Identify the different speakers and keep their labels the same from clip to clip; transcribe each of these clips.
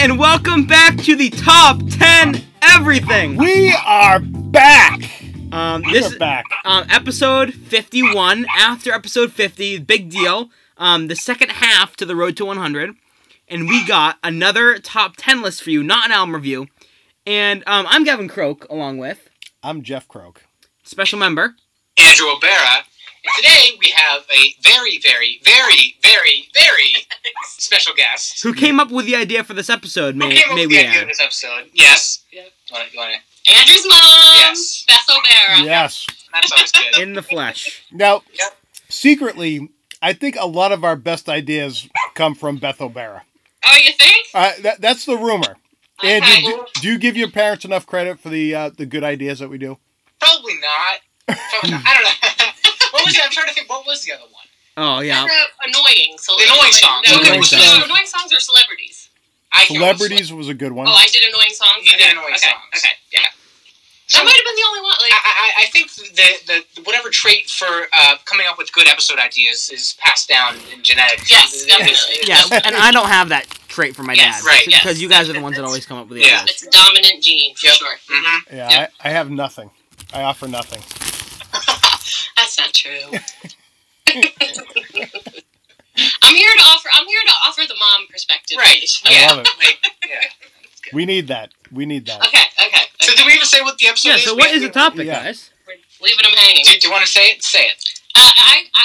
Speaker 1: and welcome back to the top 10 everything.
Speaker 2: We are back.
Speaker 1: Um, this
Speaker 2: We're
Speaker 1: is
Speaker 2: back.
Speaker 1: um, episode 51. After episode 50, big deal. Um, the second half to the road to 100, and we got another top 10 list for you, not an album review. And um, I'm Gavin Croak, along with
Speaker 2: I'm Jeff Croak.
Speaker 1: special member.
Speaker 3: Andrew O'Bara. And today we have a very, very, very, very, very special guest
Speaker 1: Who came up with the idea for this episode?
Speaker 3: who
Speaker 1: May,
Speaker 3: came up
Speaker 1: may
Speaker 3: with the
Speaker 1: we
Speaker 3: idea of
Speaker 1: add?
Speaker 3: this episode. Yes. Yep. You wanna, you wanna,
Speaker 4: Andrew's mom.
Speaker 3: Yes.
Speaker 4: Beth O'Bara.
Speaker 2: Yes.
Speaker 3: that's always good.
Speaker 1: In the flesh.
Speaker 2: Now,
Speaker 3: Yep.
Speaker 2: secretly, I think a lot of our best ideas come from Beth O'Bara.
Speaker 4: Oh, you think?
Speaker 2: Uh, that, that's the rumor.
Speaker 4: Okay.
Speaker 2: Andrew, do, do you give your parents enough credit for the uh, the good ideas that we do?
Speaker 3: Probably not. Probably not. I don't know. what was it? I'm trying to think. What was the other one?
Speaker 1: Oh,
Speaker 4: I
Speaker 1: yeah.
Speaker 4: wrote uh, annoying. So
Speaker 3: The annoying songs.
Speaker 4: No,
Speaker 2: Okay,
Speaker 4: annoying,
Speaker 2: what's
Speaker 4: songs.
Speaker 2: that?
Speaker 4: annoying songs are celebrities.
Speaker 3: I can't remember.
Speaker 2: Celebrities was a good one.
Speaker 4: Oh, I did annoying songs.
Speaker 3: You did
Speaker 4: Okay,
Speaker 3: annoying
Speaker 4: okay,
Speaker 3: songs.
Speaker 4: Okay.
Speaker 3: Yeah.
Speaker 4: That
Speaker 3: So-
Speaker 4: might have been the only one. Like,
Speaker 3: I, I, I think the, the whatever trait for uh, coming up with good episode ideas is passed down in genetics.
Speaker 4: Yes,
Speaker 3: It- it-
Speaker 4: definitely.
Speaker 1: Yeah, and I don't have that trait for my
Speaker 4: Yes,
Speaker 1: dad.
Speaker 3: right,
Speaker 1: Because
Speaker 4: yes.
Speaker 1: you guys are the ones that always come up with the
Speaker 3: Yeah.
Speaker 1: ideas.
Speaker 4: it's a dominant gene for
Speaker 3: Yep.
Speaker 4: sure.
Speaker 3: Mhm.
Speaker 2: yeah,
Speaker 4: yeah.
Speaker 2: I, I have nothing. I offer nothing.
Speaker 4: That's not true. I'm here to offer. I'm here to offer the mom perspective.
Speaker 3: Right.
Speaker 4: Yeah.
Speaker 2: I love it.
Speaker 3: Like, yeah.
Speaker 2: We need that. We need that.
Speaker 4: Okay. Okay.
Speaker 3: So
Speaker 4: okay.
Speaker 3: did we even say what the episode
Speaker 1: Yeah,
Speaker 3: is?
Speaker 1: so what is the topic,
Speaker 2: Yeah.
Speaker 1: guys?
Speaker 4: We're leaving them hanging. Uh,
Speaker 3: Do, do you want to say it? Say it.
Speaker 4: I, I, I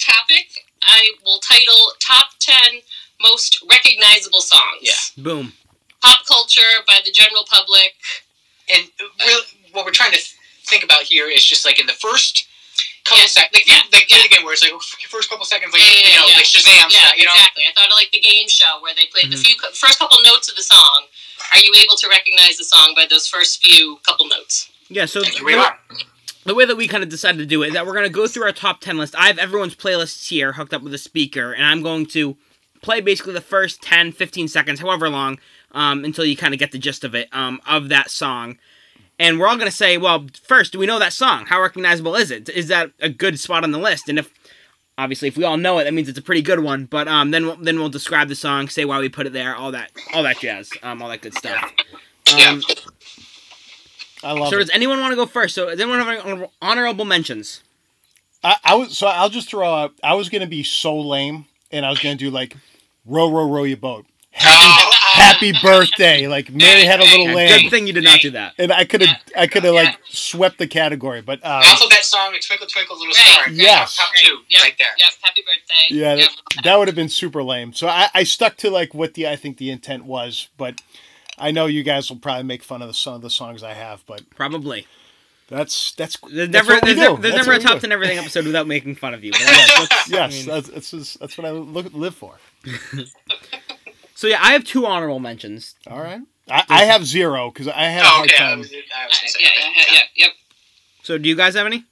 Speaker 4: topic I will title top ten most recognizable songs.
Speaker 3: Yeah.
Speaker 1: Boom.
Speaker 4: Pop culture by the general public.
Speaker 3: and really, what we're trying to th- think about here is just like in the first couple
Speaker 4: Yeah.
Speaker 3: seconds, like,
Speaker 4: Yeah.
Speaker 3: like
Speaker 4: Yeah.
Speaker 3: the game where it's like first couple seconds, like
Speaker 4: Yeah, yeah,
Speaker 3: you know,
Speaker 4: yeah.
Speaker 3: like Shazam,
Speaker 4: yeah,
Speaker 3: style, you know. Mm-hmm.
Speaker 4: exactly. I thought of like the game show where they played the
Speaker 1: Mhm.
Speaker 4: few cou- first couple notes of the song. Are you able to recognize the song by those first few couple notes?
Speaker 1: Yeah, so
Speaker 3: And here we
Speaker 1: the-
Speaker 3: are.
Speaker 1: the way that we kind of decided to do it is that we're going to go through our top 10 list. I have everyone's playlists here hooked up with a speaker, and I'm going to play basically the first 10, 15 seconds, however long, um, until you kind of get the gist of it, um, of that song. And we're all going to say, well, first, do we know that song? How recognizable is it? Is that a good spot on the list? And if, obviously, if we all know it, that means it's a pretty good one. But um, then, we'll, then we'll describe the song, say why we put it there, all that, all that jazz, um, all that good stuff. Um,
Speaker 3: Yeah.
Speaker 2: I love
Speaker 1: So
Speaker 2: it.
Speaker 1: does anyone want to go first? So does anyone have any honorable- honorable mentions?
Speaker 2: I, I was so I'll just throw out. I was gonna be so lame, and I was gonna do like, row, row, row your boat. Happy,
Speaker 3: Oh,
Speaker 4: Uh,
Speaker 3: oh,
Speaker 2: happy birthday! Like Mary had a little
Speaker 1: Yeah,
Speaker 2: lamb,
Speaker 1: Good thing you did not do that.
Speaker 2: and I could have, I could have like swept the category, but um,
Speaker 3: Alphabet song and Twinkle Twinkle Little
Speaker 4: Right,
Speaker 3: Star.
Speaker 4: right,
Speaker 2: Yes.
Speaker 3: Top two,
Speaker 4: Yep,
Speaker 3: right there.
Speaker 4: Yep. Happy birthday.
Speaker 2: yeah,
Speaker 4: Yep.
Speaker 2: that, that would have been super lame. So I, I stuck to like what the I think the intent was, but I know you guys will probably make fun of the, some of the songs I have, but
Speaker 1: Probably.
Speaker 2: that's that's
Speaker 1: There's
Speaker 2: that's
Speaker 1: never
Speaker 2: what we
Speaker 1: there's,
Speaker 2: do.
Speaker 1: never there's
Speaker 2: That's
Speaker 1: never a
Speaker 2: what we
Speaker 1: top
Speaker 2: do.
Speaker 1: ten everything episode without making fun of you. but that's- that's- I
Speaker 2: Yes,
Speaker 1: mean-
Speaker 2: that's that's, just- that's what I look live for.
Speaker 1: so yeah, I have two honorable mentions.
Speaker 2: All right, I, I have zero because I had a
Speaker 3: Oh,
Speaker 2: hard
Speaker 3: okay. I
Speaker 2: time.
Speaker 3: was, I was
Speaker 4: Uh,
Speaker 3: gonna say,
Speaker 4: yeah,
Speaker 3: okay.
Speaker 4: yeah, yeah, yep.
Speaker 1: So do you guys have any?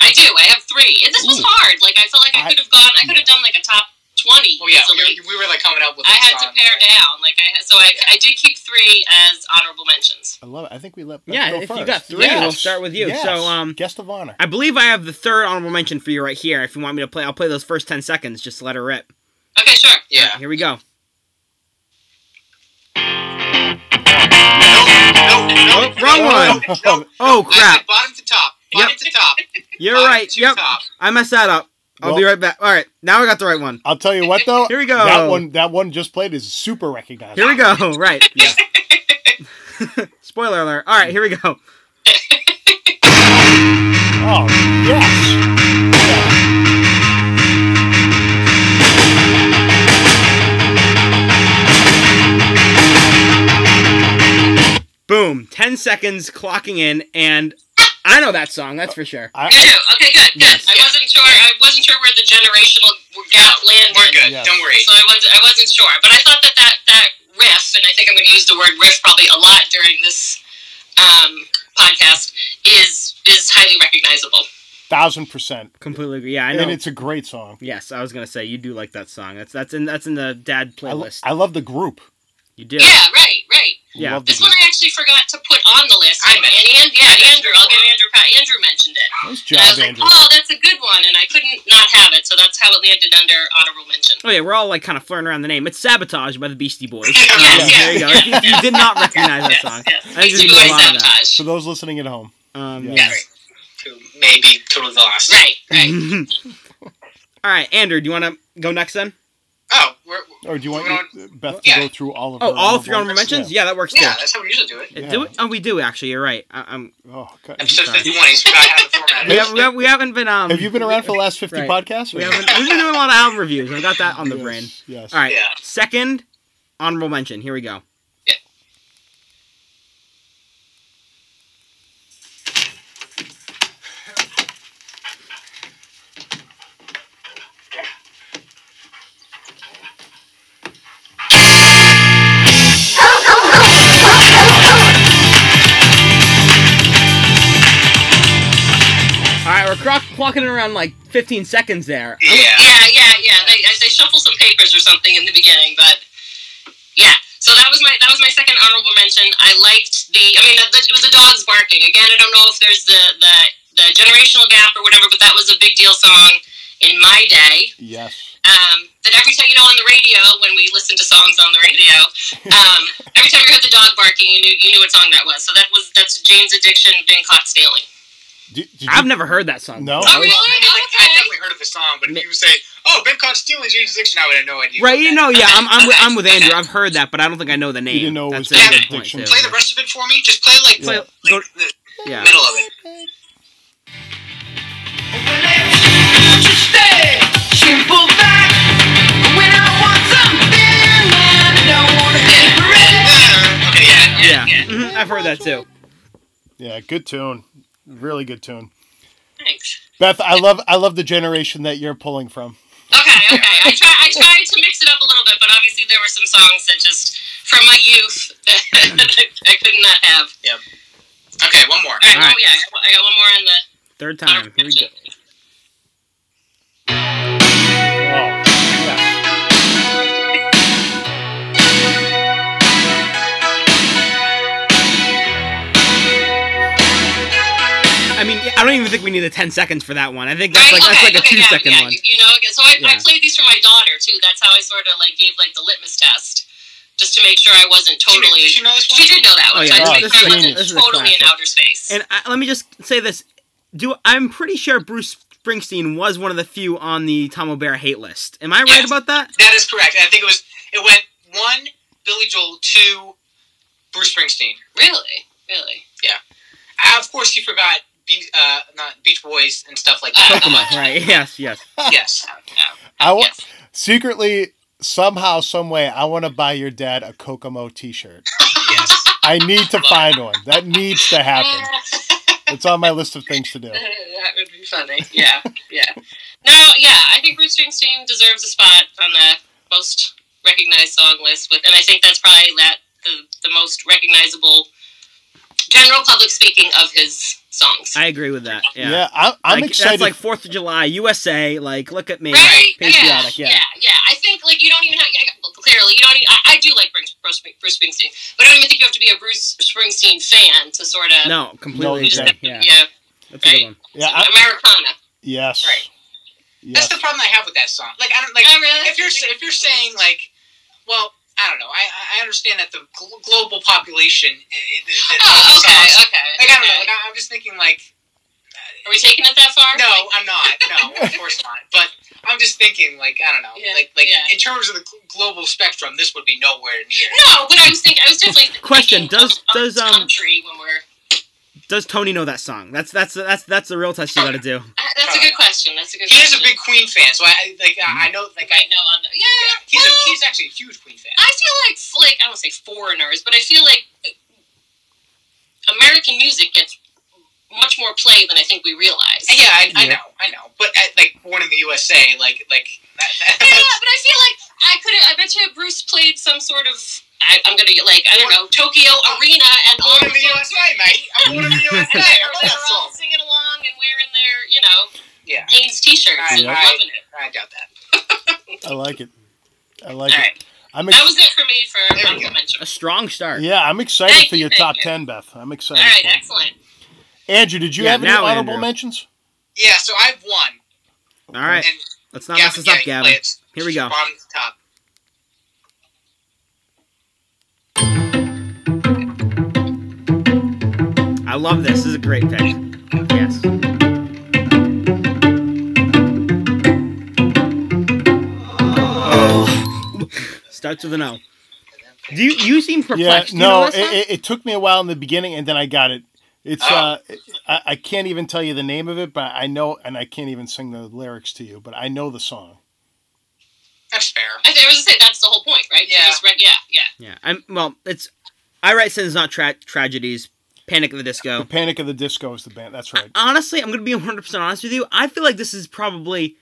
Speaker 4: I do. I have three. And this was
Speaker 2: Ooh.
Speaker 4: hard. Like I felt like I
Speaker 2: I-
Speaker 4: could have gone. I could have done like a top twenty.
Speaker 3: Well, Oh, yeah, we
Speaker 4: easily.
Speaker 3: were, we were like coming up with.
Speaker 4: I
Speaker 3: a
Speaker 4: had to
Speaker 3: song.
Speaker 4: pare down. Like I, so I, I did keep three as honorable mentions.
Speaker 2: I love it. I think we let Beth
Speaker 1: Yeah,
Speaker 2: go
Speaker 1: if you
Speaker 2: first.
Speaker 1: got three, we'll start with you. So, um,
Speaker 2: guest of honor.
Speaker 1: I believe I have the third honorable mention for you right here. If you want me to play, I'll play those first ten seconds. Just to let her rip.
Speaker 4: Okay, sure.
Speaker 3: Yeah.
Speaker 1: Here we go.
Speaker 3: No, no, no,
Speaker 1: Oh, wrong one.
Speaker 3: No, no.
Speaker 1: Oh
Speaker 3: I said
Speaker 1: crap!
Speaker 3: bottom to top. Bottom to top.
Speaker 1: You're
Speaker 3: bottom
Speaker 1: right.
Speaker 3: To
Speaker 1: Yep,
Speaker 3: Top.
Speaker 1: I messed that up. I'll be
Speaker 2: Well-
Speaker 1: right back. All right, now I got the right one.
Speaker 2: I'll tell you what though.
Speaker 1: Here we go.
Speaker 2: That one, that one just played is super recognizable.
Speaker 1: Here we go. Right.
Speaker 2: Yeah.
Speaker 1: Spoiler alert. All right, here we go.
Speaker 2: Oh yes. Yeah.
Speaker 1: Boom. Ten seconds clocking in, and I know that song. That's for sure.
Speaker 2: I,
Speaker 4: You do. Okay, good, good.
Speaker 1: Yes.
Speaker 4: I wasn't sure. I wasn't sure where the generational gap landed.
Speaker 3: We're good.
Speaker 2: Yes.
Speaker 3: Don't worry.
Speaker 4: So I was. I wasn't sure, but I thought that that that riff, and I think I'm going to use the word riff probably a lot during this um, podcast, is is highly recognizable.
Speaker 2: thousand percent.
Speaker 1: Completely agree. Yeah, I know.
Speaker 2: And it's a great song.
Speaker 1: Yes, I was gonna say you do like that song. That's that's in that's in the dad
Speaker 2: I, lo-
Speaker 1: playlist.
Speaker 2: I love the group.
Speaker 1: you do.
Speaker 4: Yeah. Right. Right.
Speaker 1: Yeah.
Speaker 2: Love the
Speaker 4: This one
Speaker 2: group.
Speaker 4: I actually forgot to put on the list.
Speaker 3: I
Speaker 4: and,
Speaker 3: mentioned
Speaker 4: and, yeah,
Speaker 3: I mentioned
Speaker 4: Andrew. I'll give
Speaker 3: it.
Speaker 4: Andrew. Pat. Andrew mentioned it.
Speaker 2: Nice job,
Speaker 4: and I was
Speaker 2: Andrew.
Speaker 4: like, oh, that's a good one, and I couldn't not have it, so that's how it landed under honorable mention.
Speaker 1: Oh yeah, we're all like kind of flirting around the name. It's "Sabotage" by the Beastie Boys.
Speaker 3: Yeah,
Speaker 1: Um,
Speaker 4: yeah.
Speaker 1: There you go. If, if you did not recognize that
Speaker 4: Yes,
Speaker 1: song,
Speaker 4: yes.
Speaker 1: I think
Speaker 4: Beastie
Speaker 1: there's gonna be a
Speaker 4: Boys
Speaker 1: lot of that.
Speaker 4: sabotage.
Speaker 2: For those listening at home,
Speaker 1: Um,
Speaker 2: Yeah.
Speaker 1: yes.
Speaker 3: Who may be totally lost.
Speaker 4: Right, right.
Speaker 1: all right, Andrew, do you want to go next then?
Speaker 3: Oh, we're,
Speaker 2: or do you want
Speaker 3: Well,
Speaker 2: Beth to
Speaker 3: yeah.
Speaker 2: go through all of?
Speaker 1: Oh,
Speaker 2: her
Speaker 1: all three honorable
Speaker 2: honorable-
Speaker 1: mentions. Yeah, that works
Speaker 3: yeah,
Speaker 1: too.
Speaker 3: that's how we usually do it.
Speaker 2: yeah.
Speaker 1: Do we? Oh, we do actually. You're right. I, I'm.
Speaker 2: Yeah. Oh, God.
Speaker 3: Episode
Speaker 1: Sorry.
Speaker 3: 51, he's forgot how the format
Speaker 1: We,
Speaker 3: is.
Speaker 1: have, we, have, we haven't been. Um,
Speaker 2: Have you been around for the last fifty
Speaker 1: Right.
Speaker 2: podcasts?
Speaker 1: We haven't. We've been doing a lot of album reviews. I've got that on the
Speaker 2: Yes,
Speaker 1: brain.
Speaker 2: Yes.
Speaker 1: All right.
Speaker 3: Yeah.
Speaker 1: Second honorable mention. Here we go.
Speaker 4: Yeah.
Speaker 1: All right, we're clock- clocking it around like 15 seconds there.
Speaker 3: Yeah.
Speaker 4: Yeah, yeah, yeah. They, they shuffle some papers or something in the beginning, but yeah. So that was my that was my second honorable mention. I liked the. I mean, the, the, it was the dogs barking again. I don't know if there's the, the the generational gap or whatever, but that was a big deal song in my day.
Speaker 2: Yes.
Speaker 4: Um, that every time you know on the radio when we listened to songs on the radio, um, every time you heard the dog barking, you knew you knew what song that was. So that was that's Jane's Addiction being caught stealing.
Speaker 2: Did, did you,
Speaker 1: I've never heard that song.
Speaker 2: No.
Speaker 1: before.
Speaker 3: I,
Speaker 4: Oh,
Speaker 3: was, I, mean, like, I
Speaker 4: okay.
Speaker 3: definitely heard of the song, but if you say, "Oh, Ben caught stealing Jane's addiction," I would have no idea.
Speaker 1: Right, you know, yeah, I'm, I'm, with, I'm with
Speaker 4: Okay.
Speaker 1: Andrew. I've heard that, but I don't think I know the name.
Speaker 2: didn't know it was
Speaker 1: That's a
Speaker 3: Jane's
Speaker 1: good point,
Speaker 2: Addiction.
Speaker 1: too.
Speaker 3: Play the rest of it for me. Just play like,
Speaker 2: Yeah.
Speaker 3: like the
Speaker 1: Yeah.
Speaker 3: middle of it. Yeah. Okay, yeah, yeah.
Speaker 1: Yeah, Mhm, I've heard that too.
Speaker 2: Yeah. Good tune. Really good tune.
Speaker 4: Thanks.
Speaker 2: Beth, I love I love the generation that you're pulling from.
Speaker 4: Okay, okay. I try, I tried to mix it up a little bit, but obviously there were some songs that just from my youth that I could not have.
Speaker 3: Okay, one more.
Speaker 4: All right,
Speaker 1: All right.
Speaker 4: oh yeah, I got one- I got one more on the.
Speaker 1: Third time. Here we go.
Speaker 2: Oh, yeah.
Speaker 1: I mean, I don't even think we need the 10 seconds for that one. I think that's
Speaker 4: Right,
Speaker 1: like that's like a two
Speaker 4: okay, yeah,
Speaker 1: second
Speaker 4: yeah,
Speaker 1: one.
Speaker 4: You, you know, okay, so I, I
Speaker 1: Yeah.
Speaker 4: played these for my daughter too. That's how I sort of like gave like the litmus test, just to make sure I wasn't
Speaker 3: Did you-
Speaker 4: totally.
Speaker 3: Did you know this one?
Speaker 4: She did know that
Speaker 1: Oh,
Speaker 4: one.
Speaker 1: yeah,
Speaker 4: so I had to
Speaker 2: this
Speaker 4: make
Speaker 2: is
Speaker 4: sure I
Speaker 2: genius.
Speaker 1: This is
Speaker 4: wasn't
Speaker 1: a
Speaker 4: totally in
Speaker 1: classic.
Speaker 4: outer space.
Speaker 1: And I, let me just say this: Do I'm pretty sure Bruce Springsteen was one of the few on the Tom O'Bear hate list. Am I right
Speaker 3: Yes.
Speaker 1: about that?
Speaker 3: That is correct. I think it was. It went one Billy Joel, two Bruce Springsteen.
Speaker 4: really, really.
Speaker 3: Uh, of course, you forgot Be- uh, not Beach Boys and stuff like that.
Speaker 1: Pokemon, right? Yes, yes.
Speaker 3: yes.
Speaker 2: I wa-
Speaker 4: Yes.
Speaker 2: secretly somehow some way I want to buy your dad a Kokomo T-shirt.
Speaker 3: Yes.
Speaker 2: I need to find one. That needs to happen. It's on my list of things to do.
Speaker 4: that would be funny. Yeah, yeah. No, yeah, I think Bruce Springsteen deserves a spot on the most recognized song list, with, and I think that's probably that the, the most recognizable general public speaking of his songs.
Speaker 1: I agree with that. Yeah.
Speaker 2: Yeah, I, I'm
Speaker 1: Like,
Speaker 2: excited.
Speaker 1: That's like Fourth of July, USA. Like, look at me,
Speaker 4: Right?
Speaker 1: patriotic. Yeah.
Speaker 4: yeah, I think like you don't even have. yeah, well, clearly, you don't. Even, I, I do like Bruce, Bruce Bruce Springsteen, but I don't even think you have to be a Bruce Springsteen fan to sort of.
Speaker 1: No, completely
Speaker 2: No,
Speaker 4: You just
Speaker 1: agree.
Speaker 4: have to,
Speaker 1: Yeah,
Speaker 4: yeah,
Speaker 1: that's a good one.
Speaker 2: yeah, I,
Speaker 4: Americana.
Speaker 2: yes,
Speaker 3: Right.
Speaker 2: yes.
Speaker 3: That's the problem I have with that song. Like I don't like
Speaker 4: Oh, really?
Speaker 3: if you're sa- if you're saying like, well, I don't know. I I- I understand that the gl- global population. i- i- the- the-
Speaker 4: Oh,
Speaker 3: the
Speaker 4: okay,
Speaker 3: songs-
Speaker 4: okay.
Speaker 3: Like I don't know.
Speaker 4: okay.
Speaker 3: Like, I- I'm just thinking like,
Speaker 4: Are we taking it that far?
Speaker 3: no, I'm not. No, of course not. But I'm just thinking like I don't know.
Speaker 4: Yeah,
Speaker 3: Like like
Speaker 4: yeah.
Speaker 3: in terms of the gl- global spectrum, this would be nowhere near.
Speaker 4: No, but I was thinking. I was definitely.
Speaker 1: Question,
Speaker 4: thinking
Speaker 1: does-
Speaker 4: of- of
Speaker 1: does, um,
Speaker 4: country when we're.
Speaker 1: Does Tony know that song? That's that's that's that's the real test you got to do.
Speaker 4: Uh, That's a good question. That's a good.
Speaker 3: He is
Speaker 4: question.
Speaker 3: a big Queen fan, so I I- like I I know like I.
Speaker 4: I know on the. Yeah,
Speaker 3: Yeah, he's a,
Speaker 4: well,
Speaker 3: he's actually a huge Queen fan.
Speaker 4: I feel like like I don't say foreigners, but I feel like uh, American music gets much more play than I think we realize.
Speaker 3: Yeah, I, I
Speaker 2: Yeah.
Speaker 3: know, I know. But I, like born in the USA, like like. That, that,
Speaker 4: Yeah, but I feel like I could. I bet you Bruce played some sort of. I, I'm gonna like I don't know Tokyo Arena and all
Speaker 3: born in
Speaker 4: the
Speaker 3: the
Speaker 4: folks
Speaker 3: USA, mate. I'm born in the USA. I
Speaker 4: were
Speaker 3: love that
Speaker 4: there all
Speaker 3: song.
Speaker 4: singing along and wearing their you know
Speaker 3: Yeah,
Speaker 4: Haynes T-shirts and
Speaker 2: Yeah.
Speaker 4: loving it.
Speaker 3: I doubt that.
Speaker 2: I like it. I like
Speaker 4: All
Speaker 2: it.
Speaker 4: right,
Speaker 2: I'm ex-
Speaker 4: that was it for me for
Speaker 3: There we
Speaker 4: honorable
Speaker 3: go.
Speaker 4: mention.
Speaker 1: A strong start.
Speaker 2: yeah, I'm excited
Speaker 4: Thank
Speaker 2: for
Speaker 4: you,
Speaker 2: your
Speaker 4: thank
Speaker 2: top
Speaker 4: you.
Speaker 2: ten, Beth. I'm excited.
Speaker 4: All right,
Speaker 2: for it.
Speaker 4: excellent.
Speaker 2: Andrew, did you
Speaker 1: Yeah,
Speaker 2: have any
Speaker 1: now,
Speaker 2: honorable
Speaker 1: Andrew.
Speaker 2: mentions?
Speaker 3: Yeah, so I have one.
Speaker 1: All right,
Speaker 3: And
Speaker 1: let's not mess
Speaker 3: Gavin,
Speaker 1: this up,
Speaker 3: yeah,
Speaker 1: Gavin.
Speaker 3: play it.
Speaker 1: Here we go.
Speaker 3: Bottom to top.
Speaker 1: I love this. This is a great pick. Yes. Oh. Starts with an O. Do you you seem
Speaker 2: Yeah,
Speaker 1: perplexed? Do you know
Speaker 2: no,
Speaker 1: this
Speaker 2: it,
Speaker 1: song?
Speaker 2: it, it took me a while in the beginning, and then I got it. It's
Speaker 3: Oh.
Speaker 2: uh, I, I can't even tell you the name of it, but I know, and I can't even sing the lyrics to you, but I know the song.
Speaker 3: That's fair.
Speaker 4: I think I was gonna say that's the whole point, right? To
Speaker 3: Yeah.
Speaker 4: just write- yeah, yeah.
Speaker 1: yeah. I'm well. It's I write sins, not tra- tragedies. Panic at the Disco.
Speaker 2: The Panic of the Disco is the band. That's right.
Speaker 1: honestly, I'm gonna be 100 percent honest with you. I feel like this is probably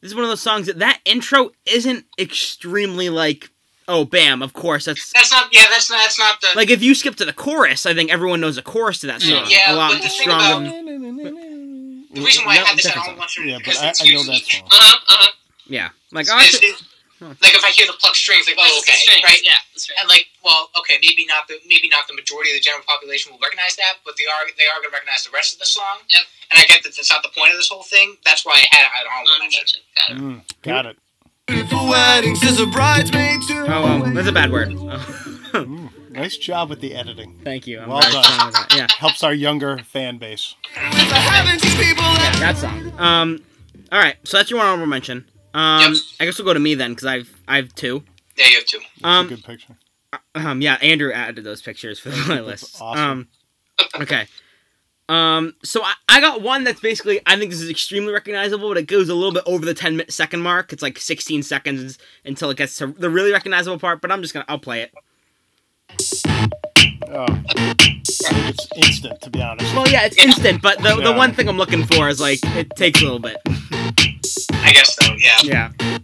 Speaker 1: this is one of those songs that that intro isn't extremely like oh bam of course that's
Speaker 3: That's not. Yeah, that's not. That's not the.
Speaker 1: like if you skip to the chorus, I think everyone knows the chorus to that song
Speaker 3: Mm,
Speaker 1: a
Speaker 3: Yeah,
Speaker 1: lot
Speaker 3: but the thing
Speaker 1: stronger. than-
Speaker 3: the reason why I
Speaker 1: no,
Speaker 3: had this at
Speaker 1: different
Speaker 3: all
Speaker 1: song.
Speaker 3: once
Speaker 2: yeah, but
Speaker 3: because
Speaker 2: I,
Speaker 3: it's
Speaker 2: I know that
Speaker 3: usually-
Speaker 2: song.
Speaker 4: Uh huh. Uh huh.
Speaker 1: yeah, like
Speaker 3: it's-
Speaker 1: honestly,
Speaker 3: it's- Like if I hear the pluck strings, like oh okay, right?
Speaker 4: Yeah, that's right.
Speaker 3: And like, well, okay, maybe not the maybe not the majority of the general population will recognize that, but they are they are going to recognize the rest of the song.
Speaker 4: Yep.
Speaker 3: And I get that that's not the point of this whole thing. That's why I had it on honorable mention.
Speaker 4: Unmentioned. Uh-huh. Got it.
Speaker 2: Mm, got it.
Speaker 5: For weddings is a bridesmaid too.
Speaker 1: oh, um, that's a bad word. Oh.
Speaker 2: Mm, nice job with the editing.
Speaker 1: Thank you. I'm
Speaker 2: Well
Speaker 1: not
Speaker 2: done.
Speaker 1: fine with that. Yeah,
Speaker 2: Helps our younger fan base.
Speaker 5: It's a heaven to people that
Speaker 1: that song. Um, all right, so that's your one honorable mention. Um,
Speaker 3: Yep.
Speaker 1: I guess we'll go to me then because I've I've two.
Speaker 3: There you have two.
Speaker 2: It's
Speaker 1: Um,
Speaker 2: a good picture.
Speaker 1: Um, yeah, Andrew added those pictures for my list.
Speaker 2: awesome.
Speaker 1: Um, okay. Um, so I, I got one that's basically I think this is extremely recognizable, but it goes a little bit over the 10 mi- second mark. It's like 16 seconds until it gets to the really recognizable part, but I'm just gonna I'll play it.
Speaker 2: Oh. I think it's instant, to be honest.
Speaker 1: Well, yeah, it's instant, but the, the
Speaker 2: Yeah.
Speaker 1: one thing I'm looking for is like it takes a little bit.
Speaker 3: I guess so. Yeah.
Speaker 1: Yeah.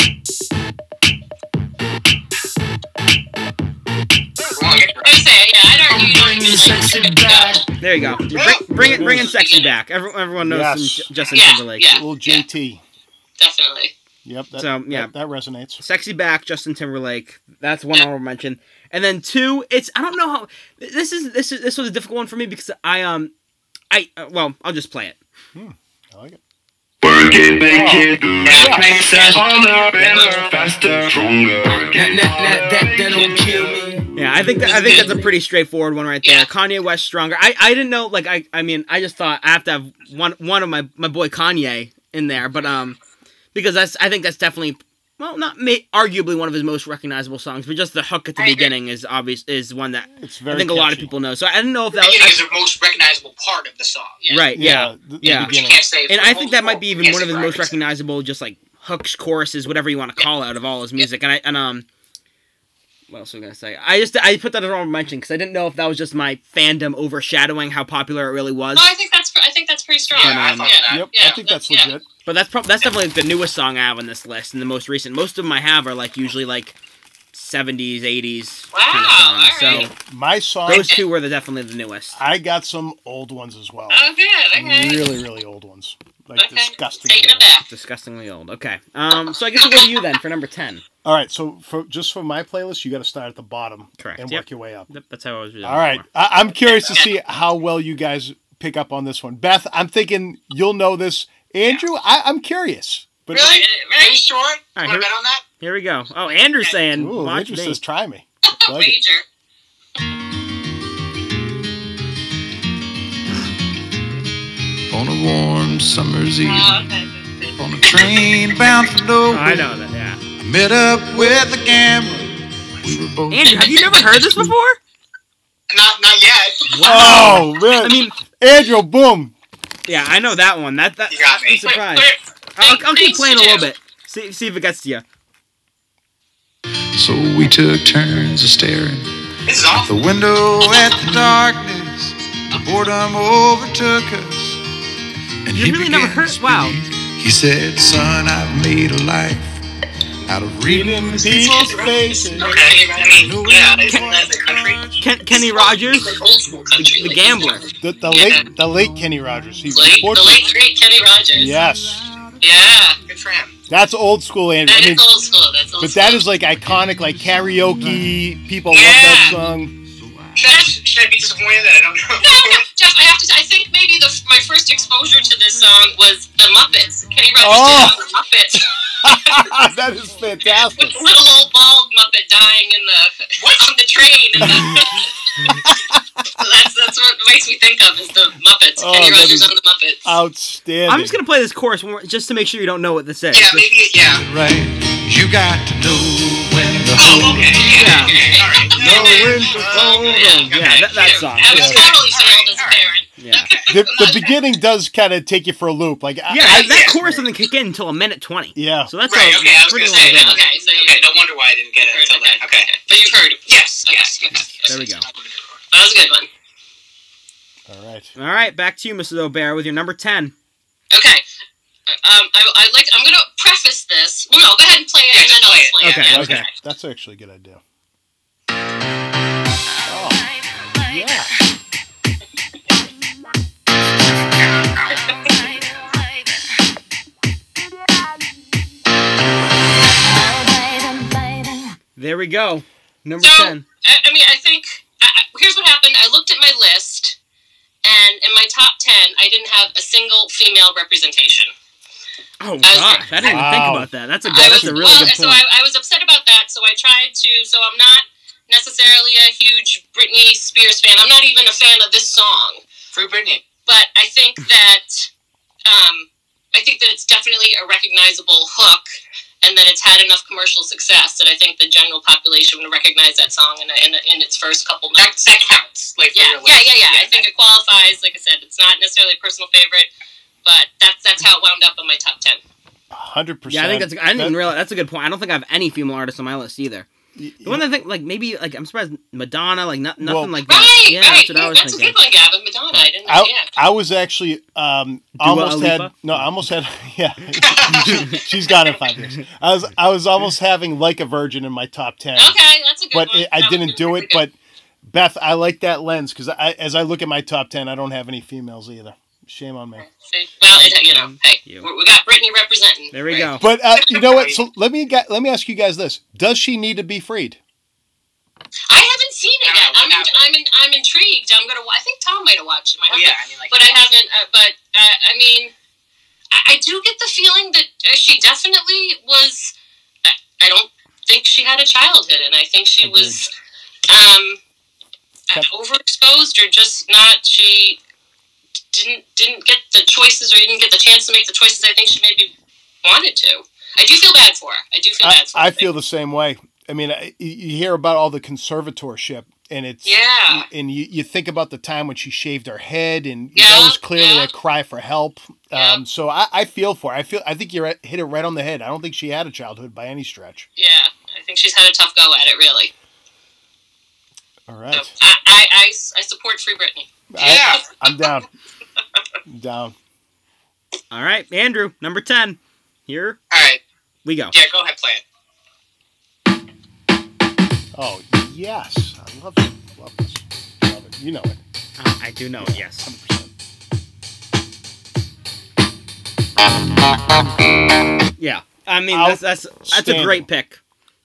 Speaker 3: Wrong intro.
Speaker 4: I was saying, yeah, I don't. You don't even
Speaker 5: sexy back.
Speaker 1: There you go. Bring, bring it, bring in sexy back. Every, everyone knows
Speaker 2: Yes.
Speaker 1: some J- Justin
Speaker 4: Yeah,
Speaker 1: Timberlake.
Speaker 4: yeah.
Speaker 2: Little JT.
Speaker 4: Definitely.
Speaker 2: Yep. That,
Speaker 1: So, yeah.
Speaker 2: that, that resonates.
Speaker 1: Sexy back, Justin Timberlake. That's one honorable mention. And then two, it's I don't know how this is this is this was a difficult one for me because I um I uh, well I'll just play it.
Speaker 2: I like it.
Speaker 6: Work it, make it good. Makes us harder, better, faster, stronger.
Speaker 5: Nah, nah, nah, that that'll kill me.
Speaker 1: Yeah, I think that, I think that's a pretty straightforward one right there. Kanye West stronger. I I didn't know like I I mean I just thought I have to have one one of my my boy Kanye in there, but um because that's I think that's definitely well not ma- arguably one of his most recognizable songs, but just the hook at the
Speaker 4: I agree.
Speaker 1: beginning is obvious is one that
Speaker 2: It's
Speaker 1: I
Speaker 2: very.
Speaker 1: think a lot of
Speaker 2: catchy.
Speaker 1: people know. So I didn't know if that
Speaker 3: The beginning
Speaker 1: was
Speaker 3: is the most recognizable part of the song.
Speaker 4: Yeah.
Speaker 1: right. Yeah.
Speaker 2: the- the
Speaker 1: yeah.
Speaker 3: Which you
Speaker 2: beginning.
Speaker 3: can't say.
Speaker 1: and I
Speaker 3: for the
Speaker 1: think
Speaker 3: whole-
Speaker 1: that might be even
Speaker 3: can't
Speaker 1: one of
Speaker 3: say
Speaker 1: his
Speaker 3: for
Speaker 1: most
Speaker 3: everything.
Speaker 1: recognizable, just like hooks, choruses, whatever you want to call out of all his music. And I and um, what else was I gonna say? I just I put that as an honorable mention because I didn't know if that was just my fandom overshadowing how popular it really was.
Speaker 4: No, oh, I think that's. I think that's pretty strong.
Speaker 3: Yeah, I thought that.
Speaker 2: Yep. I
Speaker 4: uh, Yeah,
Speaker 2: think that's
Speaker 4: yeah.
Speaker 2: legit.
Speaker 1: But that's prob- that's definitely the newest song I have on this list and the most recent. Most of them I have are like usually like. 70s, 80s. kinda
Speaker 4: Wow,
Speaker 1: songs.
Speaker 4: alright.
Speaker 2: My song.
Speaker 1: So those two were the, definitely the newest.
Speaker 2: I got some old ones as well.
Speaker 4: Oh, good. Okay.
Speaker 2: Really, really old ones. Like
Speaker 4: Okay.
Speaker 2: disgusting.
Speaker 4: Taking it
Speaker 2: ones.
Speaker 4: back.
Speaker 1: Disgustingly old. Okay. Um. So I guess we'll go to you then for number 10.
Speaker 2: All right, so for just for my playlist, you got to start at the bottom
Speaker 1: Correct,
Speaker 2: and
Speaker 1: yep.
Speaker 2: work your way up.
Speaker 1: Yep, that's how I was doing.
Speaker 2: All right, I- I'm curious to see how well you guys pick up on this one. Beth, I'm thinking you'll know this. Andrew, I- I'm curious. But
Speaker 4: Really?
Speaker 3: Are you
Speaker 4: Really?
Speaker 3: sure? Want
Speaker 1: here-
Speaker 3: to bet on that?
Speaker 1: Here we go. Oh, Andrew's saying,
Speaker 2: Ooh,
Speaker 1: watch
Speaker 2: Andrew
Speaker 1: me.
Speaker 2: says try me. Like it.
Speaker 4: Major.
Speaker 6: On a warm summer's eve,
Speaker 4: Oh, okay.
Speaker 6: on a train bound for
Speaker 1: Oh, I
Speaker 6: nowhere,
Speaker 1: know that, yeah.
Speaker 6: I met up with a gambler. We were both
Speaker 1: Andrew, have you never heard this before?
Speaker 3: Not not yet.
Speaker 2: Wow, man.
Speaker 1: I mean,
Speaker 2: Andrew, boom.
Speaker 1: yeah, I know that one. That, that
Speaker 3: You got me.
Speaker 1: I'm surprised. I'll, I'll keep
Speaker 4: Thanks,
Speaker 1: playing a little
Speaker 4: Jim.
Speaker 1: bit. See, see if it gets to you.
Speaker 6: So we took turns of staring.
Speaker 3: This is awful.
Speaker 6: The window at the darkness, the boredom overtook us. And
Speaker 1: You
Speaker 6: he
Speaker 1: really never
Speaker 6: began
Speaker 1: heard-
Speaker 6: to
Speaker 1: wow.
Speaker 6: speak. He said, Son, I've made a life out of reading
Speaker 2: People's faces.
Speaker 3: Okay. I mean, yeah, isn't that the country?
Speaker 1: Ken, Kenny Rogers,
Speaker 4: Like old school country.
Speaker 1: the, the gambler.
Speaker 2: The, the late, the late Kenny Rogers. He's
Speaker 4: Like, the
Speaker 2: unfortunately-
Speaker 4: late great Kenny Rogers.
Speaker 2: Yes,
Speaker 4: Yeah.
Speaker 3: Good for him.
Speaker 2: that's old school, Andrew.
Speaker 4: That
Speaker 2: I mean,
Speaker 4: is old school. That's old
Speaker 2: but
Speaker 4: school.
Speaker 2: that is like iconic, like karaoke. People love that
Speaker 4: Yeah.
Speaker 2: song.
Speaker 3: Should I, should I be disappointed that I don't know?
Speaker 4: No, no, Jeff, I have to. I think maybe the, my first exposure to this song was the Kenny Rogers
Speaker 2: Oh.
Speaker 4: did on the Muppet.
Speaker 2: that is fantastic.
Speaker 4: With the little old bald Muppet dying in the on the train. In the, that's that's what makes me think of is the Muppets.
Speaker 2: Oh, that
Speaker 4: Kenny Rogers
Speaker 2: is- uh,
Speaker 4: on the Muppets.
Speaker 2: Outstanding.
Speaker 1: I'm just gonna play this chorus one more, just to make sure you don't know what this is.
Speaker 3: Yeah, maybe. Yeah.
Speaker 6: rain. You got to know when to
Speaker 3: Oh,
Speaker 6: hold
Speaker 3: okay.
Speaker 6: 'em.
Speaker 3: Yeah. Okay. All right.
Speaker 6: Know when to fold 'em.
Speaker 1: Oh, Yeah, that, that song.
Speaker 4: I was
Speaker 1: Yeah.
Speaker 4: totally sold as a parent.
Speaker 1: Yeah.
Speaker 2: the, the beginning does kind of take you for a loop. Like, I-
Speaker 1: Yeah,
Speaker 2: I-
Speaker 1: that chorus doesn't kick in until a minute twenty.
Speaker 2: Yeah.
Speaker 1: So that's
Speaker 3: Right,
Speaker 1: a
Speaker 3: okay, I was
Speaker 1: pretty
Speaker 3: gonna
Speaker 1: long
Speaker 3: say,
Speaker 1: demo.
Speaker 4: Okay, so you
Speaker 3: Okay. No wonder why I didn't get it until then. Okay.
Speaker 4: But you've heard.
Speaker 3: Yes. Yes. yes.
Speaker 1: There we go.
Speaker 4: That was a good one.
Speaker 2: All right.
Speaker 1: All right, back to you, Mrs. O'Bear, with your number ten.
Speaker 4: Okay. Um, I, I like. I'm gonna preface this. Well, no, go ahead and play it,
Speaker 3: Yeah,
Speaker 4: and
Speaker 3: just
Speaker 4: then I'll
Speaker 3: play it.
Speaker 4: explain.
Speaker 1: Okay,
Speaker 4: Yeah.
Speaker 1: okay.
Speaker 2: That's actually a good idea.
Speaker 7: Yeah.
Speaker 1: There we go. Number
Speaker 4: So-
Speaker 1: ten.
Speaker 4: I, I mean, I think I, I- here's what happened. I looked at my list, and in my top ten, I didn't have a single female representation.
Speaker 1: Oh gosh, I didn't even think
Speaker 2: Wow.
Speaker 1: about that. That's a
Speaker 4: I
Speaker 1: good, that's
Speaker 4: was-
Speaker 1: a really
Speaker 4: well,
Speaker 1: good
Speaker 4: So
Speaker 1: point.
Speaker 4: I, I was upset about that. So I tried to. So I'm not necessarily a huge Britney Spears fan. I'm not even a fan of this song.
Speaker 3: Free Britney.
Speaker 4: but I think that um, I think that it's definitely a recognizable hook, and that it's had enough commercial success that I think the general population would recognize that song in, in, in its first couple
Speaker 3: That,
Speaker 4: minutes.
Speaker 3: that counts. Like for
Speaker 4: Yeah,
Speaker 3: your
Speaker 4: yeah,
Speaker 3: list.
Speaker 4: yeah, yeah. I think it qualifies. Like I said, it's not necessarily a personal favorite, but that's that's how it wound up in my top ten.
Speaker 2: Hundred percent.
Speaker 1: yeah, I think that's. I didn't even realize that's a good point. I don't think I have any female artists on my list either. The one that I think, like maybe, like I'm surprised Madonna, like not, nothing
Speaker 2: Well-
Speaker 1: like that.
Speaker 4: Right,
Speaker 1: yeah,
Speaker 4: right.
Speaker 1: that's what I was
Speaker 4: that's a
Speaker 1: thinking.
Speaker 4: good one, Gavin. Madonna. I didn't.
Speaker 2: I,
Speaker 4: yeah.
Speaker 2: I was actually um, almost had
Speaker 1: Lipa?
Speaker 2: no, I almost had yeah. She's gone in five years. I was I was almost having like a virgin in my top ten,
Speaker 4: Okay, that's a good
Speaker 2: but
Speaker 4: one.
Speaker 2: it, I
Speaker 4: That
Speaker 2: didn't
Speaker 4: was
Speaker 2: do
Speaker 4: pretty
Speaker 2: it. But Beth, I like that lens because I, as I look at my top ten, I don't have any females either. Shame on me.
Speaker 4: good. well, it, you know, hey,
Speaker 1: You.
Speaker 4: we we got Britney representing.
Speaker 1: There we go.
Speaker 2: But uh, you know what? So let me gu- let me ask you guys this: Does she need to be freed?
Speaker 4: I haven't seen it
Speaker 3: Yeah,
Speaker 4: yet.
Speaker 3: what
Speaker 4: I'm,
Speaker 3: happened?
Speaker 4: I'm, in, I'm intrigued. I'm gonna. wa- I think Tom might have watched it. My
Speaker 3: Oh,
Speaker 4: husband.
Speaker 3: yeah. I mean, like.
Speaker 4: But I haven't. Uh, but uh, I mean, I, I do get the feeling that uh, she definitely was. I, I don't think she had a childhood, and I think she
Speaker 2: Agreed.
Speaker 4: was um, uh,
Speaker 2: Yep.
Speaker 4: overexposed or just not. She didn't didn't get the choices or didn't get the chance to make the choices. I think she maybe wanted to. I do feel bad for her. I do feel
Speaker 2: I,
Speaker 4: bad for her.
Speaker 2: I feel the same way. I mean, I, you- you hear about all the conservatorship, and it's
Speaker 4: Yeah.
Speaker 2: and you, you think about the time when she shaved her head, and
Speaker 4: Yeah,
Speaker 2: that was clearly
Speaker 4: yeah.
Speaker 2: a cry for help.
Speaker 4: Yeah.
Speaker 2: Um, so I, I feel for. Her. I feel. I think you right- hit it right on the head. I don't think she had a childhood by any stretch.
Speaker 4: Yeah. I think she's had a tough go at it, really.
Speaker 2: All
Speaker 4: So
Speaker 2: right,
Speaker 4: I, I, I, I support Free Britney.
Speaker 2: I, I'm down. I'm down.
Speaker 1: All right, Andrew, number ten. Here
Speaker 3: All right.
Speaker 1: we go.
Speaker 3: Yeah. Go ahead. Play it.
Speaker 2: Oh yes, I love it. Love this. Love it. You know it.
Speaker 1: Oh, I do know it. Yes.
Speaker 2: 100%.
Speaker 1: Yeah. I mean,
Speaker 2: I'll
Speaker 1: that's that's that's a
Speaker 2: stand.
Speaker 1: great pick.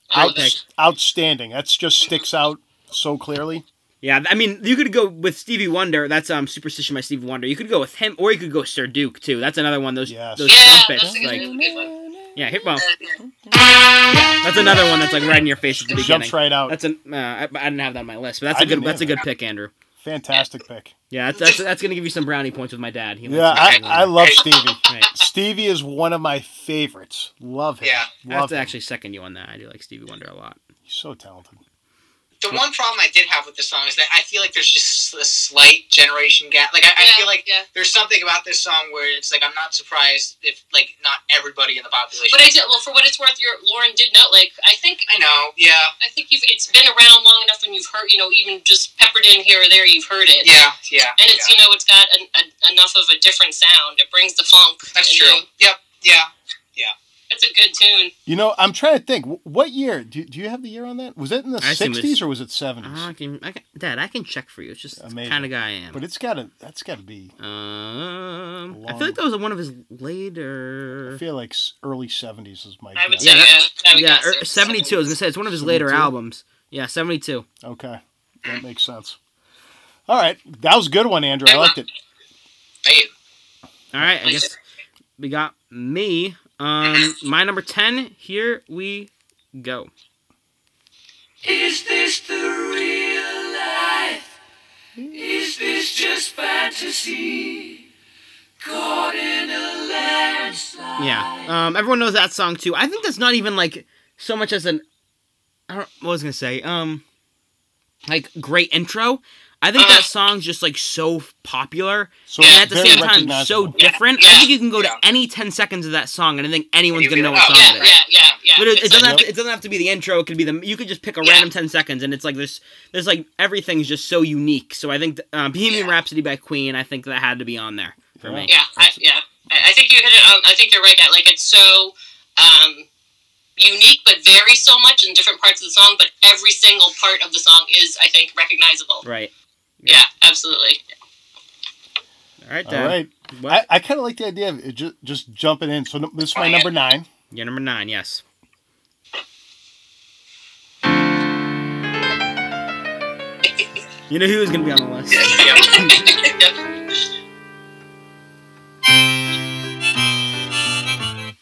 Speaker 4: I
Speaker 1: Great
Speaker 4: love
Speaker 1: pick.
Speaker 4: it.
Speaker 2: Outstanding. That's just sticks out so clearly.
Speaker 1: Yeah, I mean, you could go with Stevie Wonder. That's um, "Superstition" by Stevie Wonder. You could go with him, or you could go Sir Duke too. That's another one. Those
Speaker 2: Yes.
Speaker 1: those
Speaker 4: Yeah,
Speaker 1: trumpets,
Speaker 4: that's a good,
Speaker 1: like
Speaker 4: that's a good one.
Speaker 1: yeah, hip bump.
Speaker 4: Uh,
Speaker 1: That's another one that's like right in your face at the beginning.
Speaker 2: Jumps right out.
Speaker 1: That's an uh, I, I didn't have that on my list, but that's
Speaker 2: I
Speaker 1: a good
Speaker 2: didn't
Speaker 1: that's a
Speaker 2: either.
Speaker 1: good pick, Andrew.
Speaker 2: Fantastic pick.
Speaker 1: Yeah, that's that's, that's gonna give you some brownie points with my dad. He likes
Speaker 2: Yeah, I,
Speaker 1: Stevie
Speaker 2: I
Speaker 1: Wonder.
Speaker 2: love Stevie.
Speaker 1: Right.
Speaker 2: Stevie is one of my favorites. Love him.
Speaker 3: Yeah.
Speaker 1: I have
Speaker 2: love
Speaker 1: to
Speaker 2: him.
Speaker 1: actually second you on that. I do like Stevie Wonder a lot.
Speaker 2: He's so talented.
Speaker 3: The one problem I did have with this song is that I feel like there's just a slight generation gap. Like I, I
Speaker 4: yeah,
Speaker 3: feel like
Speaker 4: yeah.
Speaker 3: there's something about this song where it's like I'm not surprised if like not everybody in the population.
Speaker 4: But I did well for what it's worth. Your Lauren did note, like I think
Speaker 3: I know. Yeah.
Speaker 4: I think you've it's been around long enough, and you've heard you know even just peppered in here or there, you've heard it.
Speaker 3: Yeah. Yeah.
Speaker 4: and it's
Speaker 3: yeah.
Speaker 4: you know it's got an, a, enough of a different sound. It brings the funk.
Speaker 3: that's
Speaker 4: and,
Speaker 3: true.
Speaker 4: you know,
Speaker 3: Yep. Yeah.
Speaker 4: It's a good tune.
Speaker 2: You know, I'm trying to think. Wh- What year? Do, do you have the year on that? Was it in the
Speaker 1: I Ah, assume
Speaker 2: 60s
Speaker 1: it's-
Speaker 2: or was it 70s?
Speaker 1: I can, I can, Dad, I can check for you. It's just it's the
Speaker 2: Amazing.
Speaker 1: kind of guy I am.
Speaker 2: But it's got to that's got to be
Speaker 1: um, I
Speaker 2: Long-
Speaker 1: feel like that was one of his
Speaker 2: I
Speaker 1: later.
Speaker 2: feel like s- early 70s is my
Speaker 4: I would
Speaker 2: guess.
Speaker 4: say
Speaker 1: Yeah,
Speaker 4: yeah, I would
Speaker 1: Yeah,
Speaker 4: guess
Speaker 1: er,
Speaker 4: there's
Speaker 1: 72. I was gonna say it's one of his later
Speaker 2: 72?
Speaker 1: albums. Yeah, 72.
Speaker 2: Okay. That makes sense. All right. That was a good one, Andrew. I liked it.
Speaker 3: Hey,
Speaker 1: All right, I
Speaker 4: Like
Speaker 1: guess we got me. Um, my number ten. Here we go.
Speaker 5: Is this the real life? Is this just fantasy? Caught in a landslide.
Speaker 1: Yeah. Um, everyone knows that song too. I think that's not even like so much as an. I don't. What was I gonna say? Um, like great intro. I think
Speaker 5: Uh.
Speaker 1: that song's just like so popular,
Speaker 2: So
Speaker 1: and at the
Speaker 2: very
Speaker 1: same time so
Speaker 2: recognizable.
Speaker 1: different. I
Speaker 4: yeah,
Speaker 1: think you can go
Speaker 3: yeah.
Speaker 1: to any ten seconds of that song, and I think anyone's
Speaker 3: You
Speaker 1: gonna
Speaker 3: be
Speaker 1: know
Speaker 3: like,
Speaker 1: what
Speaker 3: oh,
Speaker 1: song
Speaker 4: Yeah,
Speaker 1: it is.
Speaker 4: yeah, yeah, yeah.
Speaker 1: But it,
Speaker 4: It's
Speaker 1: it doesn't
Speaker 4: like-
Speaker 1: have to, it doesn't have to be the intro. It could be the you could just pick a
Speaker 4: Yeah.
Speaker 1: random ten seconds, and it's like this. There's like everything's just so unique. So I think uh, Bohemian
Speaker 3: Yeah.
Speaker 1: Rhapsody by Queen. I think that had to be on there for me.
Speaker 4: yeah, I, yeah. I, I think you hit it. On, I think you're right. That like it's so um, unique, but varies so much in different parts of the song. But every single part of the song is, I think, recognizable.
Speaker 1: Right.
Speaker 4: Yeah, absolutely.
Speaker 1: All right,
Speaker 2: All
Speaker 1: Dad.
Speaker 2: right.
Speaker 1: What?
Speaker 2: I, I kind of like the idea of it just, just jumping in. So n-
Speaker 1: Oh,
Speaker 2: this is my number nine.
Speaker 1: You're number nine. Yes. You know who was gonna be on the list.
Speaker 3: Yep.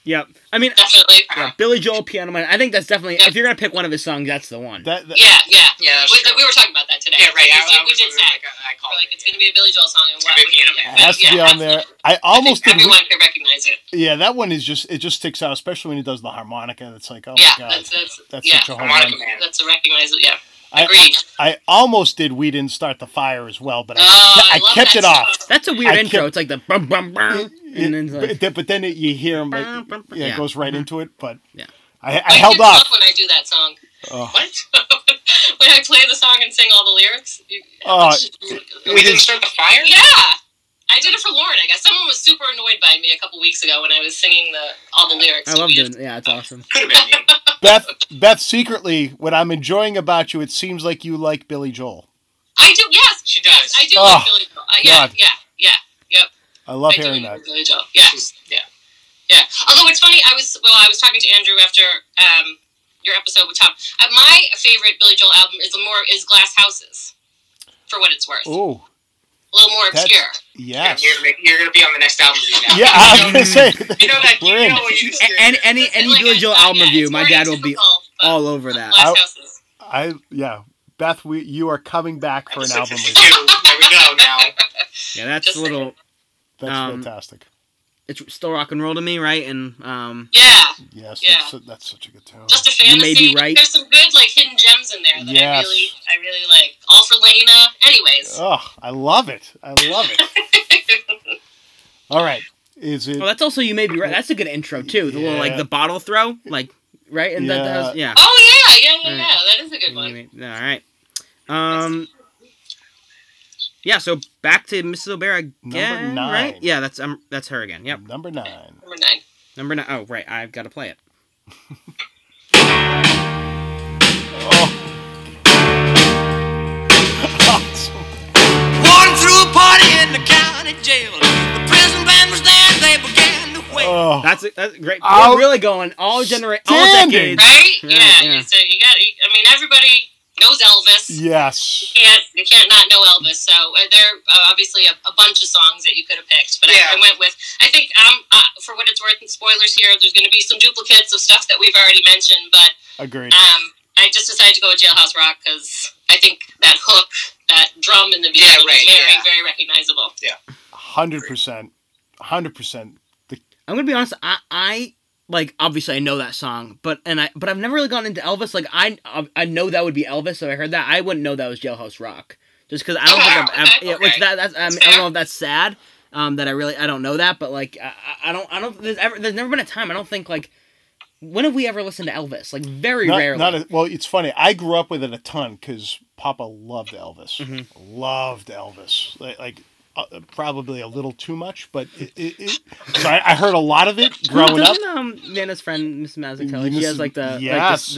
Speaker 4: yeah.
Speaker 1: Yep. I mean,
Speaker 4: Definitely.
Speaker 1: yeah, Billy Joel, Piano Man. I think that's definitely if you're gonna pick one of his songs, that's the one.
Speaker 2: That, that
Speaker 4: Yeah, yeah.
Speaker 3: Yeah, that's
Speaker 4: We,
Speaker 3: true.
Speaker 4: we were talking about that today.
Speaker 3: Yeah, right.
Speaker 4: We,
Speaker 3: I, I
Speaker 4: we
Speaker 3: was,
Speaker 4: did say
Speaker 3: like, oh, I, I
Speaker 4: we're
Speaker 3: called
Speaker 4: like
Speaker 3: it,
Speaker 4: it's
Speaker 3: yeah.
Speaker 4: gonna be a Billy Joel song, and
Speaker 3: gonna be a piano
Speaker 4: what?
Speaker 3: man.
Speaker 2: has to be on there. I almost did.
Speaker 4: Everyone could recognize it.
Speaker 2: Yeah, that one is just it just sticks out, especially when he does the harmonica. It's like, oh
Speaker 4: yeah,
Speaker 2: my god,
Speaker 4: that's that's,
Speaker 2: that's
Speaker 4: yeah,
Speaker 2: such a home
Speaker 3: Harmonica
Speaker 2: run.
Speaker 3: Man.
Speaker 4: that's a recognizable. Yeah,
Speaker 2: I,
Speaker 4: agreed.
Speaker 2: I almost did. We didn't start the fire as well, but I,
Speaker 4: Oh, I
Speaker 2: I,
Speaker 4: love
Speaker 2: kept
Speaker 4: that
Speaker 2: it off.
Speaker 4: song.
Speaker 1: that's a weird
Speaker 2: I
Speaker 1: intro.
Speaker 2: can't-
Speaker 1: It's like the bum bum bum, and then it's
Speaker 2: But
Speaker 1: like
Speaker 2: then- but then it, you hear him, like,
Speaker 1: Bum, bum, bum.
Speaker 2: yeah,
Speaker 1: Yeah. Mm-hmm.
Speaker 2: it goes right into it. But
Speaker 1: Yeah.
Speaker 2: I, I
Speaker 4: My
Speaker 2: held
Speaker 4: kids
Speaker 2: off.
Speaker 4: Love when I do that song.
Speaker 2: Oh.
Speaker 4: What? when I play the song and sing all the lyrics. You-
Speaker 2: Oh,
Speaker 3: We didn't start the fire.
Speaker 4: yeah, I did it for Lauren. I guess someone was super annoyed by me a couple weeks ago when I was singing the all the lyrics.
Speaker 1: I love doing. Yeah, it's awesome.
Speaker 3: Could have been me.
Speaker 2: Beth, Beth, secretly, what I'm enjoying about you, it seems like you like Billy Joel.
Speaker 4: I do. Yes,
Speaker 3: She does.
Speaker 4: yes, I do.
Speaker 1: Ah,
Speaker 2: Oh,
Speaker 4: like Billy Joel. Uh, yeah,
Speaker 2: God.
Speaker 4: yeah, yeah.
Speaker 2: I love
Speaker 4: I do
Speaker 2: hearing
Speaker 4: like
Speaker 2: that.
Speaker 4: Billy Joel. Yeah.
Speaker 3: She's- yeah.
Speaker 4: Yeah. Although it's funny, I was well, I was talking to Andrew after um, your episode with Tom. Uh, my favorite Billy Joel album is the more is Glass Houses, for what it's worth.
Speaker 2: Oh,
Speaker 4: a little more
Speaker 2: That's-
Speaker 4: obscure.
Speaker 2: yes.
Speaker 3: You're, gonna- you're gonna be on the next album review now.
Speaker 2: Yeah, I was gonna say.
Speaker 3: You know that. You
Speaker 2: We're in.
Speaker 3: know what you.
Speaker 1: A- Any any any
Speaker 4: Like,
Speaker 1: Billy
Speaker 4: I-
Speaker 1: Joel
Speaker 4: yeah,
Speaker 1: album
Speaker 4: it's
Speaker 1: review, my
Speaker 4: more
Speaker 1: dad will be
Speaker 4: atypical, but
Speaker 1: all over that.
Speaker 4: Glass
Speaker 2: I-
Speaker 4: Houses.
Speaker 2: I yeah, Beth, we you are coming back for an
Speaker 3: Episode
Speaker 2: album. review.
Speaker 3: 52. There we go now.
Speaker 1: Yeah, that's
Speaker 4: Just
Speaker 1: a little.
Speaker 2: That's
Speaker 1: Um,
Speaker 2: fantastic.
Speaker 1: It's still rock and roll to me, right? And um,
Speaker 4: Yeah,
Speaker 2: Yes,
Speaker 4: yeah.
Speaker 2: that's, that's such a good tune.
Speaker 4: just a
Speaker 1: You
Speaker 4: fantasy.
Speaker 1: may be right.
Speaker 4: There's some good like hidden gems in there that I
Speaker 2: Yes.
Speaker 4: really, I really like. All for Lena. Anyways,
Speaker 2: Oh, I love it. I love it. All right, is it?
Speaker 1: well, oh, that's also you may be right. That's a good intro too. The little like
Speaker 2: Yeah.
Speaker 1: the bottle throw, like right, and that, that was, yeah.
Speaker 4: oh yeah, yeah, yeah, yeah.
Speaker 1: Right.
Speaker 4: That is a good one.
Speaker 1: All right. Um. Yeah, so back to Mrs. O'Bear again,
Speaker 2: nine.
Speaker 1: right? Yeah, that's um, that's her again. Yep,
Speaker 2: Number nine.
Speaker 4: Number nine.
Speaker 1: number nine. Oh, right, I've got to play it.
Speaker 2: Oh.
Speaker 5: Warden threw a party in the county jail. The prison band was there, they began to wail.
Speaker 2: Oh.
Speaker 1: That's a, that's a great.
Speaker 2: Out-
Speaker 1: We're really going all genera- all
Speaker 2: Standing.
Speaker 1: decades.
Speaker 4: Right?
Speaker 1: Yeah,
Speaker 4: Yeah.
Speaker 1: yeah.
Speaker 4: So you got. I mean, everybody knows Elvis.
Speaker 2: Yes.
Speaker 4: can't you can't not know Elvis. So uh, there are obviously a, a bunch of songs that you could have picked, but
Speaker 3: Yeah.
Speaker 4: I, I went with. I think um, uh, for what it's worth, and spoilers here, there's going to be some duplicates of stuff that we've already mentioned, but
Speaker 2: Agreed.
Speaker 4: um, I just decided to go with Jailhouse Rock because I think that hook, that drum in the
Speaker 3: Yeah,
Speaker 4: beginning,
Speaker 3: right,
Speaker 4: is very
Speaker 3: yeah.
Speaker 4: very recognizable.
Speaker 2: Hundred percent. Hundred percent.
Speaker 1: I'm gonna be honest. I, I like obviously I know that song, but and I but I've never really gone into Elvis. Like I I know that would be Elvis if I heard that. I wouldn't know that was Jailhouse Rock just because I don't think
Speaker 4: Wow,
Speaker 1: I've ever.
Speaker 4: okay,
Speaker 1: Yeah, which
Speaker 4: okay.
Speaker 1: that that's I, mean,
Speaker 4: That's
Speaker 1: I don't
Speaker 4: fair.
Speaker 1: know if that's sad. Um, that I really I don't know that, but like I, I- I don't I don't there's ever there's never been a time I don't think like when have we ever listened to Elvis? Like very
Speaker 2: Not,
Speaker 1: rarely.
Speaker 2: not a, well, it's funny. I grew up with it a ton because Papa loved Elvis.
Speaker 1: Mhm.
Speaker 2: Loved Elvis. Like, like uh, probably a little too much, but it, it, it, so I, I heard a lot of it growing up.
Speaker 1: Doesn't, um, Nana's friend Miss Mazzucchelli, she
Speaker 2: Miss-
Speaker 1: has like the
Speaker 2: yes,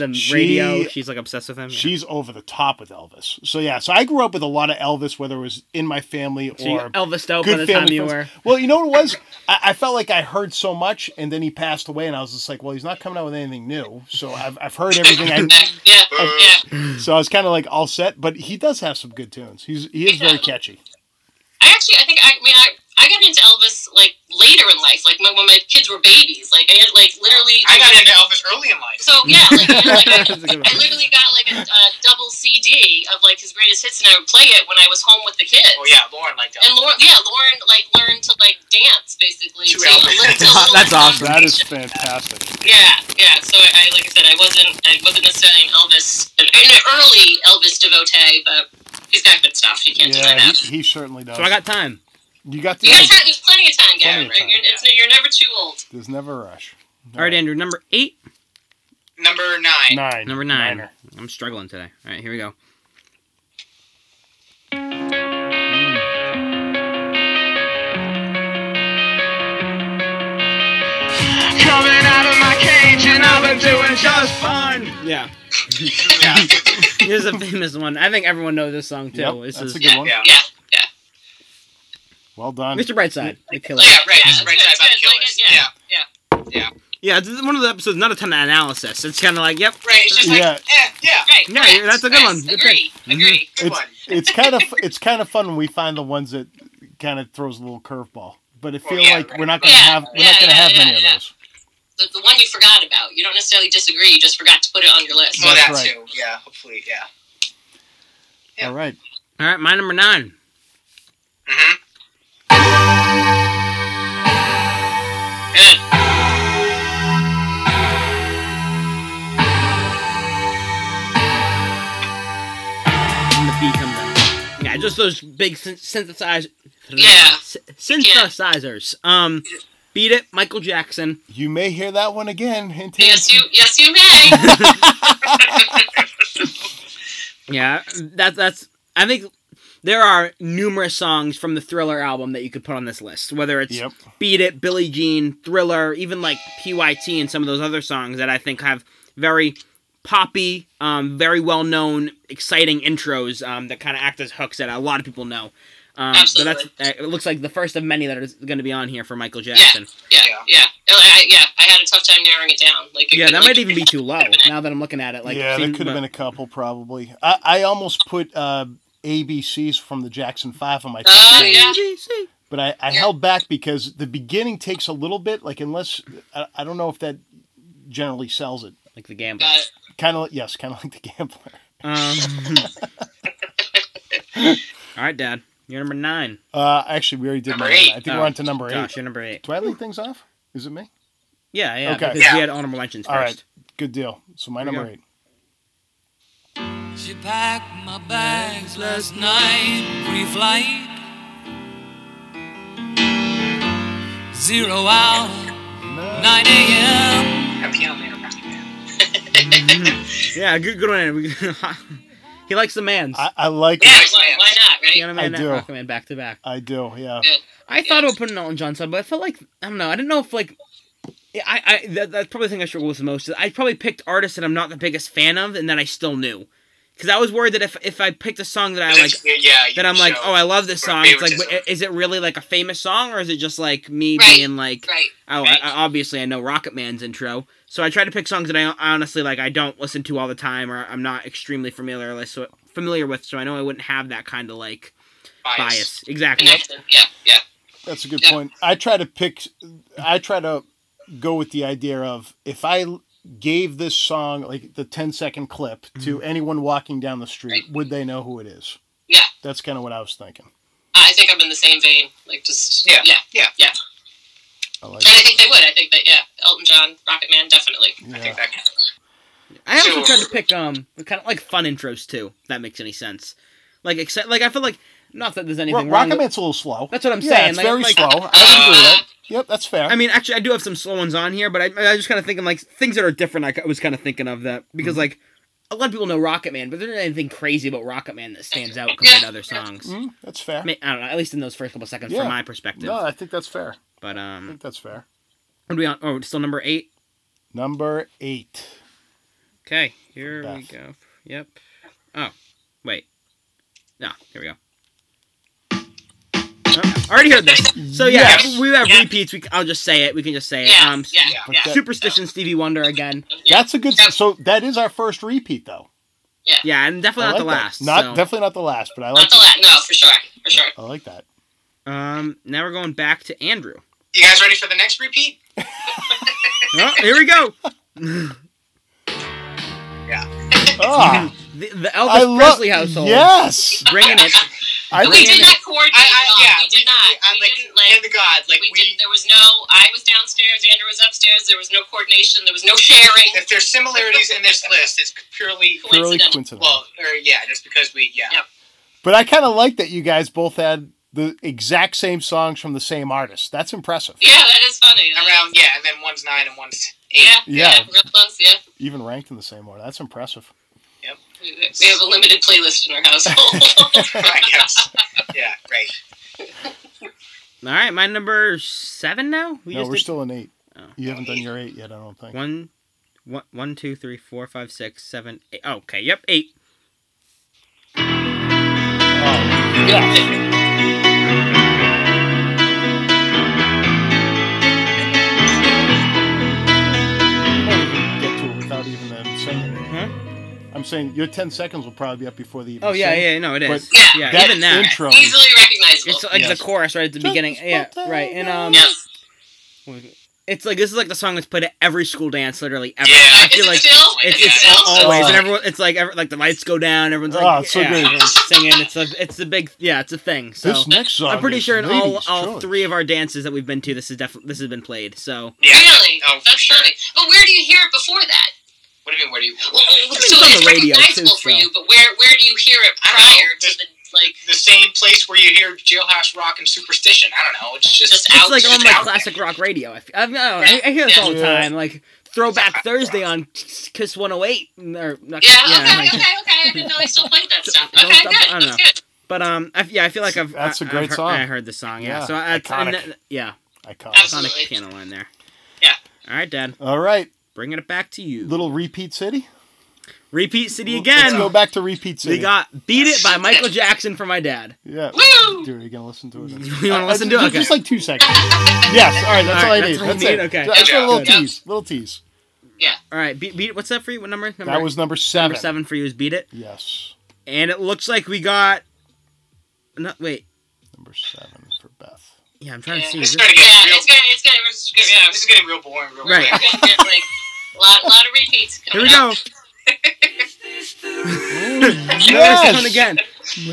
Speaker 1: like, the, the
Speaker 2: she-
Speaker 1: radio. She's like obsessed with him. yeah.
Speaker 2: She's over the top with Elvis. So yeah, so I grew up with a lot of Elvis, whether it was in my family
Speaker 1: So you
Speaker 2: or
Speaker 1: Elvis dope by
Speaker 2: good
Speaker 1: the time
Speaker 2: family
Speaker 1: you were.
Speaker 2: friends. Well, you know what it was? I, I felt like I heard so much, and then he passed away, and I was just like, well, he's not coming out with anything new. So I've, I've heard everything.
Speaker 4: Yeah, yeah, yeah.
Speaker 2: I so I was kind of like all set. But he does have some good tunes. He's he is very catchy.
Speaker 4: I actually, I think, I, I mean, I, I got into Elvis like later in life, like my, when my kids were babies. Like I had like literally.
Speaker 3: I got into Elvis early in life.
Speaker 4: So yeah, like, you know, like I,
Speaker 1: That's a good
Speaker 4: I
Speaker 1: one.
Speaker 4: literally got like a, a double CD of like his greatest hits, and I would play it when I was home with the kids.
Speaker 3: Well, Oh, yeah, Lauren liked
Speaker 4: And
Speaker 3: Elvis.
Speaker 4: Lauren, yeah, Lauren like learned to like dance basically.
Speaker 3: Two
Speaker 4: to-
Speaker 3: hours.
Speaker 4: learn to-
Speaker 1: That's
Speaker 4: learn to
Speaker 1: awesome.
Speaker 2: That is fantastic.
Speaker 4: yeah, yeah. So I, I like I said, I wasn't I wasn't necessarily an Elvis an, an early Elvis devotee, but he's got good stuff. You can't deny
Speaker 2: Yeah,
Speaker 4: that.
Speaker 2: he, he certainly does.
Speaker 1: So I got time.
Speaker 2: you got the
Speaker 4: You got time. There's plenty of time,
Speaker 2: Plenty
Speaker 4: Gavin.
Speaker 2: of
Speaker 4: Right?
Speaker 2: time.
Speaker 4: You're, it's, you're never too old.
Speaker 2: There's never a rush.
Speaker 1: All right, Andrew, number eight,
Speaker 3: Number nine.
Speaker 2: Nine.
Speaker 1: number nine.
Speaker 2: Niner.
Speaker 1: I'm struggling today. All right, here we go.
Speaker 5: Coming out of my cage and I've been doing just fine.
Speaker 1: Yeah,
Speaker 3: Yeah.
Speaker 1: here's a famous one. I think everyone knows this song too.
Speaker 2: Yep,
Speaker 1: this
Speaker 2: that's
Speaker 1: is
Speaker 2: a good one.
Speaker 3: Yeah.
Speaker 4: Yeah, yeah.
Speaker 2: Well done.
Speaker 1: Mr. Brightside. The killer.
Speaker 4: Like,
Speaker 3: Yeah, right.
Speaker 4: Yeah,
Speaker 3: Mr. Brightside
Speaker 4: it's
Speaker 3: by the
Speaker 4: good,
Speaker 3: Killers.
Speaker 4: it's good,
Speaker 3: Yeah.
Speaker 4: yeah. yeah.
Speaker 1: Yeah, this is one of the episodes. Not a ton of analysis. It's kind of like, yep.
Speaker 4: Right. It's just like
Speaker 2: yeah,
Speaker 3: Eh, yeah.
Speaker 4: right.
Speaker 1: Yeah,
Speaker 4: correct,
Speaker 1: that's a good
Speaker 4: yes,
Speaker 1: one, good Mm-hmm.
Speaker 4: Agree. Agree.
Speaker 3: Good
Speaker 2: it's
Speaker 3: one.
Speaker 2: it's kind of it's kind of fun when we find the ones that kind of throws a little curveball. But I feel
Speaker 3: yeah,
Speaker 2: like we're not gonna
Speaker 4: Yeah,
Speaker 2: have we're not
Speaker 4: yeah,
Speaker 2: gonna
Speaker 4: yeah,
Speaker 2: have
Speaker 4: yeah,
Speaker 2: many
Speaker 4: yeah.
Speaker 2: of those.
Speaker 4: The, the one you forgot about. You don't necessarily disagree. You just forgot to put it on your list.
Speaker 3: Well,
Speaker 2: That's
Speaker 3: that
Speaker 2: right.
Speaker 3: too. Yeah, hopefully. Yeah. Yeah.
Speaker 2: All right.
Speaker 1: All right, my number nine.
Speaker 3: Mm-hmm.
Speaker 4: Good.
Speaker 1: When the beat comes in. Yeah, just those big syn- synthesize.
Speaker 4: Yeah.
Speaker 1: sy- synthesizers. Um, beat it, Michael Jackson.
Speaker 2: You may hear that one again. Hint, hint.
Speaker 4: Yes, you. Yes, you may.
Speaker 1: Yeah, that that's. I think there are numerous songs from the Thriller album that you could put on this list. Whether it's
Speaker 2: Yep.
Speaker 1: Beat It, Billie Jean, Thriller, even like PYT and some of those other songs that I think have very poppy, um, very well known, exciting intros um, that kind of act as hooks that a lot of people know. Um, so that's uh, it. Looks like the first of many that is going to be on here for Michael Jackson.
Speaker 4: yeah,
Speaker 3: Yeah.
Speaker 4: yeah. I, I, yeah, I had a tough time narrowing it down. Like, it
Speaker 1: Yeah,
Speaker 4: could-
Speaker 1: that
Speaker 4: like,
Speaker 1: might even be too low. Now that I'm looking at it, like
Speaker 2: yeah, there
Speaker 1: seeing-
Speaker 2: could have
Speaker 1: but-
Speaker 2: been a couple probably. I, I almost put uh, ABCs from the Jackson Five on my top
Speaker 4: Uh,
Speaker 2: ten,
Speaker 4: yeah.
Speaker 2: but I, I
Speaker 4: yeah.
Speaker 2: held back because the beginning takes a little bit. Like unless I, I don't know if that generally sells it.
Speaker 1: like the gambler.
Speaker 4: Got it.
Speaker 2: Kind of yes, kind of like the gambler.
Speaker 1: Um, all right, Dad. You're number nine.
Speaker 2: Uh, actually, we already did.
Speaker 3: Number
Speaker 2: number
Speaker 3: eight.
Speaker 2: I think
Speaker 1: Oh,
Speaker 2: we're on to number
Speaker 1: Josh,
Speaker 2: eight.
Speaker 1: you're number eight.
Speaker 2: Do I leave things off? Is it me?
Speaker 1: Yeah, yeah.
Speaker 2: Okay.
Speaker 1: Because
Speaker 3: Yeah.
Speaker 1: we had honorable mentions
Speaker 2: All right.
Speaker 1: first.
Speaker 2: Good deal. So my
Speaker 1: Here we
Speaker 2: number
Speaker 1: go.
Speaker 2: eight.
Speaker 5: She packed my bags last night, pre flight. Zero hour, 9 a.m.
Speaker 3: A piano man or rocket man.
Speaker 1: Yeah, good, good one. he likes the man's.
Speaker 2: I, I like.
Speaker 4: Yeah,
Speaker 2: it.
Speaker 4: why, why not, right?
Speaker 1: Piano Man
Speaker 2: I
Speaker 1: and
Speaker 2: do.
Speaker 1: Rockman back to back.
Speaker 2: I do. Yeah.
Speaker 1: I thought about putting Elton John sub, but I felt like I don't know. I didn't know if like I, I that, that's probably the thing I struggle with the most. Is I probably picked artists that I'm not the biggest fan of, and that I still knew. Because I was worried that if if I picked a song that I like,
Speaker 3: yeah, you
Speaker 1: then I'm like,
Speaker 3: show-
Speaker 1: oh, I love this
Speaker 3: for
Speaker 1: song. It's like,
Speaker 3: favoritism.
Speaker 1: wait, is it really like a famous song, or is it just like me
Speaker 4: Right,
Speaker 1: being like,
Speaker 4: Right.
Speaker 1: oh,
Speaker 4: right.
Speaker 1: I, I- obviously I know Rocket Man's intro. So I try to pick songs that I honestly like. I don't listen to all the time, or I'm not extremely familiar with. So familiar with, so I know I wouldn't have that kind of like bias. Exactly.
Speaker 4: Connection. Yeah, yeah.
Speaker 2: That's a good
Speaker 4: Yeah.
Speaker 2: point. I try to pick. I try to go with the idea of if I gave this song like the 10 second clip to
Speaker 1: Mm-hmm.
Speaker 2: anyone walking down the street, would they know who it is?
Speaker 4: Yeah.
Speaker 2: That's kind of what I was thinking.
Speaker 4: I think I'm in the same vein. Like, just
Speaker 3: Yeah.
Speaker 4: yeah.
Speaker 3: Yeah.
Speaker 2: I like.
Speaker 4: And I think they would. I think that yeah, Elton John, Rocket Man, definitely.
Speaker 3: I think
Speaker 2: Yeah.
Speaker 3: that counts.
Speaker 1: I also
Speaker 3: Sure.
Speaker 1: tried to pick um kind of like fun intros too. If that makes any sense. Like except like I feel like not that there's anything wrong.
Speaker 2: Rocket
Speaker 1: with-
Speaker 2: Man's a little slow.
Speaker 1: That's what I'm
Speaker 2: yeah,
Speaker 1: saying,
Speaker 2: It's
Speaker 1: like-
Speaker 2: very
Speaker 1: like-
Speaker 2: slow. I would agree with that. Yep, that's fair.
Speaker 1: I mean, actually, I do have some slow ones on here, but I, I was just kind of thinking like things that are different. I c- I was kind of thinking of that
Speaker 2: Mm-hmm.
Speaker 1: because like a lot of people know Rocket Man, but there's not anything crazy about Rocket Man that stands out compared to other songs.
Speaker 2: Mm, that's fair.
Speaker 1: I, mean, I don't know. At least in those first couple seconds,
Speaker 2: Yeah.
Speaker 1: from my perspective.
Speaker 2: No, I think that's fair.
Speaker 1: But
Speaker 2: I
Speaker 1: um,
Speaker 2: think that's fair.
Speaker 1: what are we on? Oh, still number eight. Mm.
Speaker 2: Number eight.
Speaker 1: Okay, here we
Speaker 2: Beth.
Speaker 1: go. Yep. Oh, wait. No, here we go. Oh, already heard this. So yeah,
Speaker 2: Yes.
Speaker 1: we have
Speaker 4: Yeah.
Speaker 1: repeats. We c- I'll just say it. We can just say it.
Speaker 4: Yeah,
Speaker 1: um,
Speaker 4: yeah,
Speaker 3: yeah.
Speaker 4: yeah,
Speaker 2: But
Speaker 4: yeah.
Speaker 2: that-
Speaker 1: Superstition, Stevie Wonder again.
Speaker 2: That's a good.
Speaker 4: Yep.
Speaker 2: So that is our first repeat, though.
Speaker 1: Yeah, and
Speaker 2: I
Speaker 1: definitely not
Speaker 2: like
Speaker 1: the
Speaker 2: that.
Speaker 1: last.
Speaker 2: Not
Speaker 1: so.
Speaker 2: definitely not the last, but I like.
Speaker 4: Not the last. No, for sure, for sure.
Speaker 2: I like that.
Speaker 1: Um, now we're going back to Andrew.
Speaker 3: You guys ready for the next repeat?
Speaker 1: Oh, here we go.
Speaker 2: Ah,
Speaker 1: The, the Elvis
Speaker 2: I love
Speaker 1: Presley Oh, household.
Speaker 2: Yes,
Speaker 1: Bringing it.
Speaker 2: I
Speaker 4: we
Speaker 2: think
Speaker 4: did not coordinate.
Speaker 3: I, I,
Speaker 4: at all.
Speaker 3: yeah,
Speaker 4: we did not.
Speaker 3: I'm
Speaker 4: we
Speaker 3: like,
Speaker 4: didn't like.
Speaker 3: and the gods, like
Speaker 4: we,
Speaker 3: we.
Speaker 4: did. There was no. I was downstairs. Andrew was upstairs. There was no coordination. There was no sharing.
Speaker 3: if there's similarities in this list, it's purely
Speaker 2: purely coincidental.
Speaker 4: coincidental.
Speaker 3: well, or yeah, just because we yeah.
Speaker 4: Yeah.
Speaker 2: But I kind of like that you guys both had the exact same songs from the same artist. That's impressive.
Speaker 4: Yeah, that is funny. That-
Speaker 3: around yeah, and then one's nine and one's eight.
Speaker 4: Yeah,
Speaker 2: Yeah.
Speaker 4: real close. Yeah,
Speaker 2: Even ranked in the same order. That's impressive.
Speaker 4: we, we have a limited playlist in our household.
Speaker 3: I guess. Yeah, right.
Speaker 1: All right, my number seven now. We
Speaker 2: no,
Speaker 1: just
Speaker 2: we're
Speaker 1: did
Speaker 2: still in eight.
Speaker 1: Oh.
Speaker 2: You haven't done your eight yet, I don't think.
Speaker 1: one, one, one, two, three, four, five, six, seven, eight. Oh, okay, yep, eight.
Speaker 2: You might even get to it without even then saying it.
Speaker 1: Huh?
Speaker 2: I'm saying your 10 seconds will probably be up before the even
Speaker 1: Oh yeah,
Speaker 2: sing.
Speaker 1: yeah, no, it
Speaker 2: But
Speaker 1: is.
Speaker 4: Yeah,
Speaker 1: yeah,
Speaker 2: that
Speaker 1: even that.
Speaker 2: intro.
Speaker 4: Easily recognizable.
Speaker 1: It's like
Speaker 2: Yes.
Speaker 1: the chorus right at the
Speaker 2: Just
Speaker 1: beginning. Yeah,
Speaker 2: about
Speaker 1: right. And um,
Speaker 4: yes.
Speaker 1: it's like this is like the song that's played at every school dance, literally ever.
Speaker 3: Yeah.
Speaker 1: I
Speaker 4: Is
Speaker 1: feel
Speaker 4: it
Speaker 1: like
Speaker 4: still?
Speaker 1: it's,
Speaker 4: Is it
Speaker 1: it's
Speaker 4: still?
Speaker 1: always
Speaker 2: Oh.
Speaker 1: and everyone. It's like every, like the lights go down. Everyone's like,
Speaker 2: Oh, it's so
Speaker 1: yeah,
Speaker 2: good.
Speaker 1: everyone's singing. It's a it's a big yeah, it's a thing. So
Speaker 2: This next song.
Speaker 1: I'm pretty
Speaker 2: is
Speaker 1: sure in all
Speaker 2: ladies'
Speaker 1: all
Speaker 2: choice.
Speaker 1: three of our dances that we've been to, this is definitely this has been played. So
Speaker 3: Yeah.
Speaker 4: Really?
Speaker 3: Oh, for
Speaker 4: That's
Speaker 3: sure.
Speaker 4: perfect. But where do you hear it before that?
Speaker 3: What do you mean? What do you?
Speaker 4: Well,
Speaker 1: it's
Speaker 4: so
Speaker 1: on the
Speaker 4: it's
Speaker 1: radio,
Speaker 4: recognizable
Speaker 1: too,
Speaker 4: for
Speaker 1: so.
Speaker 4: you, but where where do you hear it
Speaker 3: I don't know,
Speaker 4: prior to
Speaker 3: just-
Speaker 4: the like?
Speaker 3: The same place where you hear jailhouse rock and superstition. I don't know. It's just,
Speaker 4: Just
Speaker 3: out.
Speaker 4: out.
Speaker 1: it's like
Speaker 3: just
Speaker 1: on like
Speaker 3: out
Speaker 1: classic rock radio. I, f- I, don't know, I, I hear this all the
Speaker 2: Yeah.
Speaker 1: time. Like Throwback Thursday on Kiss 108 or not,
Speaker 4: Yeah, okay,
Speaker 1: like-
Speaker 4: okay, okay. I didn't know they still played that stuff.
Speaker 1: Don't
Speaker 4: Okay,
Speaker 1: stop-
Speaker 4: good.
Speaker 1: I don't
Speaker 4: That's
Speaker 1: know.
Speaker 4: good.
Speaker 1: But um, I, yeah, I feel like I've
Speaker 2: That's
Speaker 1: I-
Speaker 2: a great
Speaker 1: I've heard,
Speaker 2: song.
Speaker 1: I heard the song, yeah.
Speaker 2: Yeah,
Speaker 1: so I, it's- and
Speaker 2: iconic.
Speaker 1: that- yeah,
Speaker 2: Iconic.
Speaker 4: Absolutely.
Speaker 1: iconic piano line there.
Speaker 4: Yeah.
Speaker 1: All right, Dad,
Speaker 2: All right.
Speaker 1: bringing it back to you.
Speaker 2: Little Repeat City.
Speaker 1: Repeat City
Speaker 2: Let's go
Speaker 1: again.
Speaker 2: back to Repeat City.
Speaker 1: We got "Beat It" by Michael Jackson for my dad.
Speaker 2: yeah.
Speaker 4: Woo!
Speaker 2: Dude, are you going to listen to it? Uh,
Speaker 1: You want to listen to
Speaker 2: just,
Speaker 1: it? Okay.
Speaker 2: Just like two seconds. yes. All right. That's all,
Speaker 1: All
Speaker 2: I
Speaker 1: right,
Speaker 2: need.
Speaker 1: that's all you
Speaker 2: That's,
Speaker 1: need?
Speaker 2: it.
Speaker 1: Okay.
Speaker 2: Just
Speaker 3: Good
Speaker 2: a little
Speaker 1: job. Good.
Speaker 2: tease. Little tease.
Speaker 1: All right, beat, beat. What's that for you? What number? Number,
Speaker 2: That was number seven.
Speaker 1: number seven for you. Is "Beat It,"
Speaker 2: Yes.
Speaker 1: and it looks like we got. No, wait.
Speaker 2: Number seven for Beth.
Speaker 1: Yeah, I'm trying to see.
Speaker 3: This
Speaker 1: Is
Speaker 3: is
Speaker 1: this-
Speaker 3: gonna get
Speaker 4: Yeah,
Speaker 3: real.
Speaker 4: it's good. It's good. We're just good.
Speaker 3: this-
Speaker 4: Yeah,
Speaker 3: This is getting real boring. Real
Speaker 1: Right.
Speaker 3: quick.
Speaker 4: we're gonna get, like a lot, lot of repeats.
Speaker 1: Here
Speaker 4: Coming
Speaker 1: we go.
Speaker 2: Yes!
Speaker 1: This one again.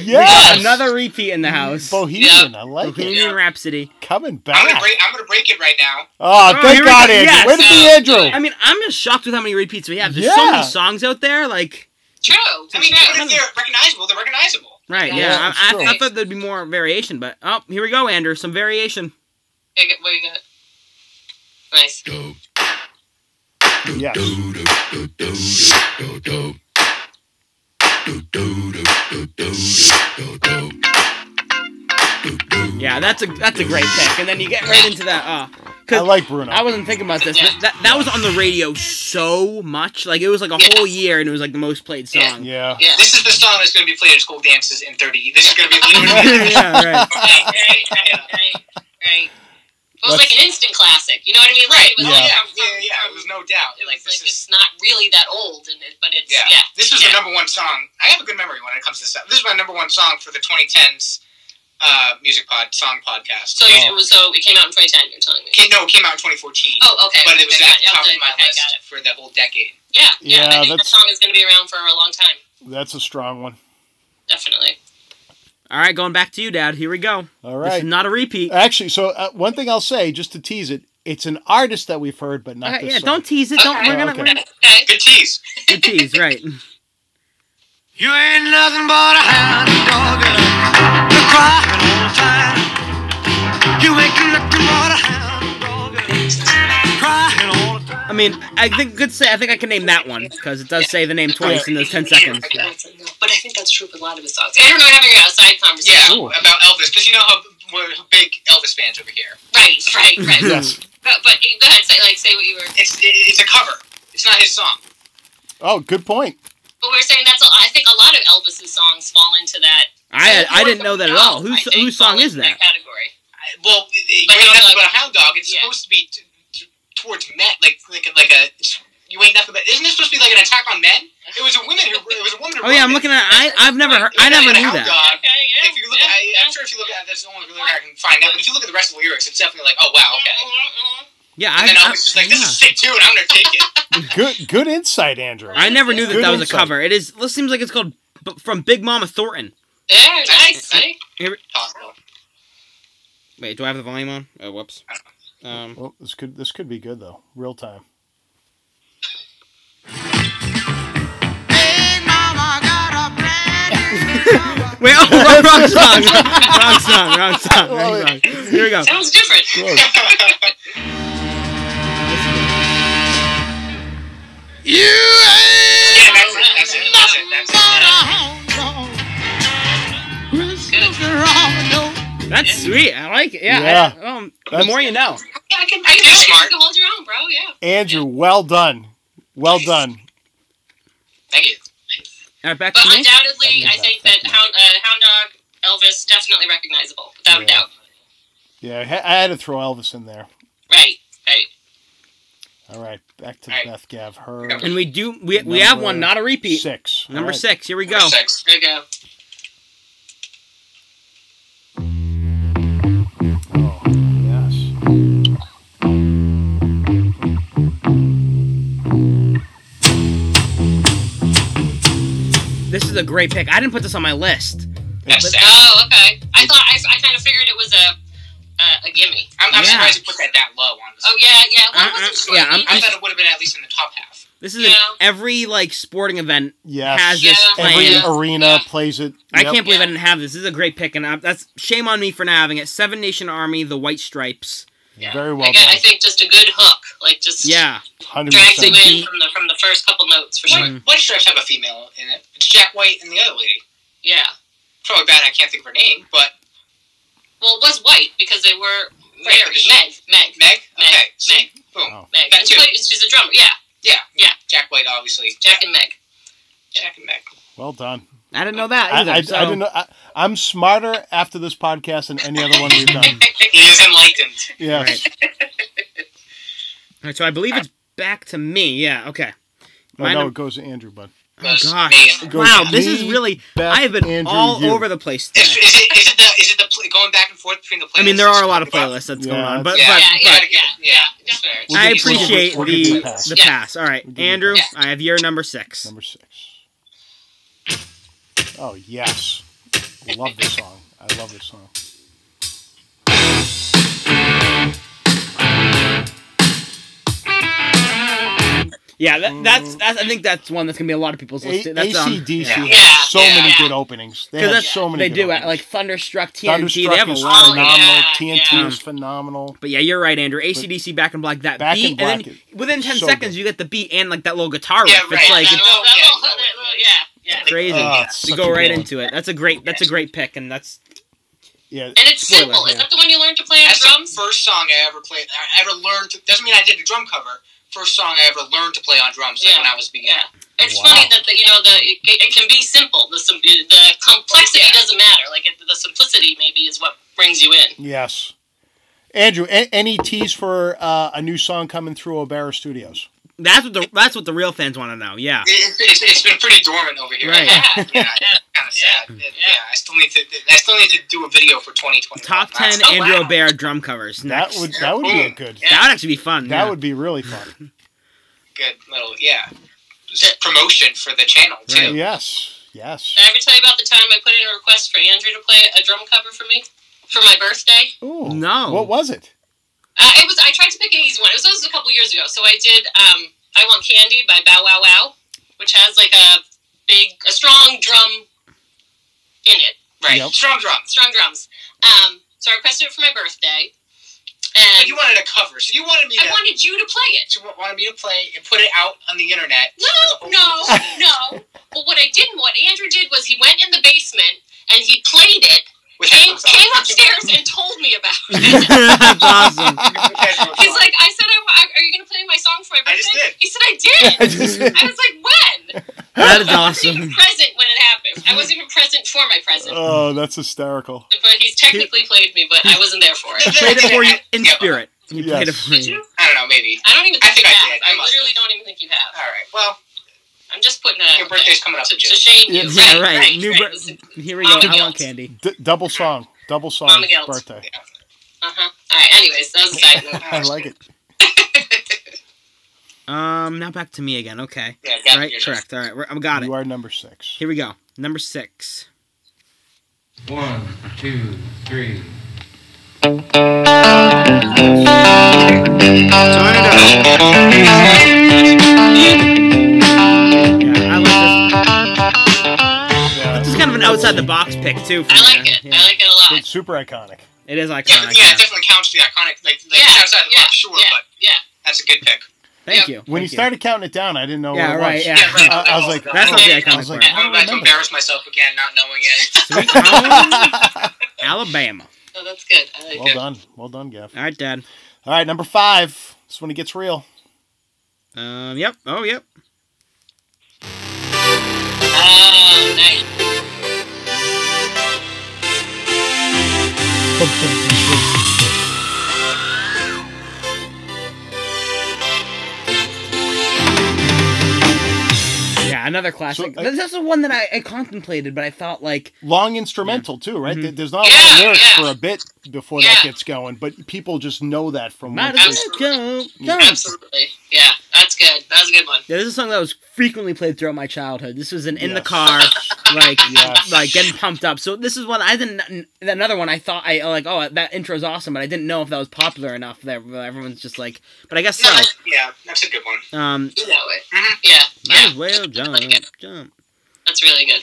Speaker 2: Yes.
Speaker 1: Another repeat in the house.
Speaker 2: Bohemian. I like it.
Speaker 1: Bohemian Rhapsody.
Speaker 2: Coming
Speaker 3: I'm gonna
Speaker 2: back.
Speaker 3: break. I'm gonna break it right now.
Speaker 2: Oh,
Speaker 1: Oh, here
Speaker 2: thank
Speaker 1: we
Speaker 2: God,
Speaker 1: go.
Speaker 2: Andrew.
Speaker 1: Yes.
Speaker 2: Where did the Andrew?
Speaker 1: I mean, I'm just shocked with how many repeats we have. There's so
Speaker 2: Yeah.
Speaker 1: many songs out there. Like,
Speaker 4: True.
Speaker 3: I mean, even if they're recognizable, they're recognizable.
Speaker 1: right? Yeah,
Speaker 4: Yeah,
Speaker 2: that's
Speaker 1: I,
Speaker 2: true.
Speaker 1: I, I thought there'd be more variation, but oh, here we go, Andrew. Some variation.
Speaker 4: Hey, good- What do you got? Nice.
Speaker 2: Yes.
Speaker 1: Yeah, that's a that's a great pick. And then you get right into that. Uh,
Speaker 2: I
Speaker 1: cause
Speaker 2: like Bruno.
Speaker 1: I wasn't thinking about this. but that that was on the radio so much. Like it was like a whole year, and it was like the most played song.
Speaker 2: yeah.
Speaker 4: Yeah.
Speaker 3: This is the song that's gonna be played at school dances in 30. This is gonna be literally.
Speaker 1: yeah, right.
Speaker 4: right, right, right, right, right. It was
Speaker 2: That's-
Speaker 4: like an instant classic. You know what I mean? Like,
Speaker 3: Right.
Speaker 4: It was
Speaker 3: oh,
Speaker 4: like,
Speaker 3: yeah.
Speaker 4: from-
Speaker 3: Yeah. Yeah. It was no doubt.
Speaker 4: it was
Speaker 3: Like this
Speaker 4: like,
Speaker 3: is.
Speaker 4: it's not really that old, and it, but it's
Speaker 3: Yeah.
Speaker 4: yeah.
Speaker 3: This was
Speaker 4: Yeah.
Speaker 3: the number one song. I have a good memory when it comes to this. This is my number one song for the 2010s uh, music pod song podcast.
Speaker 4: So you- it was so it came out in 2010. You're telling me?
Speaker 3: It- no, it came out in 2014.
Speaker 4: Oh, okay.
Speaker 3: But it was
Speaker 4: okay,
Speaker 3: at the
Speaker 4: got
Speaker 3: top
Speaker 4: okay,
Speaker 3: of my
Speaker 4: okay,
Speaker 3: list
Speaker 4: got it.
Speaker 3: for the whole decade.
Speaker 4: Yeah,
Speaker 2: Yeah,
Speaker 4: yeah. I think that
Speaker 2: that's-
Speaker 4: song is going to be around for a long time.
Speaker 2: That's a strong one.
Speaker 4: Definitely.
Speaker 1: All right, going back to you, Dad. Here we go.
Speaker 2: All
Speaker 1: This
Speaker 2: right.
Speaker 1: is not a repeat.
Speaker 2: Actually, so uh, one thing I'll say, just to tease it, it's an artist that we've heard, but not
Speaker 1: All right,
Speaker 2: this
Speaker 1: yeah,
Speaker 2: song.
Speaker 1: don't tease it. Don't.
Speaker 4: Okay.
Speaker 1: We're gonna. We're gonna
Speaker 4: Okay.
Speaker 3: Good tease.
Speaker 1: good tease, right?
Speaker 5: You ain't nothing but a hound dog, and I'm crying all the time. You ain't nothing but a hound dog, and I'm crying all the time.
Speaker 1: I mean, I think good say. I think I can name that one because it does say the name twice in those ten seconds.
Speaker 4: Yeah. But I think that's true with a lot of his songs. Andrew and I are having a side
Speaker 3: Yeah,
Speaker 4: conversation.
Speaker 3: about Elvis because you know how we're big Elvis fans over here.
Speaker 4: Right, right, right.
Speaker 2: Yes.
Speaker 4: But, but go ahead, say like say what you were.
Speaker 3: It's it, it's a cover. It's not his song.
Speaker 2: Oh, good point.
Speaker 4: But we were saying that's a, I think a lot of Elvis's songs fall into that.
Speaker 1: I I didn't know that at all. Whose
Speaker 4: I think,
Speaker 1: whose song
Speaker 4: fall
Speaker 1: is
Speaker 4: into
Speaker 1: that?
Speaker 4: category.
Speaker 3: I- Well, you
Speaker 4: Like,
Speaker 3: ain't
Speaker 4: it's
Speaker 3: nothing
Speaker 4: like-
Speaker 3: but a hound dog. It's
Speaker 4: Yeah.
Speaker 3: supposed to be t- t- towards men, like like a- like a. You ain't nothing but. Isn't this supposed to be like an attack on men? It was a woman who. It was a woman. Who
Speaker 1: Oh yeah,
Speaker 3: wrote
Speaker 1: I'm
Speaker 3: it.
Speaker 1: looking at. I I've never heard. I never knew that.
Speaker 4: Okay, yeah.
Speaker 3: If you you look, at, I, I'm sure if you look at that's the only lyric I can find out. But if you look at the rest of the lyrics, it's definitely like, oh wow, okay.
Speaker 4: Mhm, mhm.
Speaker 1: Yeah,
Speaker 3: And
Speaker 1: I,
Speaker 3: then
Speaker 1: I,
Speaker 3: I was just like, this
Speaker 1: yeah.
Speaker 3: is sick too, and I'm gonna take it.
Speaker 2: Good good insight, Andrew.
Speaker 1: I never knew that
Speaker 2: Good
Speaker 1: that was a
Speaker 2: insight.
Speaker 1: cover. It is. This seems like it's called B- from Big Mama Thornton.
Speaker 4: Yeah, nice. See?
Speaker 3: Possible.
Speaker 1: Wait, do I have the volume on? Oh, whoops. Um,
Speaker 2: Well, this could this could be good though. Real time.
Speaker 6: Hey, mama, got a brand new mama.
Speaker 1: wait, oh, wrong, wrong song, wrong song, wrong song, wrong song. Here we go.
Speaker 4: Sounds different.
Speaker 6: You ain't
Speaker 3: Yeah, that's it. That's it. That's it. That's it.
Speaker 6: but a
Speaker 3: That's it.
Speaker 6: hound dog. Christopher Robin,
Speaker 1: That's sweet. I like it. Yeah.
Speaker 2: Yeah.
Speaker 1: I- um, the
Speaker 2: That's-
Speaker 1: more you know.
Speaker 4: Yeah, I can, I can do
Speaker 3: You're
Speaker 4: it.
Speaker 3: smart.
Speaker 4: You can hold your own, bro. Yeah.
Speaker 2: Andrew, well done. Well done.
Speaker 3: Thank you.
Speaker 1: All right, back
Speaker 4: But
Speaker 1: to me.
Speaker 4: undoubtedly,
Speaker 2: That'd
Speaker 4: I
Speaker 2: be
Speaker 4: think
Speaker 2: bad.
Speaker 4: that Hound, uh, Hound Dog, Elvis, definitely recognizable, without a
Speaker 2: Yeah.
Speaker 4: doubt.
Speaker 2: Yeah, I ha- I had to throw Elvis in there.
Speaker 4: Right, right.
Speaker 2: All right, back to
Speaker 3: All right.
Speaker 2: Beth Gav. Her
Speaker 1: And we do. We, we have one,
Speaker 2: Number
Speaker 1: not a repeat.
Speaker 2: six. All
Speaker 1: Number
Speaker 2: right.
Speaker 1: six. Here we go.
Speaker 3: Number Six.
Speaker 4: There you go.
Speaker 2: Oh, yes.
Speaker 1: This is a great pick. I didn't put this on my list.
Speaker 3: That's it.
Speaker 4: Oh, okay. I thought I, I kind of figured it was a uh, a, a gimme.
Speaker 3: I'm, I'm
Speaker 1: Yeah.
Speaker 3: surprised you put that that low on. This.
Speaker 4: Oh yeah, yeah. Well, I
Speaker 1: Uh,
Speaker 4: wasn't
Speaker 1: uh,
Speaker 4: sure.
Speaker 1: yeah, I'm-
Speaker 3: I
Speaker 1: I'm-
Speaker 3: thought it would have been at least in the top half.
Speaker 1: This is
Speaker 4: Yeah.
Speaker 1: a, every like sporting event
Speaker 2: Yes.
Speaker 1: has this
Speaker 4: Yeah.
Speaker 1: playing.
Speaker 2: Every
Speaker 4: Yeah.
Speaker 2: arena
Speaker 4: Yeah.
Speaker 2: plays it.
Speaker 1: I
Speaker 2: Yep.
Speaker 1: can't believe I
Speaker 4: Yeah.
Speaker 1: didn't have this. This is a great pick, and I, that's shame on me for not having it. Seven Nation Army, The White Stripes.
Speaker 4: Yeah.
Speaker 2: Very well
Speaker 4: Again, I
Speaker 2: done.
Speaker 4: think just a good hook, like just
Speaker 1: Yeah,
Speaker 2: Hundred
Speaker 4: drags you
Speaker 2: percent. Mm-hmm.
Speaker 4: in from the from the first couple notes for sure.
Speaker 1: Mhm.
Speaker 3: White, White Stripes have a female in it. It's Jack White and the other lady.
Speaker 4: Yeah.
Speaker 3: Probably bad. I can't think of her name, but
Speaker 4: Well, it was white because they were
Speaker 3: Right,
Speaker 4: married.
Speaker 3: but she-
Speaker 4: Meg, Meg, Meg.
Speaker 3: Meg.
Speaker 4: Meg,
Speaker 3: Okay, see? boom.
Speaker 2: Oh.
Speaker 4: Meg.
Speaker 3: That
Speaker 4: And
Speaker 3: too.
Speaker 4: she- she's a drummer. Yeah,
Speaker 3: Yeah,
Speaker 4: Yeah.
Speaker 3: Jack White, obviously.
Speaker 4: Jack and Meg.
Speaker 3: Jack and Meg.
Speaker 2: Well done.
Speaker 1: I didn't know that
Speaker 2: I,
Speaker 1: either.
Speaker 2: I, I
Speaker 1: so-
Speaker 2: didn't. Know, I, I'm smarter after this podcast than any other one we've done. Oh,
Speaker 3: He is enlightened.
Speaker 2: Yeah.
Speaker 1: Right. All right, so I believe it's back to me. Yeah. Okay.
Speaker 2: No,
Speaker 1: Mine
Speaker 2: no,
Speaker 1: are-
Speaker 2: it goes to Andrew, bud.
Speaker 1: Oh
Speaker 3: Goes
Speaker 1: gosh.
Speaker 3: me.
Speaker 2: Goes
Speaker 1: Wow. This is
Speaker 2: me,
Speaker 1: really.
Speaker 2: Beth,
Speaker 1: I have been
Speaker 2: Andrew,
Speaker 1: all
Speaker 2: you.
Speaker 1: over the place today.
Speaker 3: Is, is it? Is it the? Is it the pl- going back and forth between the playlists?
Speaker 1: I mean, there are a lot of
Speaker 3: About-
Speaker 1: playlists that's
Speaker 2: Yeah,
Speaker 1: going on, but
Speaker 3: Yeah,
Speaker 1: but,
Speaker 4: yeah,
Speaker 1: but
Speaker 4: yeah,
Speaker 3: Gotta give- yeah, it's fair.
Speaker 2: We'll
Speaker 1: I
Speaker 2: give you-
Speaker 1: appreciate
Speaker 2: we'll give you
Speaker 1: the
Speaker 2: a pass.
Speaker 1: the
Speaker 4: Yeah.
Speaker 1: pass. All right,
Speaker 2: We'll give you a
Speaker 1: Andrew,
Speaker 2: pass.
Speaker 1: I have your number six.
Speaker 2: Number six. Oh yes, love this song. I love this song.
Speaker 1: Yeah, that, that's that's. I think that's one that's gonna be a lot of people's list.
Speaker 2: A-
Speaker 1: that's um,
Speaker 2: ACDC
Speaker 1: yeah.
Speaker 2: has
Speaker 4: Yeah,
Speaker 2: so
Speaker 4: yeah,
Speaker 2: many
Speaker 4: yeah.
Speaker 2: good openings. They
Speaker 1: 'Cause
Speaker 2: have
Speaker 1: that's-
Speaker 2: so many.
Speaker 1: They
Speaker 2: good
Speaker 1: do
Speaker 2: openings.
Speaker 1: at like Thunderstruck, TNT.
Speaker 2: Thunderstruck
Speaker 1: they have a
Speaker 2: is
Speaker 1: lot.
Speaker 4: Oh,
Speaker 1: Of them.
Speaker 4: yeah.
Speaker 2: phenomenal.
Speaker 4: yeah.
Speaker 2: TNT is phenomenal.
Speaker 1: But yeah, you're right, Andrew. ACDC, Back in Black, that
Speaker 2: Back in
Speaker 1: beat, and,
Speaker 2: Black
Speaker 1: then
Speaker 2: is
Speaker 1: within ten
Speaker 2: so
Speaker 1: seconds
Speaker 2: good.
Speaker 1: you get the beat and like that little guitar riff.
Speaker 3: Yeah,
Speaker 1: It's
Speaker 3: right.
Speaker 1: like
Speaker 3: Yeah,
Speaker 1: it's
Speaker 3: no,
Speaker 4: That
Speaker 3: yeah,
Speaker 4: whole-
Speaker 3: no,
Speaker 4: that whole-
Speaker 3: wait,
Speaker 4: yeah, yeah.
Speaker 1: crazy.
Speaker 2: Oh, it's
Speaker 1: we
Speaker 2: such
Speaker 1: go
Speaker 2: a
Speaker 1: right
Speaker 2: good one.
Speaker 1: into it. That's a great. That's a great pick, and that's
Speaker 2: Yeah,
Speaker 4: And it's
Speaker 1: Spoiler,
Speaker 4: simple.
Speaker 1: yeah.
Speaker 4: Is that the one you learned to play on
Speaker 3: That's
Speaker 4: drums?
Speaker 3: the first song I ever played. I ever learned. To, doesn't mean I did a drum cover. First song I ever learned to play on drums, like
Speaker 4: Yeah.
Speaker 3: when I was beginning.
Speaker 4: Yeah. It's
Speaker 2: Wow.
Speaker 4: funny that the, you know the it, it can be simple. The sim- the complexity
Speaker 3: Yeah.
Speaker 4: doesn't matter. Like it, the simplicity maybe is what brings you in.
Speaker 2: yes. Andrew, a- any tease for uh, a new song coming through O'Barra Studios?
Speaker 1: that's what the that's what the real fans want to know. Yeah.
Speaker 3: It, it's, it's been pretty dormant over here.
Speaker 1: Right.
Speaker 3: Yeah, yeah, kind of sad. Yeah, I still need to. I still need to do a video for 2020.
Speaker 1: Top ten
Speaker 3: That's-
Speaker 1: Andrew
Speaker 4: wow.
Speaker 1: O'Bear drum covers.
Speaker 2: That
Speaker 1: Next.
Speaker 2: would that would be a
Speaker 4: Oh,
Speaker 2: good.
Speaker 1: That would actually be fun.
Speaker 2: That
Speaker 1: yeah.
Speaker 2: would be really fun.
Speaker 3: Good little yeah. Just promotion for the channel too.
Speaker 1: Right.
Speaker 2: Yes, yes.
Speaker 4: Did I ever tell you about the time I put in a request for Andrew to play a drum cover for me for my birthday?
Speaker 2: Ooh,
Speaker 1: No.
Speaker 2: What was it?
Speaker 4: Uh, it was I tried to pick an easy one. It was, it was a couple years ago, so I did. Um, I want candy by Bow Wow Wow, which has like a big, a strong drum in it.
Speaker 3: Right.
Speaker 2: Yep.
Speaker 3: Strong drum.
Speaker 4: strong drums. Um, so I requested it for my birthday, and
Speaker 3: But you wanted a cover, so you wanted me to.
Speaker 4: I wanted you to play it.
Speaker 3: you wanted me to play and put it out on the internet.
Speaker 4: No, no, no. But what I didn't, what Andrew did was he went in the basement and he played it,
Speaker 3: With
Speaker 4: came,
Speaker 3: headphones on.
Speaker 4: came upstairs and told me about it.
Speaker 1: that's awesome.
Speaker 3: With headphones
Speaker 4: He's
Speaker 3: on.
Speaker 4: like, I said, I, wa- are you going to play my song for my
Speaker 3: I
Speaker 4: birthday?
Speaker 3: just did.
Speaker 4: He said, I did. I was like, when?
Speaker 1: That is
Speaker 4: I wasn't
Speaker 1: awesome.
Speaker 4: even present when it happened. I wasn't even present for my present.
Speaker 2: Oh, that's hysterical.
Speaker 4: but he's technically played me, but I wasn't there for it.
Speaker 1: Played it for you in
Speaker 3: Yeah.
Speaker 1: spirit. You played it
Speaker 2: Yes.
Speaker 1: for
Speaker 4: Did
Speaker 1: you.
Speaker 4: you?
Speaker 3: I don't know, maybe.
Speaker 4: I don't even
Speaker 3: I
Speaker 4: think,
Speaker 3: think I
Speaker 4: you have.
Speaker 3: did. I
Speaker 4: I
Speaker 3: must
Speaker 4: literally don't even think you have.
Speaker 3: All right. Well,
Speaker 4: I'm just putting that.
Speaker 3: Your
Speaker 4: out there
Speaker 3: birthday's coming up
Speaker 4: To,
Speaker 3: in June.
Speaker 4: to shame you.
Speaker 1: Yeah, right. New
Speaker 4: right.
Speaker 1: bir-
Speaker 4: This is-
Speaker 1: Here we go.
Speaker 4: Mama
Speaker 1: I want
Speaker 4: guilt.
Speaker 1: candy.
Speaker 2: D- double song, double song,
Speaker 4: Mama Gelt.
Speaker 2: birthday.
Speaker 4: Uh-huh. All right. Anyways, that was a side note.
Speaker 2: I like it.
Speaker 1: Um, now back to me again. Okay.
Speaker 3: Yeah, got
Speaker 1: right.
Speaker 3: it.
Speaker 1: Correct. All right. We're, I've got it.
Speaker 2: You are number six.
Speaker 1: Here we go. Number six.
Speaker 8: One, two, three.
Speaker 1: Yeah, I like
Speaker 2: Yeah,
Speaker 1: this. It's kind of an outside the box pick too. For
Speaker 4: I like
Speaker 1: me.
Speaker 4: it.
Speaker 1: Yeah.
Speaker 4: I like it a lot.
Speaker 2: it's super iconic.
Speaker 1: it is
Speaker 3: Yeah,
Speaker 1: iconic.
Speaker 3: yeah, it definitely counts for the iconic. Like, like
Speaker 4: Yeah,
Speaker 3: outside the
Speaker 4: yeah,
Speaker 3: box, sure,
Speaker 4: yeah,
Speaker 3: but
Speaker 4: yeah.
Speaker 3: that's a good pick.
Speaker 1: Thank you.
Speaker 2: When
Speaker 1: Thank
Speaker 2: you started counting it down, I didn't know
Speaker 1: Yeah,
Speaker 2: what it
Speaker 1: right,
Speaker 2: was.
Speaker 1: yeah.
Speaker 3: right.
Speaker 2: I- I was like,
Speaker 1: That's not the
Speaker 2: I
Speaker 1: iconic
Speaker 2: was like,
Speaker 1: part.
Speaker 2: I
Speaker 3: I'm
Speaker 2: don't
Speaker 3: about to
Speaker 2: remember.
Speaker 3: embarrass myself again, not knowing it.
Speaker 1: Sweet home, Alabama.
Speaker 4: No, Oh, that's good. I like
Speaker 2: Well
Speaker 4: it.
Speaker 2: done, well done, Gav.
Speaker 1: All right, Dad.
Speaker 2: All right, number five. This is when it gets real.
Speaker 1: Um. Yep. Oh, yep.
Speaker 4: Oh, nice.
Speaker 1: Yeah, another classic.
Speaker 2: So, I-
Speaker 1: This That's the one that I, I contemplated, but I thought like
Speaker 2: Long instrumental too, right?
Speaker 1: Mhm.
Speaker 2: There- There's not a lot of
Speaker 4: Yeah,
Speaker 2: lyrics
Speaker 4: yeah.
Speaker 2: for a bit before that
Speaker 4: Yeah.
Speaker 2: gets going, but people just know that from
Speaker 1: might
Speaker 2: one
Speaker 1: as
Speaker 2: place.
Speaker 1: well go.
Speaker 2: Yeah.
Speaker 1: go.
Speaker 4: Absolutely. Yeah, that's good. That was a good one.
Speaker 1: Yeah, this is a song that was frequently played throughout my childhood. This was an in the
Speaker 2: Yes.
Speaker 1: car, like
Speaker 2: Yes.
Speaker 1: like getting pumped up. So this is one I didn't. Another one I thought I like. Oh, that intro's awesome, but I didn't know if that was popular enough. That everyone's just like, but I guess
Speaker 3: No,
Speaker 1: so.
Speaker 3: yeah, that's a good one.
Speaker 1: Um,
Speaker 4: You know it.
Speaker 3: Mhm.
Speaker 4: Yeah.
Speaker 1: might as
Speaker 4: Yeah.
Speaker 1: well jump, jump.
Speaker 4: That's really good.